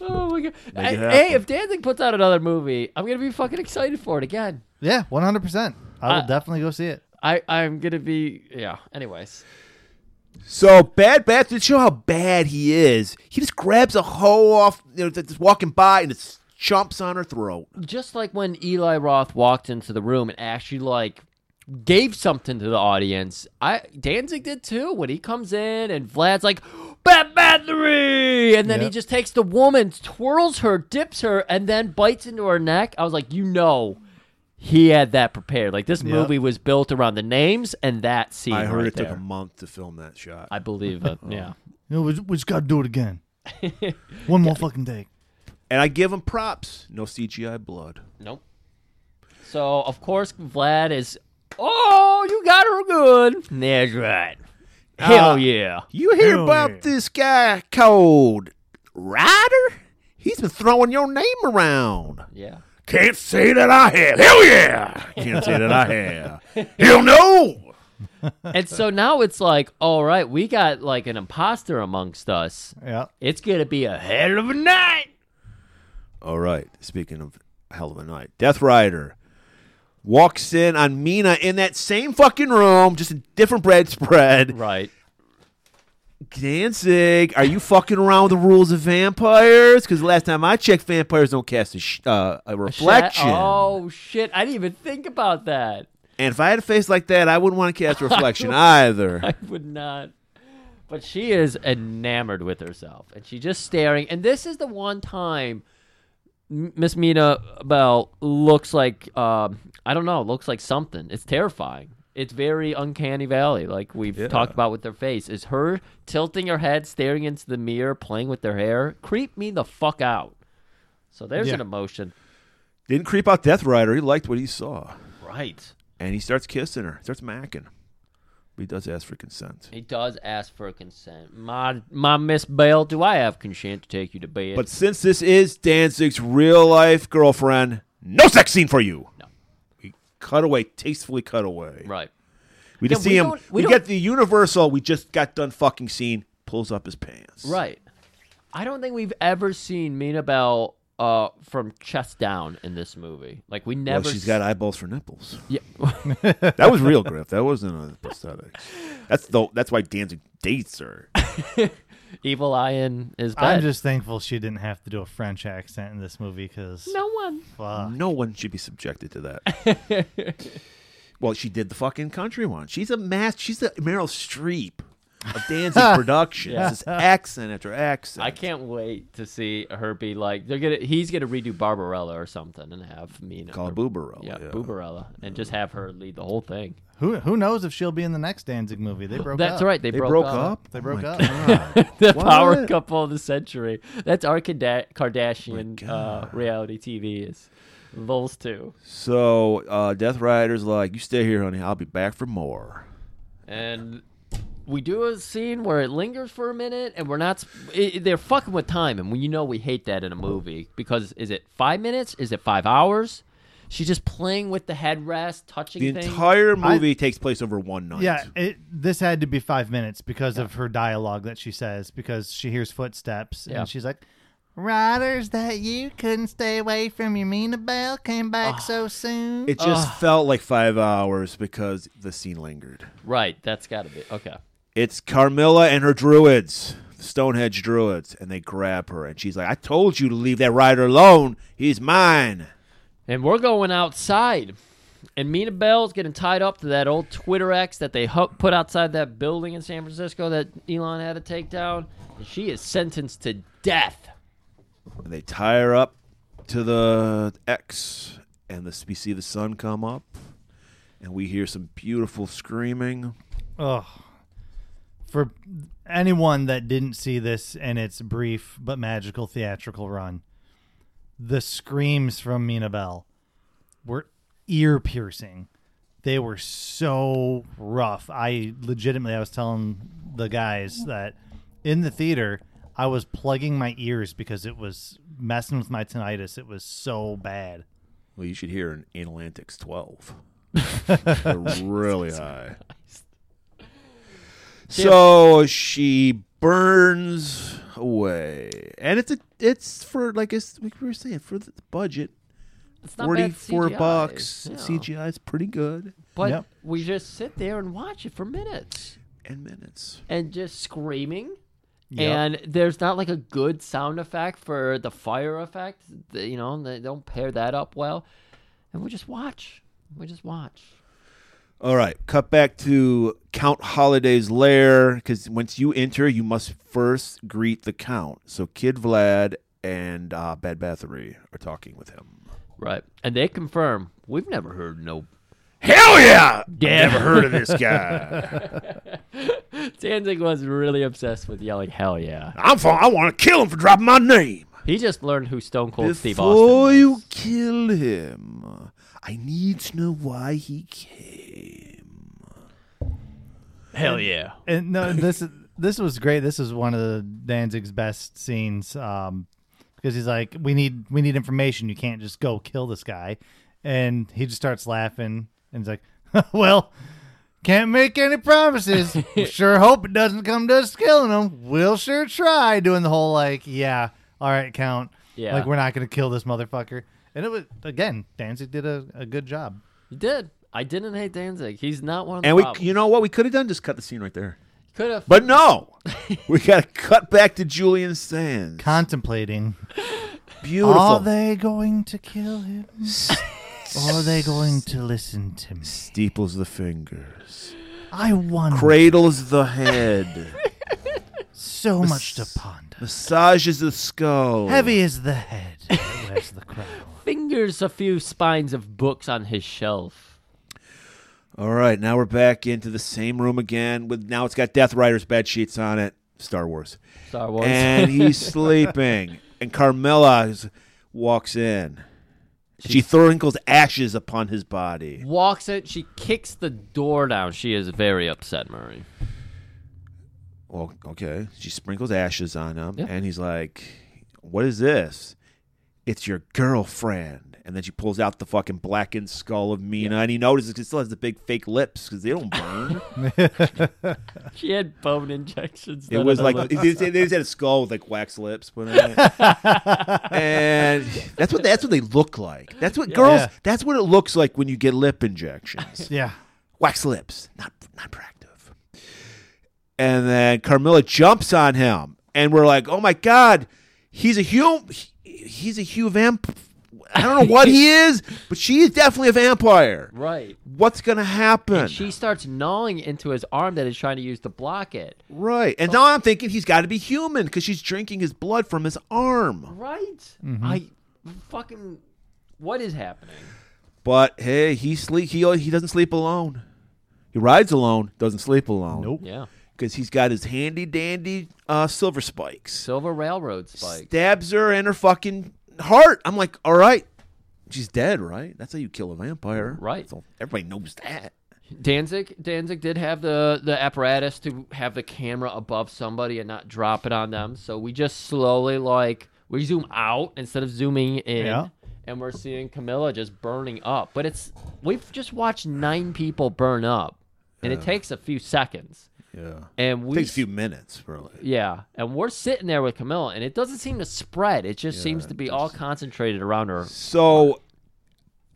[SPEAKER 2] Oh my god!
[SPEAKER 3] Make it
[SPEAKER 2] Hey, hey,
[SPEAKER 3] happen.
[SPEAKER 2] if Danzig puts out another movie, I'm gonna be fucking excited for it again.
[SPEAKER 4] Yeah, one hundred percent. I will
[SPEAKER 2] I-
[SPEAKER 4] definitely go see it.
[SPEAKER 2] I I'm gonna be yeah. Anyways,
[SPEAKER 3] So bad bad to show how bad he is. He just grabs a hoe off, you know, that's walking by and just chomps on her throat.
[SPEAKER 2] just like when Eli Roth walked into the room and actually like gave something to the audience, I Danzig did too. When he comes in and Vlad's like, "Bat battery," and then he
[SPEAKER 4] Yep.
[SPEAKER 2] just takes the woman, twirls her, dips her, and then bites into her neck. I was like, you know. He had that prepared. Like this movie was built around the names and that scene.
[SPEAKER 3] I heard
[SPEAKER 2] right
[SPEAKER 3] it took
[SPEAKER 2] there.
[SPEAKER 3] a Oh. month to film that shot.
[SPEAKER 2] I believe it. Yeah.
[SPEAKER 4] You know, we, we just got to do it again. one more fucking day.
[SPEAKER 3] and I give him props. No CGI blood.
[SPEAKER 2] Nope. So of course Vlad is. Oh, you got her good. That's right. Hell
[SPEAKER 3] Uh,
[SPEAKER 2] yeah.
[SPEAKER 3] You hear
[SPEAKER 4] Hell
[SPEAKER 3] about
[SPEAKER 4] yeah.
[SPEAKER 3] this guy called Ryder? He's been throwing your name around.
[SPEAKER 2] Yeah.
[SPEAKER 3] Can't say that I have. Hell yeah! Can't say that I have. He'll know.
[SPEAKER 2] And so now it's like, all right, we got like an imposter amongst us.
[SPEAKER 4] Yeah.
[SPEAKER 2] It's gonna be a hell of a night.
[SPEAKER 3] All right. Speaking of hell of a night, Death Rider walks in on Mina in that same fucking room, just a different bread spread.
[SPEAKER 2] Right.
[SPEAKER 3] Danzig, are you fucking around with the rules of vampires? Because last time I checked, vampires don't cast a, sh- uh, a reflection.
[SPEAKER 2] Shat- Oh shit! I didn't even think about that.
[SPEAKER 3] And if I had a face like that, I wouldn't want to cast reflection either.
[SPEAKER 2] I would not. But she is enamored with herself, and she's just staring. And this is the one time M- Miss Mina Bell looks like um, I don't know, looks like something. It's terrifying. It's very uncanny valley, like we've talked about with their face. Is her tilting her head, staring into the mirror, playing with their hair, creep me the fuck out. So there's
[SPEAKER 4] Yeah.
[SPEAKER 2] an emotion,
[SPEAKER 3] Didn't creep out Death Rider. He liked what he saw.
[SPEAKER 2] right?
[SPEAKER 3] And he starts kissing her, starts macking. But he does ask for consent.
[SPEAKER 2] He does ask for consent. My my Miss Bell, do I have consent to take you to bed?
[SPEAKER 3] But since this is Danzig's real life girlfriend, no sex scene for you.
[SPEAKER 2] No.
[SPEAKER 3] We cut away, tastefully cut away.
[SPEAKER 2] right.
[SPEAKER 3] We just
[SPEAKER 2] Yeah, we
[SPEAKER 3] see him.
[SPEAKER 2] don't- we
[SPEAKER 3] We,
[SPEAKER 2] don't-
[SPEAKER 3] get the universal, we just got done fucking scene, pulls up his pants.
[SPEAKER 2] Right. I don't think we've ever seen Mina Bell uh, from chest down in this movie. Like we
[SPEAKER 3] Well,
[SPEAKER 2] never.
[SPEAKER 3] she's got eyeballs for nipples.
[SPEAKER 2] Yeah.
[SPEAKER 3] That was real, Griff. That wasn't a prosthetic. That's the, That's why Danzig dates her.
[SPEAKER 2] Evil Lion is bad.
[SPEAKER 4] I'm just thankful she didn't have to do a French accent in this movie because
[SPEAKER 2] no one.
[SPEAKER 3] No one should be subjected to that. well, she did the fucking country one. She's a mass. She's the Meryl Streep of Danzig Productions.
[SPEAKER 2] Yeah.
[SPEAKER 3] It's accent after accent.
[SPEAKER 2] I can't wait to see her be like they're gonna. He's gonna redo Barbarella or something and have Mina
[SPEAKER 3] call
[SPEAKER 2] or-
[SPEAKER 3] Boobarella.
[SPEAKER 2] Yeah, Barbarella, and just have her lead the whole thing.
[SPEAKER 4] who who knows if she'll be in the next Danzig movie? They broke.
[SPEAKER 2] That's
[SPEAKER 4] up.
[SPEAKER 2] right. They,
[SPEAKER 3] They broke up.
[SPEAKER 4] They
[SPEAKER 3] Oh
[SPEAKER 4] broke
[SPEAKER 3] my
[SPEAKER 4] up.
[SPEAKER 3] God.
[SPEAKER 2] the
[SPEAKER 3] What?
[SPEAKER 2] power couple of the century. That's our Kada- Kardashian uh, reality TV is those two.
[SPEAKER 3] So uh, Death Rider's like, "You stay here, honey. I'll be back for more."
[SPEAKER 2] and we do a scene where it lingers for a minute and we're not it, they're fucking with time and we you know we hate that in a movie because is it five minutes is it five hours she's just playing with the headrest touching
[SPEAKER 3] The
[SPEAKER 2] things.
[SPEAKER 3] entire movie takes place over one night.
[SPEAKER 4] Yeah, it, this had to be five minutes because of her dialogue that she says because she hears footsteps
[SPEAKER 2] Yeah.
[SPEAKER 4] and she's like, "Riders, that you couldn't stay away from your Mina Bell came
[SPEAKER 2] Ah.
[SPEAKER 4] back so soon."
[SPEAKER 3] It just felt like five hours because the scene lingered.
[SPEAKER 2] right that's gotta be okay
[SPEAKER 3] It's Carmilla and her druids, Stonehenge druids, and they grab her, and she's like, "I told you to leave that rider alone. He's mine."
[SPEAKER 2] and we're going outside And Mina Bell's getting tied up to that old Twitter X that they hu- put outside that building in San Francisco that Elon had to take down. And she is sentenced to death.
[SPEAKER 3] And they tie her up to the X, and the, we see the sun come up, and we hear some beautiful screaming.
[SPEAKER 4] Ugh. For anyone that didn't see this in its brief but magical theatrical run, the screams from Mina Bell were ear piercing. They were so rough. I legitimately, I was telling the guys that in the theater, I was plugging my ears because it was messing with my tinnitus. It was so bad.
[SPEAKER 3] Well, you should hear an Anal Antics 12. They're really high. So she burns away, and it's a it's for like it's like we were saying for the budget.
[SPEAKER 2] It's not bad
[SPEAKER 3] Forty-four
[SPEAKER 2] CGI,
[SPEAKER 3] bucks
[SPEAKER 2] yeah.
[SPEAKER 3] CGI is pretty good.
[SPEAKER 2] But we just sit there and watch it for minutes
[SPEAKER 3] and minutes
[SPEAKER 2] and just screaming.
[SPEAKER 3] Yep.
[SPEAKER 2] And there's not like a good sound effect for the fire effect. The- you know, they don't pair that up well. And we just watch. We just watch.
[SPEAKER 3] All right, cut back to Count Holiday's lair because once you enter, you must first greet the Count. So Kid Vlad and uh, Bad Bathory are talking with him.
[SPEAKER 2] Right. And they confirm we've never heard no.
[SPEAKER 3] Hell yeah! I've
[SPEAKER 2] Damn.
[SPEAKER 3] never heard of this guy.
[SPEAKER 2] Danzig was really obsessed with yelling "Hell yeah!"
[SPEAKER 3] I'm for, I want to kill him for dropping my name.
[SPEAKER 2] He just learned who Stone Cold Steve Austin.
[SPEAKER 3] Before you kill him, I need to know why he came.
[SPEAKER 2] Hell yeah!
[SPEAKER 4] And no, this this was great. This is one of Danzig's best scenes um, because he's like, "We need we need information. You can't just go kill this guy." And he just starts laughing and he's like, "Well, can't make any promises. sure hope it doesn't come to us killing him. We'll sure try." Doing the whole like, "Yeah, all right, count.
[SPEAKER 2] Yeah.
[SPEAKER 4] like we're not gonna kill this motherfucker." And it was again, Danzig did a, a good job.
[SPEAKER 2] He did. I didn't hate Danzig. He's not one of the
[SPEAKER 3] And we,
[SPEAKER 2] problems.
[SPEAKER 3] you know what, we could have done just cut the scene right there.
[SPEAKER 2] Could have.
[SPEAKER 3] But no, we got to cut back to Julian Sands.
[SPEAKER 4] Contemplating.
[SPEAKER 3] Beautiful.
[SPEAKER 4] Are they going to kill him? or are they going to listen to me?
[SPEAKER 3] Steeples the fingers.
[SPEAKER 4] I wonder.
[SPEAKER 3] Cradles the head.
[SPEAKER 4] So
[SPEAKER 3] Mas-
[SPEAKER 4] much to ponder.
[SPEAKER 3] Massages the skull.
[SPEAKER 4] Heavy is the head. Where's the crown?
[SPEAKER 2] fingers a few spines of books on his shelf.
[SPEAKER 3] All right, now we're back into the same room again. With now it's got Death Rider's bed sheets on it. Star Wars.
[SPEAKER 2] Star Wars.
[SPEAKER 3] And he's sleeping. And Carmela is- walks in. she sprinkles ashes upon his body.
[SPEAKER 2] Walks in. She kicks the door down. She is very upset, Murray.
[SPEAKER 3] Well, okay. She sprinkles ashes on him,
[SPEAKER 2] Yeah.
[SPEAKER 3] and he's like, "What is this? It's your girlfriend." And then she pulls out the fucking blackened skull of Mina, and he notices it still has the big fake lips because they don't burn.
[SPEAKER 2] She had bone injections.
[SPEAKER 3] it
[SPEAKER 2] done
[SPEAKER 3] was
[SPEAKER 2] on
[SPEAKER 3] like
[SPEAKER 2] her
[SPEAKER 3] they,
[SPEAKER 2] lips.
[SPEAKER 3] they just had a skull with like wax lips, put on it. and that's what that's what they look like. That's what
[SPEAKER 2] Yeah.
[SPEAKER 3] girls.
[SPEAKER 2] Yeah.
[SPEAKER 3] That's what it looks like when you get lip injections.
[SPEAKER 4] Yeah.
[SPEAKER 3] wax lips, not not practice. And then Carmilla jumps on him, and we're like, "Oh my god, he's a Hugh, he's a Hugh vamp. I don't know what he is, but she is definitely a vampire.
[SPEAKER 2] Right.
[SPEAKER 3] What's gonna happen?
[SPEAKER 2] And she starts gnawing into his arm that is trying to use to block it.
[SPEAKER 3] right. And now I'm thinking he's got to be human because she's drinking his blood from his arm.
[SPEAKER 2] Right.
[SPEAKER 3] Mhm.
[SPEAKER 2] I fucking. What is happening?
[SPEAKER 3] But hey, he sleep. He he doesn't sleep alone. He rides alone. Doesn't sleep alone. Nope.
[SPEAKER 2] Yeah.
[SPEAKER 3] Because he's got his handy dandy uh, silver spikes.
[SPEAKER 2] Silver railroad spike.
[SPEAKER 3] stabs her in her fucking heart. I'm like, all right, she's dead, right? That's how you kill a vampire,
[SPEAKER 2] Right.
[SPEAKER 3] So everybody knows that.
[SPEAKER 2] Danzig, Danzig did have the the apparatus to have the camera above somebody and not drop it on them. So we just slowly like we zoom out instead of zooming in,
[SPEAKER 4] Yeah.
[SPEAKER 2] and we're seeing Camilla just burning up. But it's we've just watched nine people burn up, and it
[SPEAKER 3] Yeah.
[SPEAKER 2] takes a few seconds.
[SPEAKER 3] Yeah,
[SPEAKER 2] And we
[SPEAKER 3] takes a few minutes, really.
[SPEAKER 2] Yeah, and we're sitting there with Camilla, and it doesn't seem to spread. It just seems to be all concentrated around her.
[SPEAKER 3] So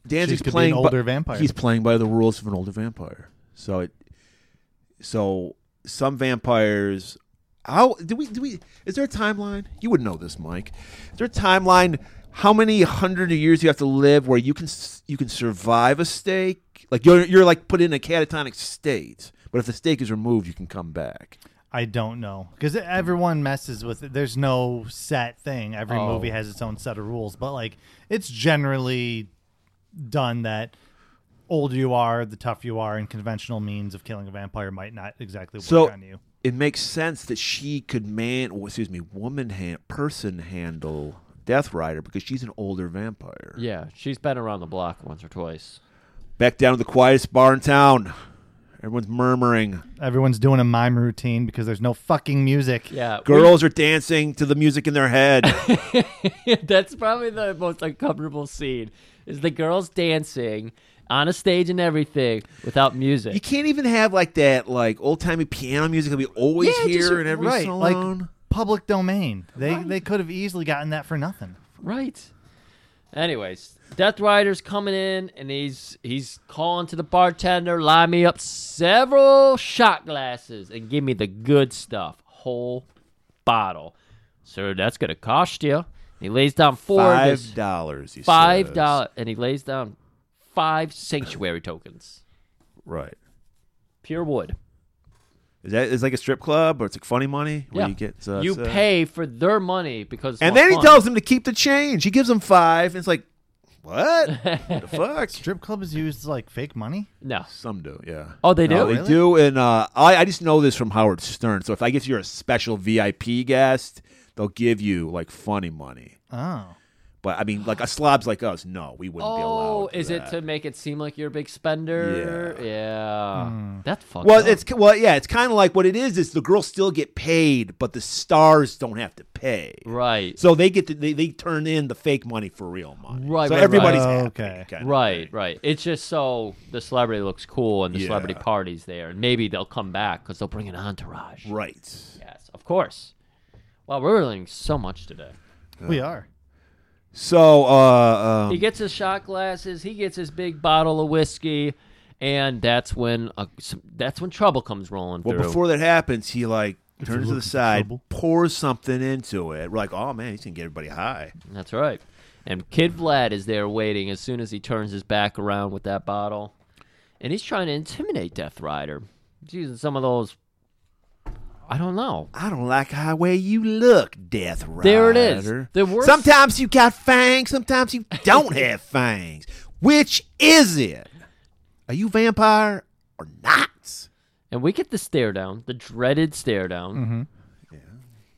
[SPEAKER 3] Danzig's
[SPEAKER 4] She could be
[SPEAKER 3] playing
[SPEAKER 4] an
[SPEAKER 3] by-
[SPEAKER 4] older vampire.
[SPEAKER 3] He's playing by the rules of an older vampire. So it, so some vampires. How do we do we? Is there a timeline? You would know this, Mike. Is there a timeline how many hundred of years you have to live where you can s- you can survive a stake? Like you're you're like put in a catatonic state, but if the stake is removed, you can come back.
[SPEAKER 4] I don't know because everyone messes with it. There's no set thing. Every
[SPEAKER 3] Oh.
[SPEAKER 4] movie has its own set of rules, but like it's generally done that older you are, the tougher you are, and conventional means of killing a vampire might not exactly work
[SPEAKER 3] So
[SPEAKER 4] on you.
[SPEAKER 3] it makes sense that she could man, oh, excuse me, woman hand, person handle Death Rider because she's an older vampire.
[SPEAKER 2] Yeah, she's been around the block once or twice.
[SPEAKER 3] Back down to the quietest bar in town. Everyone's murmuring.
[SPEAKER 4] Everyone's doing a mime routine because there's no fucking music.
[SPEAKER 2] Yeah,
[SPEAKER 3] Girls are dancing to the music in their head.
[SPEAKER 2] That's probably the most uncomfortable scene is the girls dancing on a stage and everything without music.
[SPEAKER 3] you can't even have like that like old timey piano music that we always
[SPEAKER 4] Yeah,
[SPEAKER 3] hear
[SPEAKER 4] just-
[SPEAKER 3] and every
[SPEAKER 4] right,
[SPEAKER 3] so
[SPEAKER 4] like
[SPEAKER 3] long.
[SPEAKER 4] public domain. They they could have easily gotten that for nothing.
[SPEAKER 2] Right. Anyways, Death Rider's coming in and he's he's calling to the bartender, line me up several shot glasses and give me the good stuff, whole bottle. Sir, that's gonna cost you. He lays down four of his-
[SPEAKER 3] Five dollars, he
[SPEAKER 2] Five
[SPEAKER 3] says.
[SPEAKER 2] dollars, and he lays down five sanctuary tokens,
[SPEAKER 3] right.
[SPEAKER 2] pure wood.
[SPEAKER 3] Is that is like a strip club or it's like funny money where
[SPEAKER 2] yeah,
[SPEAKER 3] you get so
[SPEAKER 2] you
[SPEAKER 3] it's, uh,
[SPEAKER 2] pay for their money because. it's
[SPEAKER 3] And
[SPEAKER 2] more
[SPEAKER 3] then
[SPEAKER 2] fun.
[SPEAKER 3] he tells him to keep the change. He gives him five. And it's like, what? the fuck?
[SPEAKER 4] Strip clubs use like fake money.
[SPEAKER 2] No,
[SPEAKER 3] some do. Yeah.
[SPEAKER 2] Oh, they
[SPEAKER 3] No,
[SPEAKER 2] do?
[SPEAKER 3] They
[SPEAKER 2] Really?
[SPEAKER 3] do. And uh, I, I just know this from Howard Stern. So if I guess you're a special VIP guest, they'll give you like funny money.
[SPEAKER 4] Oh.
[SPEAKER 3] But I mean, like a slobs like us, no, we wouldn't be allowed.
[SPEAKER 2] Oh, is it to make it seem like you're a big spender? Yeah, that's fucked
[SPEAKER 3] Well,
[SPEAKER 2] up.
[SPEAKER 3] it's well, yeah, it's kind of like what it is. Is the girls still get paid, but the stars don't have to pay.
[SPEAKER 2] Right.
[SPEAKER 3] So they get to, they they turn in the fake money for real money.
[SPEAKER 2] Right,
[SPEAKER 3] So
[SPEAKER 2] right,
[SPEAKER 3] everybody's
[SPEAKER 2] right.
[SPEAKER 3] happy.
[SPEAKER 2] right, right. It's just so the celebrity looks cool and the celebrity party's there, and maybe they'll come back because they'll bring an entourage.
[SPEAKER 3] Right.
[SPEAKER 2] Yes, of course. Wow, we're learning so much today.
[SPEAKER 4] We are.
[SPEAKER 3] So uh, um,
[SPEAKER 2] he gets his shot glasses. He gets his big bottle of whiskey, and that's when uh, s- that's when trouble comes rolling
[SPEAKER 3] Well,
[SPEAKER 2] through.
[SPEAKER 3] before that happens, he like
[SPEAKER 2] you're
[SPEAKER 3] turns
[SPEAKER 2] looking
[SPEAKER 3] to the
[SPEAKER 2] for
[SPEAKER 3] side,
[SPEAKER 2] trouble.
[SPEAKER 3] pours something into it. We're like, oh man, he's gonna get everybody high.
[SPEAKER 2] that's right. And Kid Vlad is there waiting as soon as he turns his back around with that bottle, and he's trying to intimidate Death Rider. He's using some of those. I don't know.
[SPEAKER 3] I don't like how way you look, Death Rider.
[SPEAKER 2] There it is. The worst-
[SPEAKER 3] Sometimes you got fangs, sometimes you don't have fangs. Which is it? Are you vampire or not?
[SPEAKER 2] And we get the stare down, the dreaded stare down.
[SPEAKER 3] Mhm.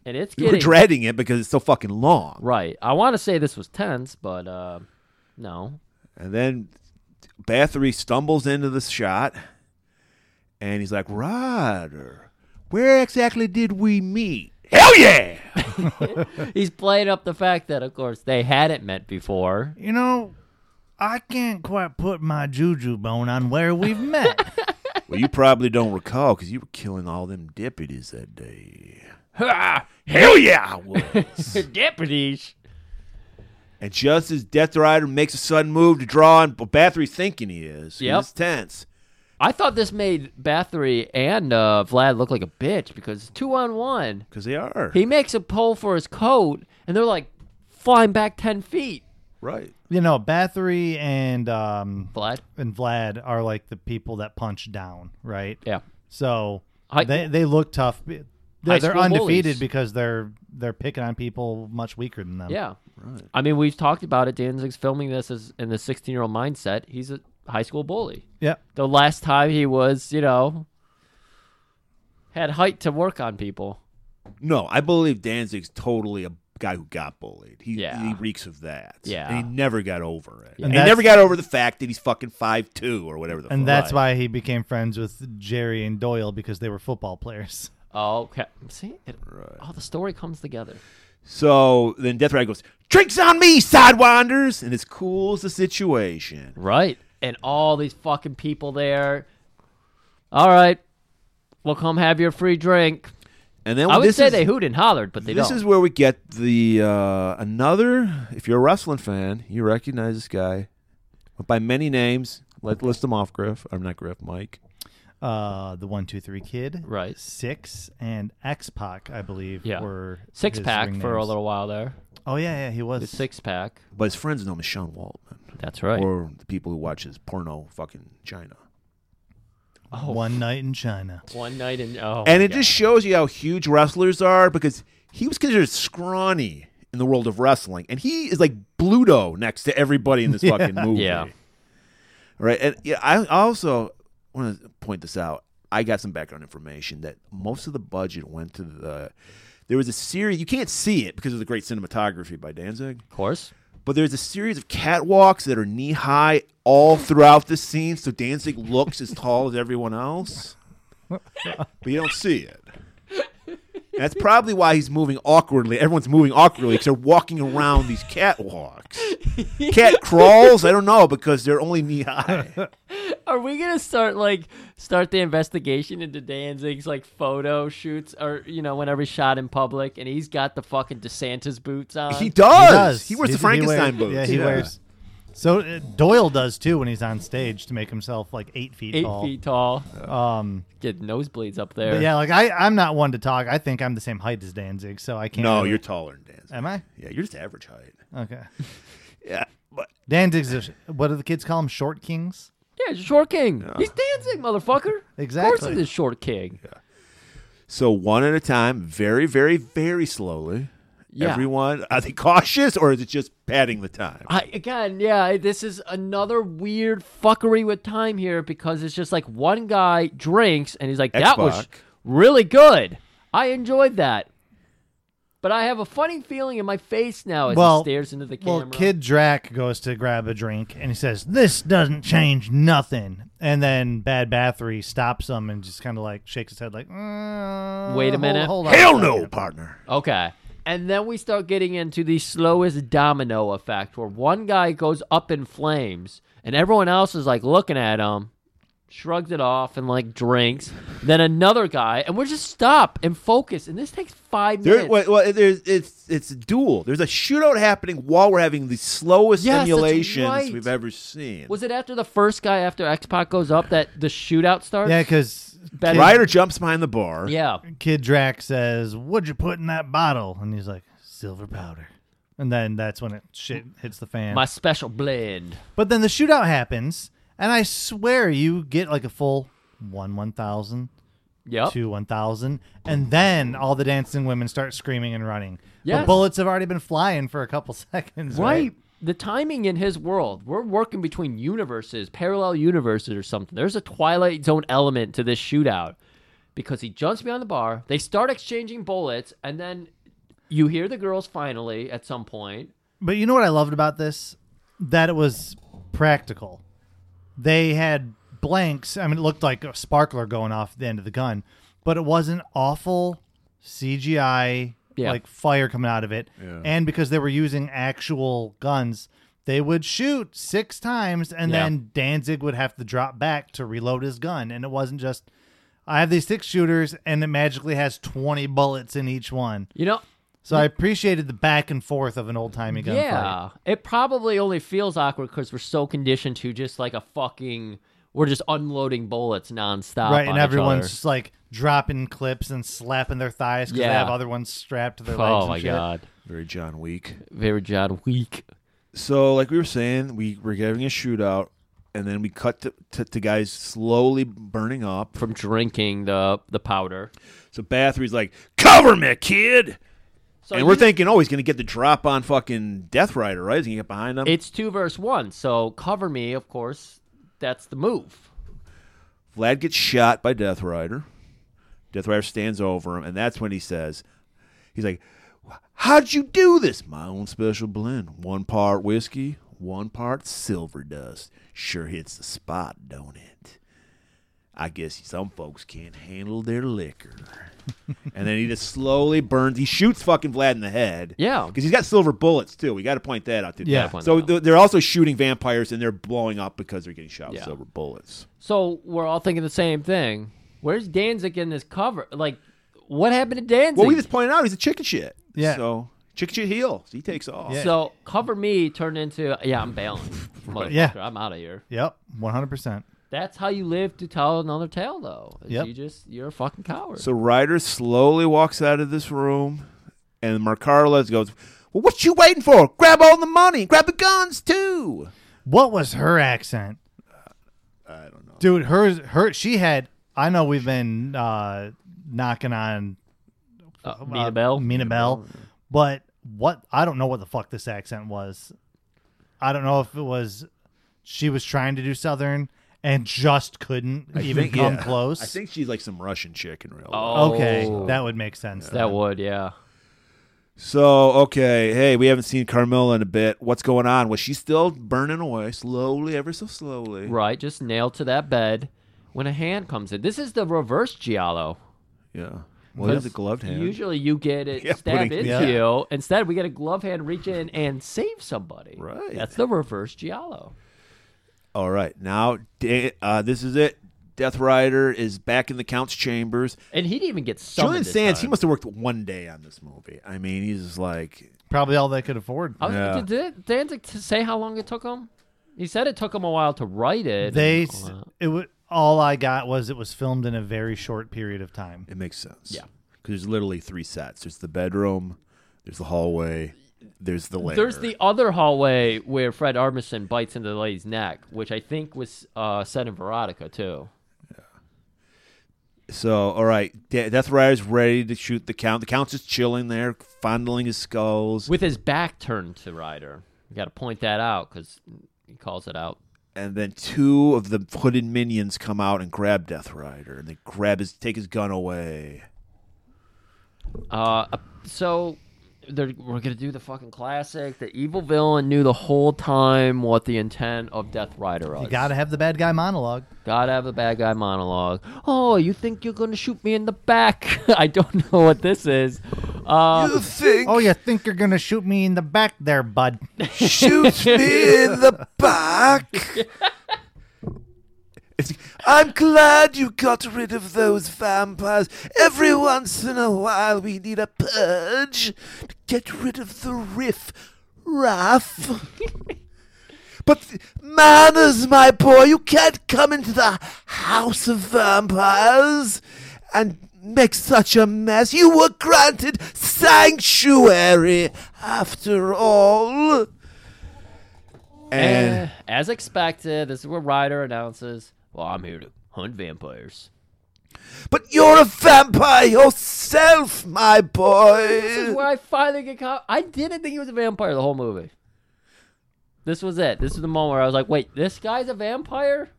[SPEAKER 2] And it's
[SPEAKER 3] You
[SPEAKER 2] getting
[SPEAKER 3] were dreading it because it's so fucking long.
[SPEAKER 2] Right. I want to say this was tense, but uh, no.
[SPEAKER 3] And then Bathory stumbles into the shot and he's like, Ryder, where exactly did we meet? Hell yeah!
[SPEAKER 2] He's playing up the fact that, of course, they hadn't met before.
[SPEAKER 4] You know, I can't quite put my juju bone on where we've met.
[SPEAKER 3] well, you probably don't recall because you were killing all them deputies that day. Hell yeah, I was.
[SPEAKER 2] Deputies.
[SPEAKER 3] And just as Death Rider makes a sudden move to draw on, well, Bathory's thinking he is. 'cause
[SPEAKER 2] Yep.
[SPEAKER 3] It's tense.
[SPEAKER 2] I thought this made Bathory and uh, Vlad look like a bitch because two on one.
[SPEAKER 3] Because they are.
[SPEAKER 2] He makes a pull for his coat, and they're like flying back 10 feet.
[SPEAKER 3] Right.
[SPEAKER 4] You know, Bathory and um,
[SPEAKER 2] Vlad
[SPEAKER 4] and Vlad are like the people that punch down, right?
[SPEAKER 2] Yeah.
[SPEAKER 4] So
[SPEAKER 2] Hi-
[SPEAKER 4] they they look tough.
[SPEAKER 2] High
[SPEAKER 4] They're, they're
[SPEAKER 2] school
[SPEAKER 4] undefeated
[SPEAKER 2] bullies.
[SPEAKER 4] because they're they're picking on people much weaker than them.
[SPEAKER 2] Yeah. Right. I mean, we've talked about it. Danzig's filming this as in the 16 year old mindset. He's a high school bully.
[SPEAKER 4] Yeah.
[SPEAKER 2] The last time he was, you know, had height to work on people.
[SPEAKER 3] No, I believe Danzig's totally a guy who got bullied. He, he reeks of that.
[SPEAKER 2] Yeah.
[SPEAKER 3] And he never got over it.
[SPEAKER 4] And
[SPEAKER 3] And he
[SPEAKER 4] that's-
[SPEAKER 3] never got over the fact that he's fucking five two or whatever the fuck.
[SPEAKER 4] And that's why he became friends with Jerry and Doyle because they were football players.
[SPEAKER 2] Okay. See? It, All the story comes together.
[SPEAKER 3] So then Death Rider goes, Drinks on me, sidewinders! And it cools the situation.
[SPEAKER 2] Right. And all these fucking people there. All right. Well, come have your free drink.
[SPEAKER 3] And then
[SPEAKER 2] I would
[SPEAKER 3] Oh, this
[SPEAKER 2] say
[SPEAKER 3] is-
[SPEAKER 2] they hooted and hollered, but they
[SPEAKER 3] this
[SPEAKER 2] don't.
[SPEAKER 3] is where we get the uh, another. If you're a wrestling fan, you recognize this guy by many names. Let list them off, Griff. I'm not Griff, Mike.
[SPEAKER 4] uh, the One Two Three Kid, right? Six and X Pac, I believe,
[SPEAKER 2] Yeah.
[SPEAKER 4] were
[SPEAKER 2] Six
[SPEAKER 4] his
[SPEAKER 2] Pac
[SPEAKER 4] ring
[SPEAKER 2] for a
[SPEAKER 4] names.
[SPEAKER 2] little while there.
[SPEAKER 4] Oh yeah, yeah, he was.
[SPEAKER 2] The Six Pac.
[SPEAKER 3] But his friend's name is Sean Waltman.
[SPEAKER 2] That's right. Oh
[SPEAKER 3] Or the people who watch his porno fucking China.
[SPEAKER 4] One night in China.
[SPEAKER 2] One night in oh,
[SPEAKER 3] and it just shows you how huge wrestlers are because he was considered scrawny in the world of wrestling, and he is like Bluto next to everybody in this
[SPEAKER 2] Yeah.
[SPEAKER 3] fucking movie.
[SPEAKER 2] Yeah.
[SPEAKER 3] Right. And yeah, I also want to point this out. I got some background information that most of the budget went to the. There was a series you can't see it because of the great cinematography by Danzig, of
[SPEAKER 2] course.
[SPEAKER 3] But there's a series of catwalks that are knee high all throughout the scene, so Danzig looks as tall as everyone else, but you don't see it. And that's probably why he's moving awkwardly. Everyone's moving awkwardly because they're walking around these catwalks. Cat crawls? I don't know because they're only knee high.
[SPEAKER 2] Are we gonna start like start the investigation into Danzig's like photo shoots or you know whenever he's shot in public and he's got the fucking DeSantis boots on?
[SPEAKER 3] He does. He wears the Frankenstein
[SPEAKER 4] wears-
[SPEAKER 3] boots.
[SPEAKER 4] Yeah, he
[SPEAKER 3] Yeah.
[SPEAKER 4] wears. So uh, Doyle does too when he's on stage to make himself like eight feet
[SPEAKER 2] Eight
[SPEAKER 4] tall.
[SPEAKER 2] feet tall.
[SPEAKER 4] Um,
[SPEAKER 2] get nosebleeds up
[SPEAKER 4] But
[SPEAKER 2] there.
[SPEAKER 4] yeah, like I, I'm not one to talk. I think I'm the same height as Danzig, so I can't.
[SPEAKER 3] No,
[SPEAKER 4] really-
[SPEAKER 3] you're taller than Danzig.
[SPEAKER 4] Am I?
[SPEAKER 3] Yeah, you're just average height.
[SPEAKER 4] Okay.
[SPEAKER 3] Yeah, but
[SPEAKER 4] Danzig's. A, what do the kids call him? Short kings.
[SPEAKER 2] Yeah, short king. He's Danzig, motherfucker. Of course
[SPEAKER 4] Exactly.
[SPEAKER 2] he's a short king.
[SPEAKER 3] So one at a time, very, very, very slowly.
[SPEAKER 2] Yeah.
[SPEAKER 3] Everyone, are they cautious or is it just padding the time?
[SPEAKER 2] I, again, yeah, this is another weird fuckery with time here because it's just like one guy drinks and he's like, that was
[SPEAKER 3] Xbox.
[SPEAKER 2] really good. I enjoyed that. But I have a funny feeling in my face now as
[SPEAKER 4] well,
[SPEAKER 2] he stares into the camera.
[SPEAKER 4] well, kid Drac goes to grab a drink and he says, "This doesn't change nothing." And then Bad Bathory stops him and just kind of like shakes his head, like, "Uh,
[SPEAKER 2] Wait a
[SPEAKER 4] hold-
[SPEAKER 2] minute.
[SPEAKER 4] hold on a second."
[SPEAKER 3] partner.
[SPEAKER 2] Okay. And then we start getting into the slowest domino effect where one guy goes up in flames and everyone else is like looking at him, shrugs it off and like drinks. then another guy, and we're just stop and focus. And this takes five
[SPEAKER 3] There,
[SPEAKER 2] minutes.
[SPEAKER 3] well, well, there's it's it's a duel. There's a shootout happening while we're having the slowest
[SPEAKER 2] Yes, that's
[SPEAKER 3] emulations
[SPEAKER 2] right.
[SPEAKER 3] we've ever seen.
[SPEAKER 2] Was it after the first guy after X Pac goes up that the shootout starts?
[SPEAKER 4] Yeah, because
[SPEAKER 2] Bad-
[SPEAKER 3] Ryder jumps behind the bar.
[SPEAKER 2] Yeah.
[SPEAKER 4] Kid Drac says, "What'd you put in that bottle?" And he's like, "Silver powder." And then that's when it shit hits the fan.
[SPEAKER 2] My special blend.
[SPEAKER 4] But then the shootout happens, and I swear you get like a full one one thousand,
[SPEAKER 2] Yep.
[SPEAKER 4] two one thousand, and then all the dancing women start screaming and running. The
[SPEAKER 2] Yes.
[SPEAKER 4] bullets have already been flying for a couple seconds, right?
[SPEAKER 2] Right. The timing in his world, we're working between universes, parallel universes or something. There's a Twilight Zone element to this shootout because he jumps behind the bar. They start exchanging bullets, and then you hear the girls finally at some point.
[SPEAKER 4] But you know what I loved about this? That it was practical. They had blanks. I mean, it looked like a sparkler going off the end of the gun, but it wasn't awful CGI,
[SPEAKER 2] Yeah.
[SPEAKER 4] like fire coming out of it.
[SPEAKER 2] Yeah.
[SPEAKER 4] And because they were using actual guns, they would shoot six times, and
[SPEAKER 2] Yeah.
[SPEAKER 4] then Danzig would have to drop back to reload his gun. And it wasn't just, I have these six shooters, and it magically has 20 bullets in each one.
[SPEAKER 2] You know,
[SPEAKER 4] So I appreciated the back and forth of an old timey gunfight.
[SPEAKER 2] yeah, it probably only feels awkward because we're so conditioned to just like a fucking, we're just unloading bullets nonstop.
[SPEAKER 4] right,
[SPEAKER 2] on
[SPEAKER 4] and
[SPEAKER 2] each
[SPEAKER 4] everyone's
[SPEAKER 2] other.
[SPEAKER 4] just like dropping clips and slapping their thighs because they
[SPEAKER 2] Yeah.
[SPEAKER 4] have other ones strapped to their legs.
[SPEAKER 2] Oh
[SPEAKER 4] and
[SPEAKER 2] my
[SPEAKER 4] shit.
[SPEAKER 2] god.
[SPEAKER 3] Very John Week.
[SPEAKER 2] Very John Week.
[SPEAKER 3] So, like we were saying, we were having a shootout, and then we cut to, to, to guys slowly burning up
[SPEAKER 2] from drinking the the powder.
[SPEAKER 3] So Bathory's like, "Cover me, kid."
[SPEAKER 2] So
[SPEAKER 3] and we're
[SPEAKER 2] you-
[SPEAKER 3] thinking, oh, he's gonna get the drop on fucking Death Rider, right? He's gonna get behind him.
[SPEAKER 2] It's two verse one, so cover me, of course. That's the move.
[SPEAKER 3] Vlad gets shot by Death Rider. Death Rider stands over him, and that's when he says, he's like, How'd you do this? My own special blend. One part whiskey, one part silver dust. Sure hits the spot, don't it? I guess some folks can't handle their liquor. and then he just slowly burns. He shoots fucking Vlad in the head.
[SPEAKER 2] Yeah.
[SPEAKER 3] Because he's got silver bullets, too. We got to point that out, too.
[SPEAKER 2] Yeah. Point
[SPEAKER 3] So
[SPEAKER 2] that out.
[SPEAKER 3] th- they're also shooting vampires, and they're blowing up because they're getting shot with
[SPEAKER 2] Yeah.
[SPEAKER 3] silver bullets.
[SPEAKER 2] So we're all thinking the same thing. Where's Danzig in this cover? Like, what happened to Danzig?
[SPEAKER 3] Well, we just pointed out he's a chicken shit.
[SPEAKER 2] Yeah.
[SPEAKER 3] So chicken shit heals. He takes off.
[SPEAKER 2] So cover me turned into yeah, I'm bailing. Motherfucker,
[SPEAKER 4] Yeah.
[SPEAKER 2] I'm out of here.
[SPEAKER 4] Yep, one hundred percent.
[SPEAKER 2] That's how you live to tell another tale, though. is
[SPEAKER 3] Yep.
[SPEAKER 2] You just you're a fucking coward.
[SPEAKER 3] So Ryder slowly walks out of this room, and Marcarles goes, "Well, what you waiting for? Grab all the money, grab the guns too."
[SPEAKER 4] What was her accent?
[SPEAKER 3] Uh, I don't know,
[SPEAKER 4] dude. Hers, her, she had. I know we've been uh, knocking on uh,
[SPEAKER 2] Mina Bell?
[SPEAKER 4] Mina Bell, but what? I don't know what the fuck this accent was. I don't know if it was she was trying to do Southern and just couldn't
[SPEAKER 3] I
[SPEAKER 4] even
[SPEAKER 3] think-
[SPEAKER 4] come
[SPEAKER 3] yeah.
[SPEAKER 4] close.
[SPEAKER 3] I think she's like some Russian chick in real life.
[SPEAKER 4] Okay, that would make sense.
[SPEAKER 2] Oh, That would, yeah.
[SPEAKER 3] So okay, hey, we haven't seen Carmilla in a bit. What's going on? Was she still burning away slowly, ever so slowly?
[SPEAKER 2] Right, just nailed to that bed when a hand comes in. This is the reverse giallo.
[SPEAKER 3] Yeah. Well, it is a
[SPEAKER 2] Because
[SPEAKER 3] gloved hand.
[SPEAKER 2] Usually you get it
[SPEAKER 3] Yeah,
[SPEAKER 2] stabbed
[SPEAKER 3] putting-
[SPEAKER 2] into
[SPEAKER 3] yeah.
[SPEAKER 2] you. Instead, we get a glove hand reach in and save somebody.
[SPEAKER 3] Right.
[SPEAKER 2] That's the reverse giallo.
[SPEAKER 3] All right, now da- uh, this is it. Death Rider is back in the Count's chambers,
[SPEAKER 2] and he didn't even get summoned
[SPEAKER 3] Julian
[SPEAKER 2] this
[SPEAKER 3] Sands. He
[SPEAKER 2] time.
[SPEAKER 3] must have worked one day on this movie. I mean, he's just like
[SPEAKER 4] Probably all they could afford.
[SPEAKER 2] I was,
[SPEAKER 3] Yeah.
[SPEAKER 2] Did Dan- Danzig t- say how long it took him? He said it took him a while to write it.
[SPEAKER 4] They
[SPEAKER 2] and
[SPEAKER 4] s-
[SPEAKER 2] all that.
[SPEAKER 4] it would. All I got was it was filmed in a very short period of time.
[SPEAKER 3] It makes sense. Yeah. because there's literally three sets. There's the bedroom, there's the hallway, there's the lair.
[SPEAKER 2] There's the other hallway where Fred Armisen bites into the lady's neck, which I think was uh, set in Veronica too.
[SPEAKER 3] So, all right, De- Death Rider's ready to shoot the count. The count's just chilling there, fondling his skulls
[SPEAKER 2] with his back turned to Ryder. You got to point that out because he calls it out.
[SPEAKER 3] And then two of the hooded minions come out and grab Death Rider, and they grab his, take his gun away.
[SPEAKER 2] Uh, so they're, we're gonna do the fucking classic. The evil villain knew the whole time what the intent of Death Rider was.
[SPEAKER 4] You gotta have the bad guy monologue.
[SPEAKER 2] Gotta have a bad guy monologue. Oh, you think you're gonna shoot me in the back? I don't know what this is. Uh,
[SPEAKER 4] Oh, you think you're gonna shoot me in the back there, bud?
[SPEAKER 3] Shoot me in the back. I'm glad you got rid of those vampires. Every once in a while, we need a purge to get rid of the riff raff. but th- manners, my boy, you can't come into the house of vampires and make such a mess. You were granted sanctuary after all.
[SPEAKER 2] And Eh, as expected, this is where Ryder announces, "Well, I'm here to hunt vampires."
[SPEAKER 3] But you're a vampire yourself, my
[SPEAKER 2] This is
[SPEAKER 3] boy.
[SPEAKER 2] where I finally get caught. I didn't think he was a vampire the whole movie. This was it. This is the moment where I was like, "Wait, this guy's a vampire?"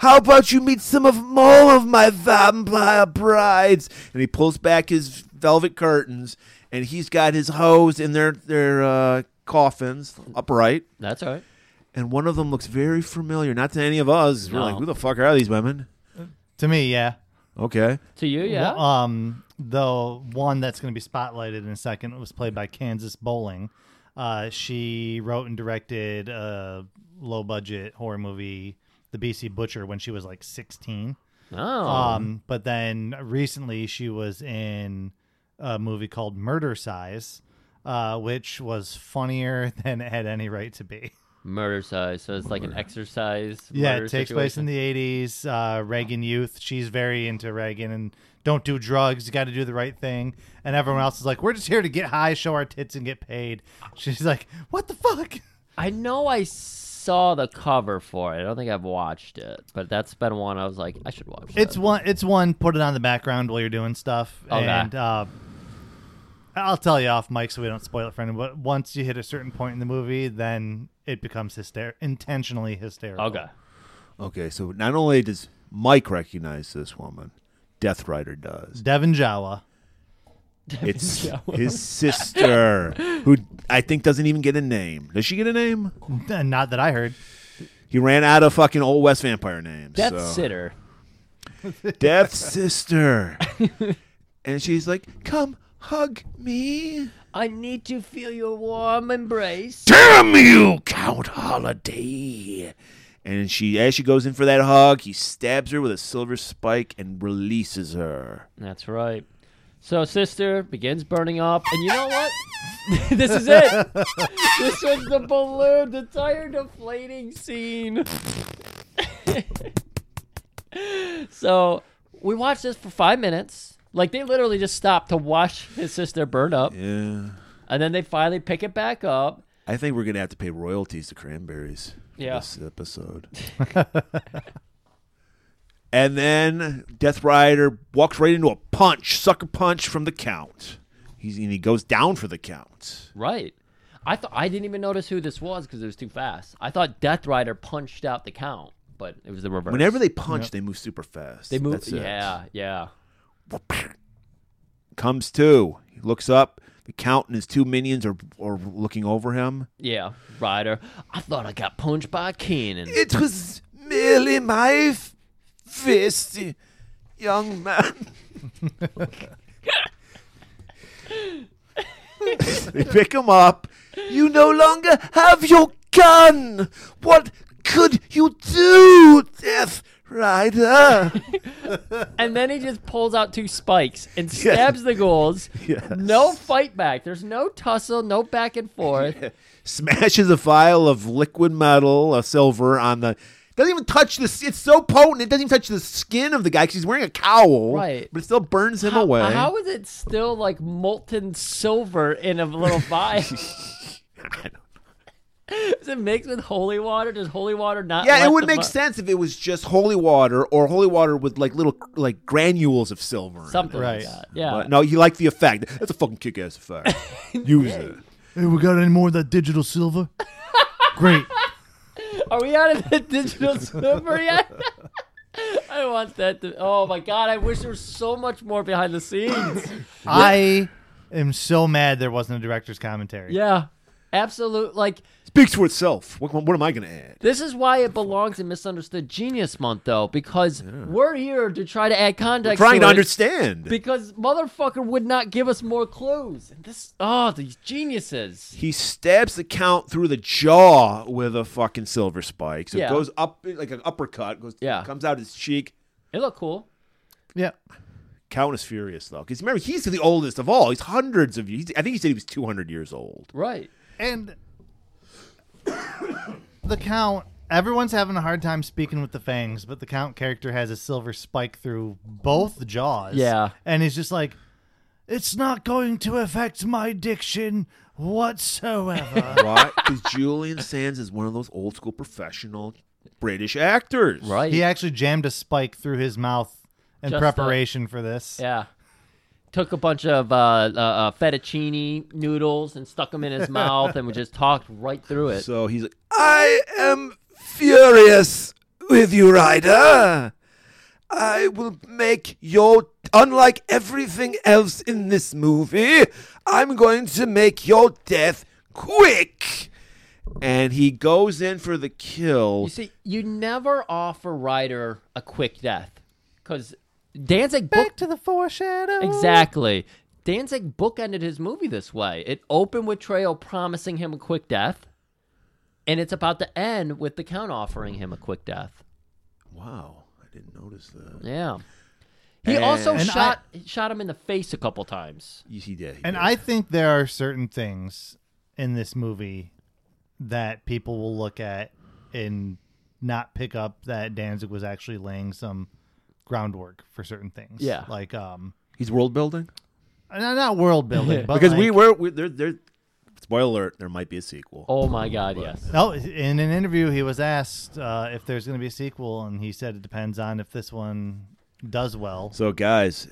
[SPEAKER 3] How about you meet some of more of my vampire brides? And he pulls back his velvet curtains, and he's got his hoes in their their uh, coffins upright.
[SPEAKER 2] That's right.
[SPEAKER 3] And one of them looks very familiar, not to any of us. We're like,
[SPEAKER 4] No.
[SPEAKER 3] who the fuck are these women?
[SPEAKER 4] To me, yeah.
[SPEAKER 3] Okay.
[SPEAKER 2] To you, yeah.
[SPEAKER 4] Um, the one that's going to be spotlighted in a second was played by Kansas Bowling. Uh, she wrote and directed a low budget horror movie, The BC Butcher, when she was like 16.
[SPEAKER 2] Oh.
[SPEAKER 4] Um, but then recently she was in a movie called Murder Size, uh, which was funnier than it had any right to be.
[SPEAKER 2] Murder size. So it's like an exercise.
[SPEAKER 4] Yeah,
[SPEAKER 2] murder
[SPEAKER 4] it takes place in
[SPEAKER 2] situation.
[SPEAKER 4] the eighties. Uh, Reagan youth. She's very into Reagan and don't do drugs. You got to do the right thing. And everyone else is like, we're just here to get high, show our tits, and get paid. She's like, what the fuck?
[SPEAKER 2] I know I saw the cover for it. I don't think I've watched it, but that's been one I was like, I should watch.
[SPEAKER 4] It's one. It's one. Put it on the background while you're doing stuff.
[SPEAKER 2] Okay.
[SPEAKER 4] And uh, I'll tell you off mic so we don't spoil it for anyone. But once you hit a certain point in the movie, then it becomes hyster- intentionally hysterical.
[SPEAKER 2] Okay.
[SPEAKER 3] Okay, so not only does Mike recognize this woman, Death Rider does.
[SPEAKER 4] Devin Jawa.
[SPEAKER 3] It's his sister, who I think doesn't even get a name. Does she get a name?
[SPEAKER 4] Not that I heard.
[SPEAKER 3] He ran out of fucking old West vampire names.
[SPEAKER 2] Death
[SPEAKER 3] so.
[SPEAKER 2] sitter.
[SPEAKER 3] Death sister. and she's like, "Come hug me.
[SPEAKER 2] I need to feel your warm embrace.
[SPEAKER 3] Damn you, Count Holiday." And she, as she goes in for that hug, he stabs her with a silver spike and releases her.
[SPEAKER 2] That's right. So sister begins burning up, and you know what? this is it. this was the balloon, the tire deflating scene. so we watched this for five minutes. Like they literally just stopped to watch his sister burn up.
[SPEAKER 3] Yeah.
[SPEAKER 2] And then they finally pick it back up.
[SPEAKER 3] I think we're gonna have to pay royalties to Cranberries. for
[SPEAKER 2] Yeah.
[SPEAKER 3] This episode. and then Death Rider walks right into a punch, sucker punch from the Count. He's and he goes down for the Count.
[SPEAKER 2] Right. I thought I didn't even notice who this was because it was too fast. I thought Death Rider punched out the count, but it was the reverse.
[SPEAKER 3] Whenever they punch, they move super fast.
[SPEAKER 2] They move.
[SPEAKER 3] That's it.
[SPEAKER 2] yeah, yeah.
[SPEAKER 3] Comes to. He looks up. The Count and his two minions are are looking over him.
[SPEAKER 2] Yeah, Ryder. I thought I got punched by Keenan.
[SPEAKER 3] It was merely my f- fist, young man. they pick him up. You no longer have your gun. What could you do, Death Rider?
[SPEAKER 2] and then he just pulls out two spikes and stabs the ghouls. No fight back. There's no tussle, no back and forth.
[SPEAKER 3] Smashes a vial of liquid metal, of silver, on the. Doesn't even touch this. It's so potent. It doesn't even touch the skin of the guy because he's wearing a cowl.
[SPEAKER 2] Right.
[SPEAKER 3] But it still burns him
[SPEAKER 2] How-
[SPEAKER 3] away.
[SPEAKER 2] How is it still like molten silver in a little vial? Is it mixed with holy water? Does holy water not?
[SPEAKER 3] Yeah,
[SPEAKER 2] let
[SPEAKER 3] it would
[SPEAKER 2] the
[SPEAKER 3] make
[SPEAKER 2] mu-
[SPEAKER 3] sense if it was just holy water or holy water with like little like granules of silver. in it.
[SPEAKER 2] Something like that. Yeah.
[SPEAKER 3] But no, you like the effect. That's a fucking kick ass effect. Use it.
[SPEAKER 4] Hey, we got any more of that digital silver? Great.
[SPEAKER 2] Are we out of the digital silver yet? I want that. To, oh my god! I wish there was so much more behind the scenes.
[SPEAKER 4] I am so mad there wasn't a director's commentary.
[SPEAKER 2] yeah, absolute. Like
[SPEAKER 3] Speaks for itself. What, what am I going to add?
[SPEAKER 2] this is why it belongs in Misunderstood Genius Month, though, because we're here to try to add context.
[SPEAKER 3] We're trying to
[SPEAKER 2] it
[SPEAKER 3] understand.
[SPEAKER 2] Because motherfucker would not give us more clues. And this, oh, these geniuses.
[SPEAKER 3] He stabs the count through the jaw with a fucking silver spike. So
[SPEAKER 2] Yeah.
[SPEAKER 3] it goes up like an uppercut. Goes
[SPEAKER 2] Yeah.
[SPEAKER 3] comes out his cheek.
[SPEAKER 2] It looked cool.
[SPEAKER 4] Yeah.
[SPEAKER 3] Count is furious though, because remember he's the oldest of all. He's hundreds of years. I think he said he was two hundred years old.
[SPEAKER 2] Right.
[SPEAKER 4] And the count everyone's having a hard time speaking with the fangs, but the count character has a silver spike through both jaws.
[SPEAKER 2] Yeah.
[SPEAKER 4] And he's just like it's not going to affect my diction whatsoever.
[SPEAKER 3] Why? Because Julian Sands is one of those old school professional British actors.
[SPEAKER 2] Right.
[SPEAKER 4] he actually jammed a spike through his mouth in
[SPEAKER 2] Just the-
[SPEAKER 4] preparation for this.
[SPEAKER 2] Yeah. Took a bunch of uh, uh, uh, fettuccine noodles and stuck them in his mouth and we just talked right through it.
[SPEAKER 3] So he's like, I am furious with you, Ryder. I will make your, unlike everything else in this movie, I'm going to make your death quick. And he goes in for the kill.
[SPEAKER 2] You see, you never offer Ryder a quick death because Danzig booked
[SPEAKER 4] to the foreshadow.
[SPEAKER 2] exactly. Danzig bookended his movie this way. It opened with Trail promising him a quick death, and it's about to end with the count offering him a quick death.
[SPEAKER 3] Wow, I didn't notice that.
[SPEAKER 2] Yeah. He also
[SPEAKER 4] And I-
[SPEAKER 2] shot shot him in the face a couple times.
[SPEAKER 3] You see, yeah, he did.
[SPEAKER 4] And I think there are certain things in this movie that people will look at and not pick up that Danzig was actually laying some groundwork for certain things.
[SPEAKER 2] Yeah.
[SPEAKER 4] Like um
[SPEAKER 3] he's world building
[SPEAKER 4] not, not world building, but
[SPEAKER 3] because we
[SPEAKER 4] like-
[SPEAKER 3] were we, there. There, spoiler alert: there might be a sequel.
[SPEAKER 2] Oh my god, yes.
[SPEAKER 4] No, in an interview he was asked uh, if there's going to be a sequel and he said it depends on if this one does well.
[SPEAKER 3] So, guys,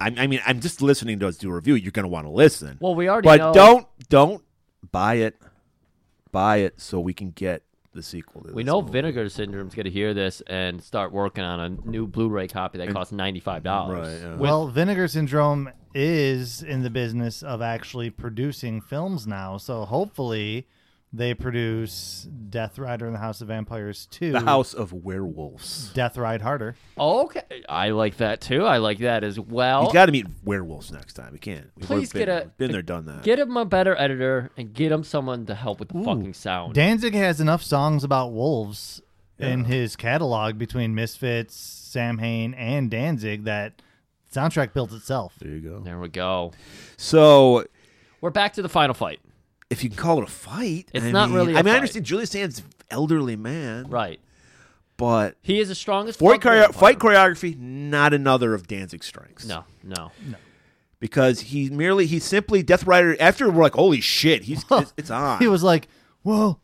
[SPEAKER 3] I, I mean, I'm just listening to us do a review. You're going to want to listen.
[SPEAKER 2] Well, we already
[SPEAKER 3] but
[SPEAKER 2] know-
[SPEAKER 3] don't don't buy it, buy it, so we can get the sequel. To
[SPEAKER 2] We
[SPEAKER 3] this
[SPEAKER 2] know
[SPEAKER 3] movie.
[SPEAKER 2] Vinegar Syndrome's going to hear this and start working on a new Blu-ray copy that costs ninety-five dollars.
[SPEAKER 3] Right, yeah.
[SPEAKER 4] well, Vinegar Syndrome is in the business of actually producing films now, so hopefully they produce Death Rider and the House of Vampires 2.
[SPEAKER 3] the House of Werewolves.
[SPEAKER 4] Death Ride Harder.
[SPEAKER 2] Okay, I like that too. I like that as well.
[SPEAKER 3] You got to meet werewolves next time. We can't. We've
[SPEAKER 2] Please
[SPEAKER 3] been,
[SPEAKER 2] get a-
[SPEAKER 3] been there, done that.
[SPEAKER 2] Get him a better editor and get him someone to help with the fucking sound.
[SPEAKER 4] Danzig has enough songs about wolves in his catalog between Misfits, Sam Hain, and Danzig that soundtrack built itself.
[SPEAKER 3] there you go.
[SPEAKER 2] there we go.
[SPEAKER 3] So
[SPEAKER 2] We're back to the final fight.
[SPEAKER 3] if you can call it a fight,
[SPEAKER 2] It's
[SPEAKER 3] I
[SPEAKER 2] not
[SPEAKER 3] mean-
[SPEAKER 2] really a
[SPEAKER 3] I
[SPEAKER 2] fight.
[SPEAKER 3] mean, I understand Julius Sand's elderly man,
[SPEAKER 2] Right.
[SPEAKER 3] But
[SPEAKER 2] he is the strongest.
[SPEAKER 3] Fight,
[SPEAKER 2] fucking
[SPEAKER 3] choreo-
[SPEAKER 2] vampire.
[SPEAKER 3] fight choreography, not another of Danzig's strengths.
[SPEAKER 2] No, no, no.
[SPEAKER 3] because he merely he simply Death Rider. After we're like, holy shit, he's it's, it's on.
[SPEAKER 4] He was like, "Well,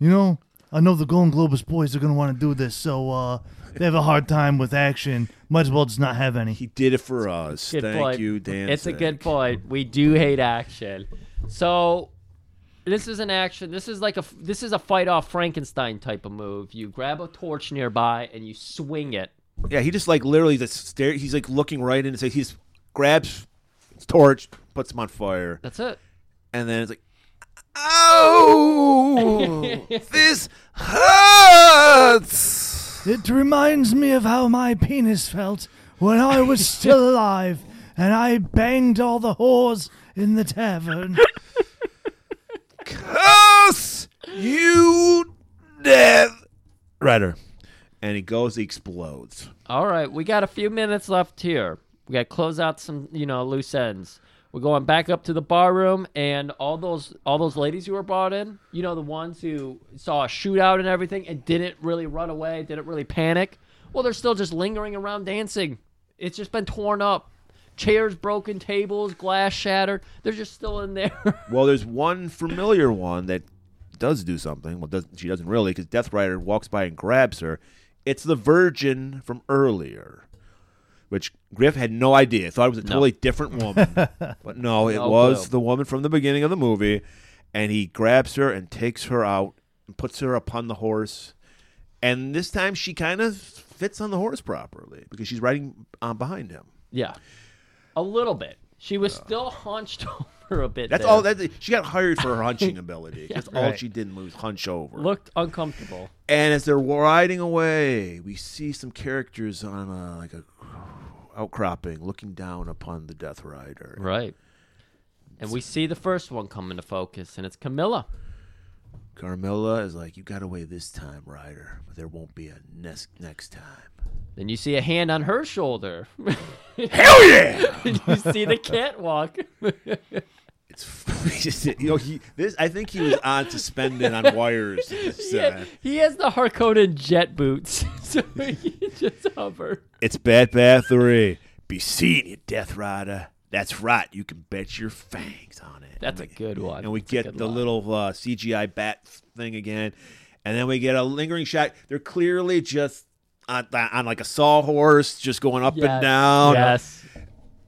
[SPEAKER 4] you know, I know the Golden Globus boys are gonna want to do this, so uh, they have a hard time with action. Might as well just not have any." He
[SPEAKER 3] did it for us.
[SPEAKER 2] Good
[SPEAKER 3] Thank
[SPEAKER 2] point.
[SPEAKER 3] you, Dan.
[SPEAKER 2] It's a good point. We do hate action. So this is an action. This is like a this is a fight off Frankenstein type of move. You grab a torch nearby and you swing it.
[SPEAKER 3] Yeah, he just like literally just stare. He's like looking right in his face. He just grabs his torch, puts him on fire,
[SPEAKER 2] That's it.
[SPEAKER 3] and then it's like, oh, this hurts.
[SPEAKER 4] It reminds me of how my penis felt when I was still alive and I banged all the whores in the tavern.
[SPEAKER 3] Curse you, death Rider, and he goes, he explodes.
[SPEAKER 2] All right, we got a few minutes left here. We got to close out some, you know, loose ends. We're going back up to the bar room, and all those all those ladies who were brought in, you know, the ones who saw a shootout and everything, and didn't really run away, didn't really panic. Well, they're still just lingering around dancing. It's just been torn up, chairs broken, tables, glass shattered. They're just still in there.
[SPEAKER 3] Well, there's one familiar one that does do something. Well, does, she doesn't really because Death Rider walks by and grabs her. It's the virgin from earlier, which Griff had no idea. Thought it was a
[SPEAKER 2] No.
[SPEAKER 3] totally different woman, but no, it
[SPEAKER 2] No
[SPEAKER 3] was
[SPEAKER 2] clue.
[SPEAKER 3] the woman from the beginning of the movie. And he grabs her and takes her out and puts her upon the horse. And this time she kind of fits on the horse properly because she's riding on behind him.
[SPEAKER 2] yeah, a little bit. She was still hunched over a bit.
[SPEAKER 3] That's
[SPEAKER 2] there.
[SPEAKER 3] all. That's, she got hired for her hunching ability.
[SPEAKER 2] Yeah,
[SPEAKER 3] That's all
[SPEAKER 2] right.
[SPEAKER 3] she did was hunch over.
[SPEAKER 2] looked uncomfortable.
[SPEAKER 3] And as they're riding away, we see some characters on a, like a outcropping, looking down upon the Death Rider.
[SPEAKER 2] Right. And we see the first one come into focus, and it's Camilla.
[SPEAKER 3] Carmilla is like, "You got away this time, Rider, but there won't be a next next time."
[SPEAKER 2] Then you see a hand on her shoulder.
[SPEAKER 3] Hell yeah!
[SPEAKER 2] you see the catwalk.
[SPEAKER 3] He just- you know, he this. I think he was on suspended on wires. This,
[SPEAKER 2] he,
[SPEAKER 3] uh,
[SPEAKER 2] had- he has the Harkonnen jet boots, so he just hover.
[SPEAKER 3] It's Bad Bad 3. Be seeing you, Death Rider. That's right. You can bet your fangs on it.
[SPEAKER 2] That's a good one.
[SPEAKER 3] And we get the little uh, CGI bat thing again. And then we get a lingering shot. They're clearly just on, on like a sawhorse, just going up
[SPEAKER 2] Yes.
[SPEAKER 3] and down.
[SPEAKER 2] Yes.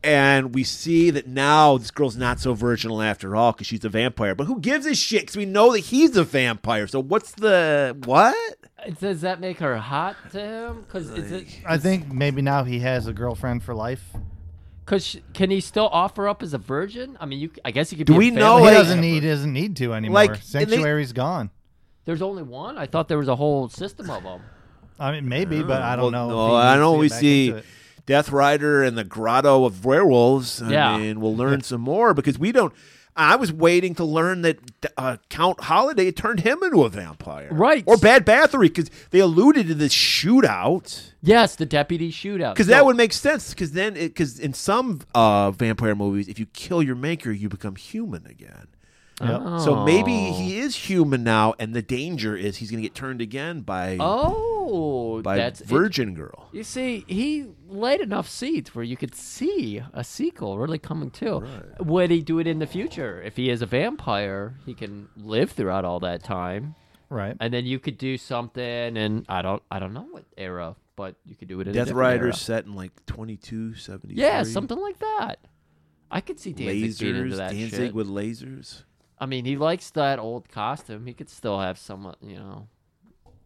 [SPEAKER 3] And we see that now this girl's not so virginal after all because she's a vampire. But who gives a shit? Because we know that he's a vampire. So what's the what?
[SPEAKER 2] Does that make her hot to him? Because is it?
[SPEAKER 4] I think maybe now he has a girlfriend for life.
[SPEAKER 2] Because can he still offer up as a virgin? I mean, you. I guess he could.
[SPEAKER 4] Do
[SPEAKER 2] be a
[SPEAKER 4] we
[SPEAKER 2] family
[SPEAKER 4] know, like- He doesn't
[SPEAKER 2] member.
[SPEAKER 4] need- he doesn't need to anymore. Sanctuary's gone.
[SPEAKER 2] There's only one. I thought there was a whole system of them.
[SPEAKER 4] I mean, maybe, but I don't know.
[SPEAKER 3] No, I know we see Death Rider and the Grotto of Werewolves. I
[SPEAKER 2] Yeah.
[SPEAKER 3] mean, we'll learn some more because we don't. I was waiting to learn that uh, Count Holiday turned him into a vampire,
[SPEAKER 2] Right.
[SPEAKER 3] Or Bad Bathory, because they alluded to this shootout.
[SPEAKER 2] Yes, the deputy shootout.
[SPEAKER 3] Because
[SPEAKER 2] No,
[SPEAKER 3] that would make sense. Because then, because in some uh, vampire movies, if you kill your maker, you become human again.
[SPEAKER 2] Yep.
[SPEAKER 3] So maybe
[SPEAKER 2] Oh.
[SPEAKER 3] he is human now, and the danger is he's going to get turned again by
[SPEAKER 2] Oh,
[SPEAKER 3] by
[SPEAKER 2] that's it.
[SPEAKER 3] Virgin Girl.
[SPEAKER 2] You see, he laid enough seeds where you could see a sequel really coming too. Would he do it in the future? If he is a vampire, he can live throughout all that time.
[SPEAKER 4] Right.
[SPEAKER 2] And then you could do something and I don't I don't know what era, but you could do it in a
[SPEAKER 3] Death
[SPEAKER 2] different
[SPEAKER 3] Rider
[SPEAKER 2] era.
[SPEAKER 3] set in like 2273.
[SPEAKER 2] Yeah, something like that. I could see Danzig being into
[SPEAKER 3] Lasers,
[SPEAKER 2] that
[SPEAKER 3] Danzig
[SPEAKER 2] shit.
[SPEAKER 3] with lasers.
[SPEAKER 2] I mean, he likes that old costume. He could still have some, you know.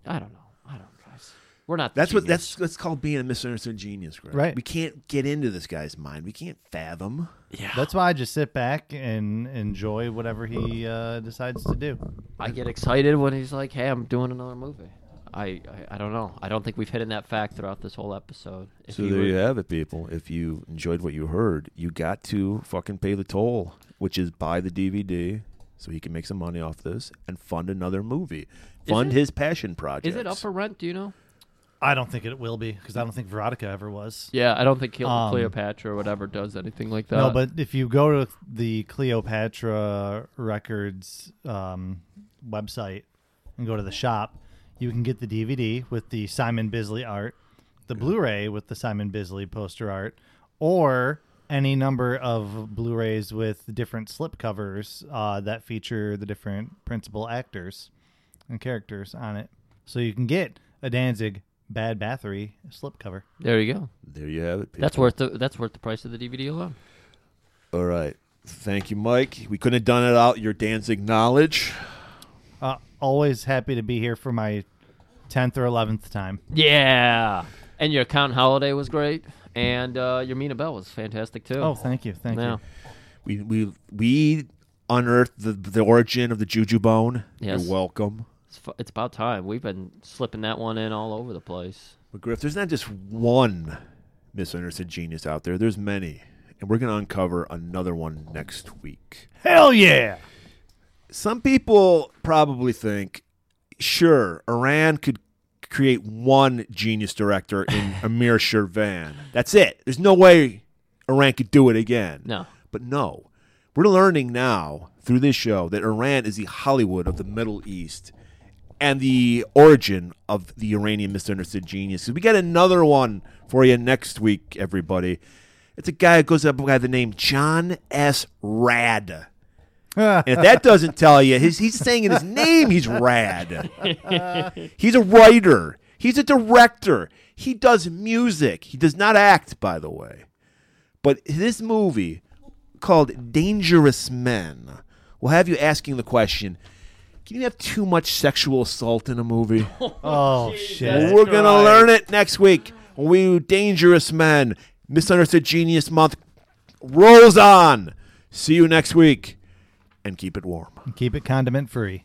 [SPEAKER 2] I don't know. I don't, guys. We're not. the
[SPEAKER 3] That's what
[SPEAKER 2] genius.
[SPEAKER 3] that's that's called being a misunderstood genius, Greg.
[SPEAKER 4] Right.
[SPEAKER 3] We can't get into this guy's mind. We can't fathom.
[SPEAKER 2] Yeah.
[SPEAKER 4] That's why I just sit back and enjoy whatever he uh, decides to do.
[SPEAKER 2] I get excited when he's like, "Hey, I'm doing another movie." I, I I don't know. I don't think we've hidden that fact throughout this whole episode. If
[SPEAKER 3] so
[SPEAKER 2] you
[SPEAKER 3] there
[SPEAKER 2] were-
[SPEAKER 3] you have it, people. If you enjoyed what you heard, you got to fucking pay the toll, which is buy the DVD so he can make some money off this and fund another movie. Fund
[SPEAKER 2] it-
[SPEAKER 3] his passion project.
[SPEAKER 2] Is it up for rent? Do you know?
[SPEAKER 4] I don't think it will be because I don't think Veronica ever was.
[SPEAKER 2] Yeah, I don't think Kill
[SPEAKER 4] Um,
[SPEAKER 2] Cleopatra or whatever does anything like that.
[SPEAKER 4] No, but if you go to the Cleopatra Records um, website and go to the shop, You can get the DVD with the Simon Bisley art, the Blu-ray with the Simon Bisley poster art, or any number of Blu-rays with different slipcovers uh, that feature the different principal actors and characters on it. So you can get a Danzig Bad Bathory slipcover.
[SPEAKER 2] There you go.
[SPEAKER 3] There you have it.
[SPEAKER 2] That's
[SPEAKER 3] people.
[SPEAKER 2] worth the that's worth the price of the DVD alone.
[SPEAKER 3] All right. Thank you, Mike. We couldn't have done it out your Danzig knowledge.
[SPEAKER 4] Uh, always happy to be here for my tenth or eleventh time.
[SPEAKER 2] Yeah. And your account holiday was great, and uh, your Mina Bell was fantastic too.
[SPEAKER 4] Oh, thank you, thank you.
[SPEAKER 2] Yeah.
[SPEAKER 3] We we we unearthed the, the origin of the Juju Bone.
[SPEAKER 2] Yes.
[SPEAKER 3] You're welcome.
[SPEAKER 2] It's, fu- it's about time. We've been slipping that one in all over the place.
[SPEAKER 3] But Griff, there's not just one Miss Anderson genius out there. There's many, and we're gonna uncover another one next week.
[SPEAKER 4] Hell yeah!
[SPEAKER 3] Some people probably think, sure, Iran could create one genius director in Amir Shervan. That's it. There's no way Iran could do it again.
[SPEAKER 2] No.
[SPEAKER 3] But no, we're learning now through this show that Iran is the Hollywood of the Middle East and the origin of the Iranian misunderstood genius. We got another one for you next week, everybody. It's a guy who goes up by the name John S. Rad. And if that doesn't tell you, his, he's saying in his name he's rad. he's a writer. He's a director. He does music. He does not act, by the way. But this movie called Dangerous Men will have you asking the question can you have too much sexual assault in a movie?
[SPEAKER 4] Oh
[SPEAKER 3] Well,
[SPEAKER 4] shit!
[SPEAKER 3] we're going to learn it next week when we do Dangerous Men. Misunderstood Genius Month rolls on. See you next week and keep it warm.
[SPEAKER 4] Keep it condiment free.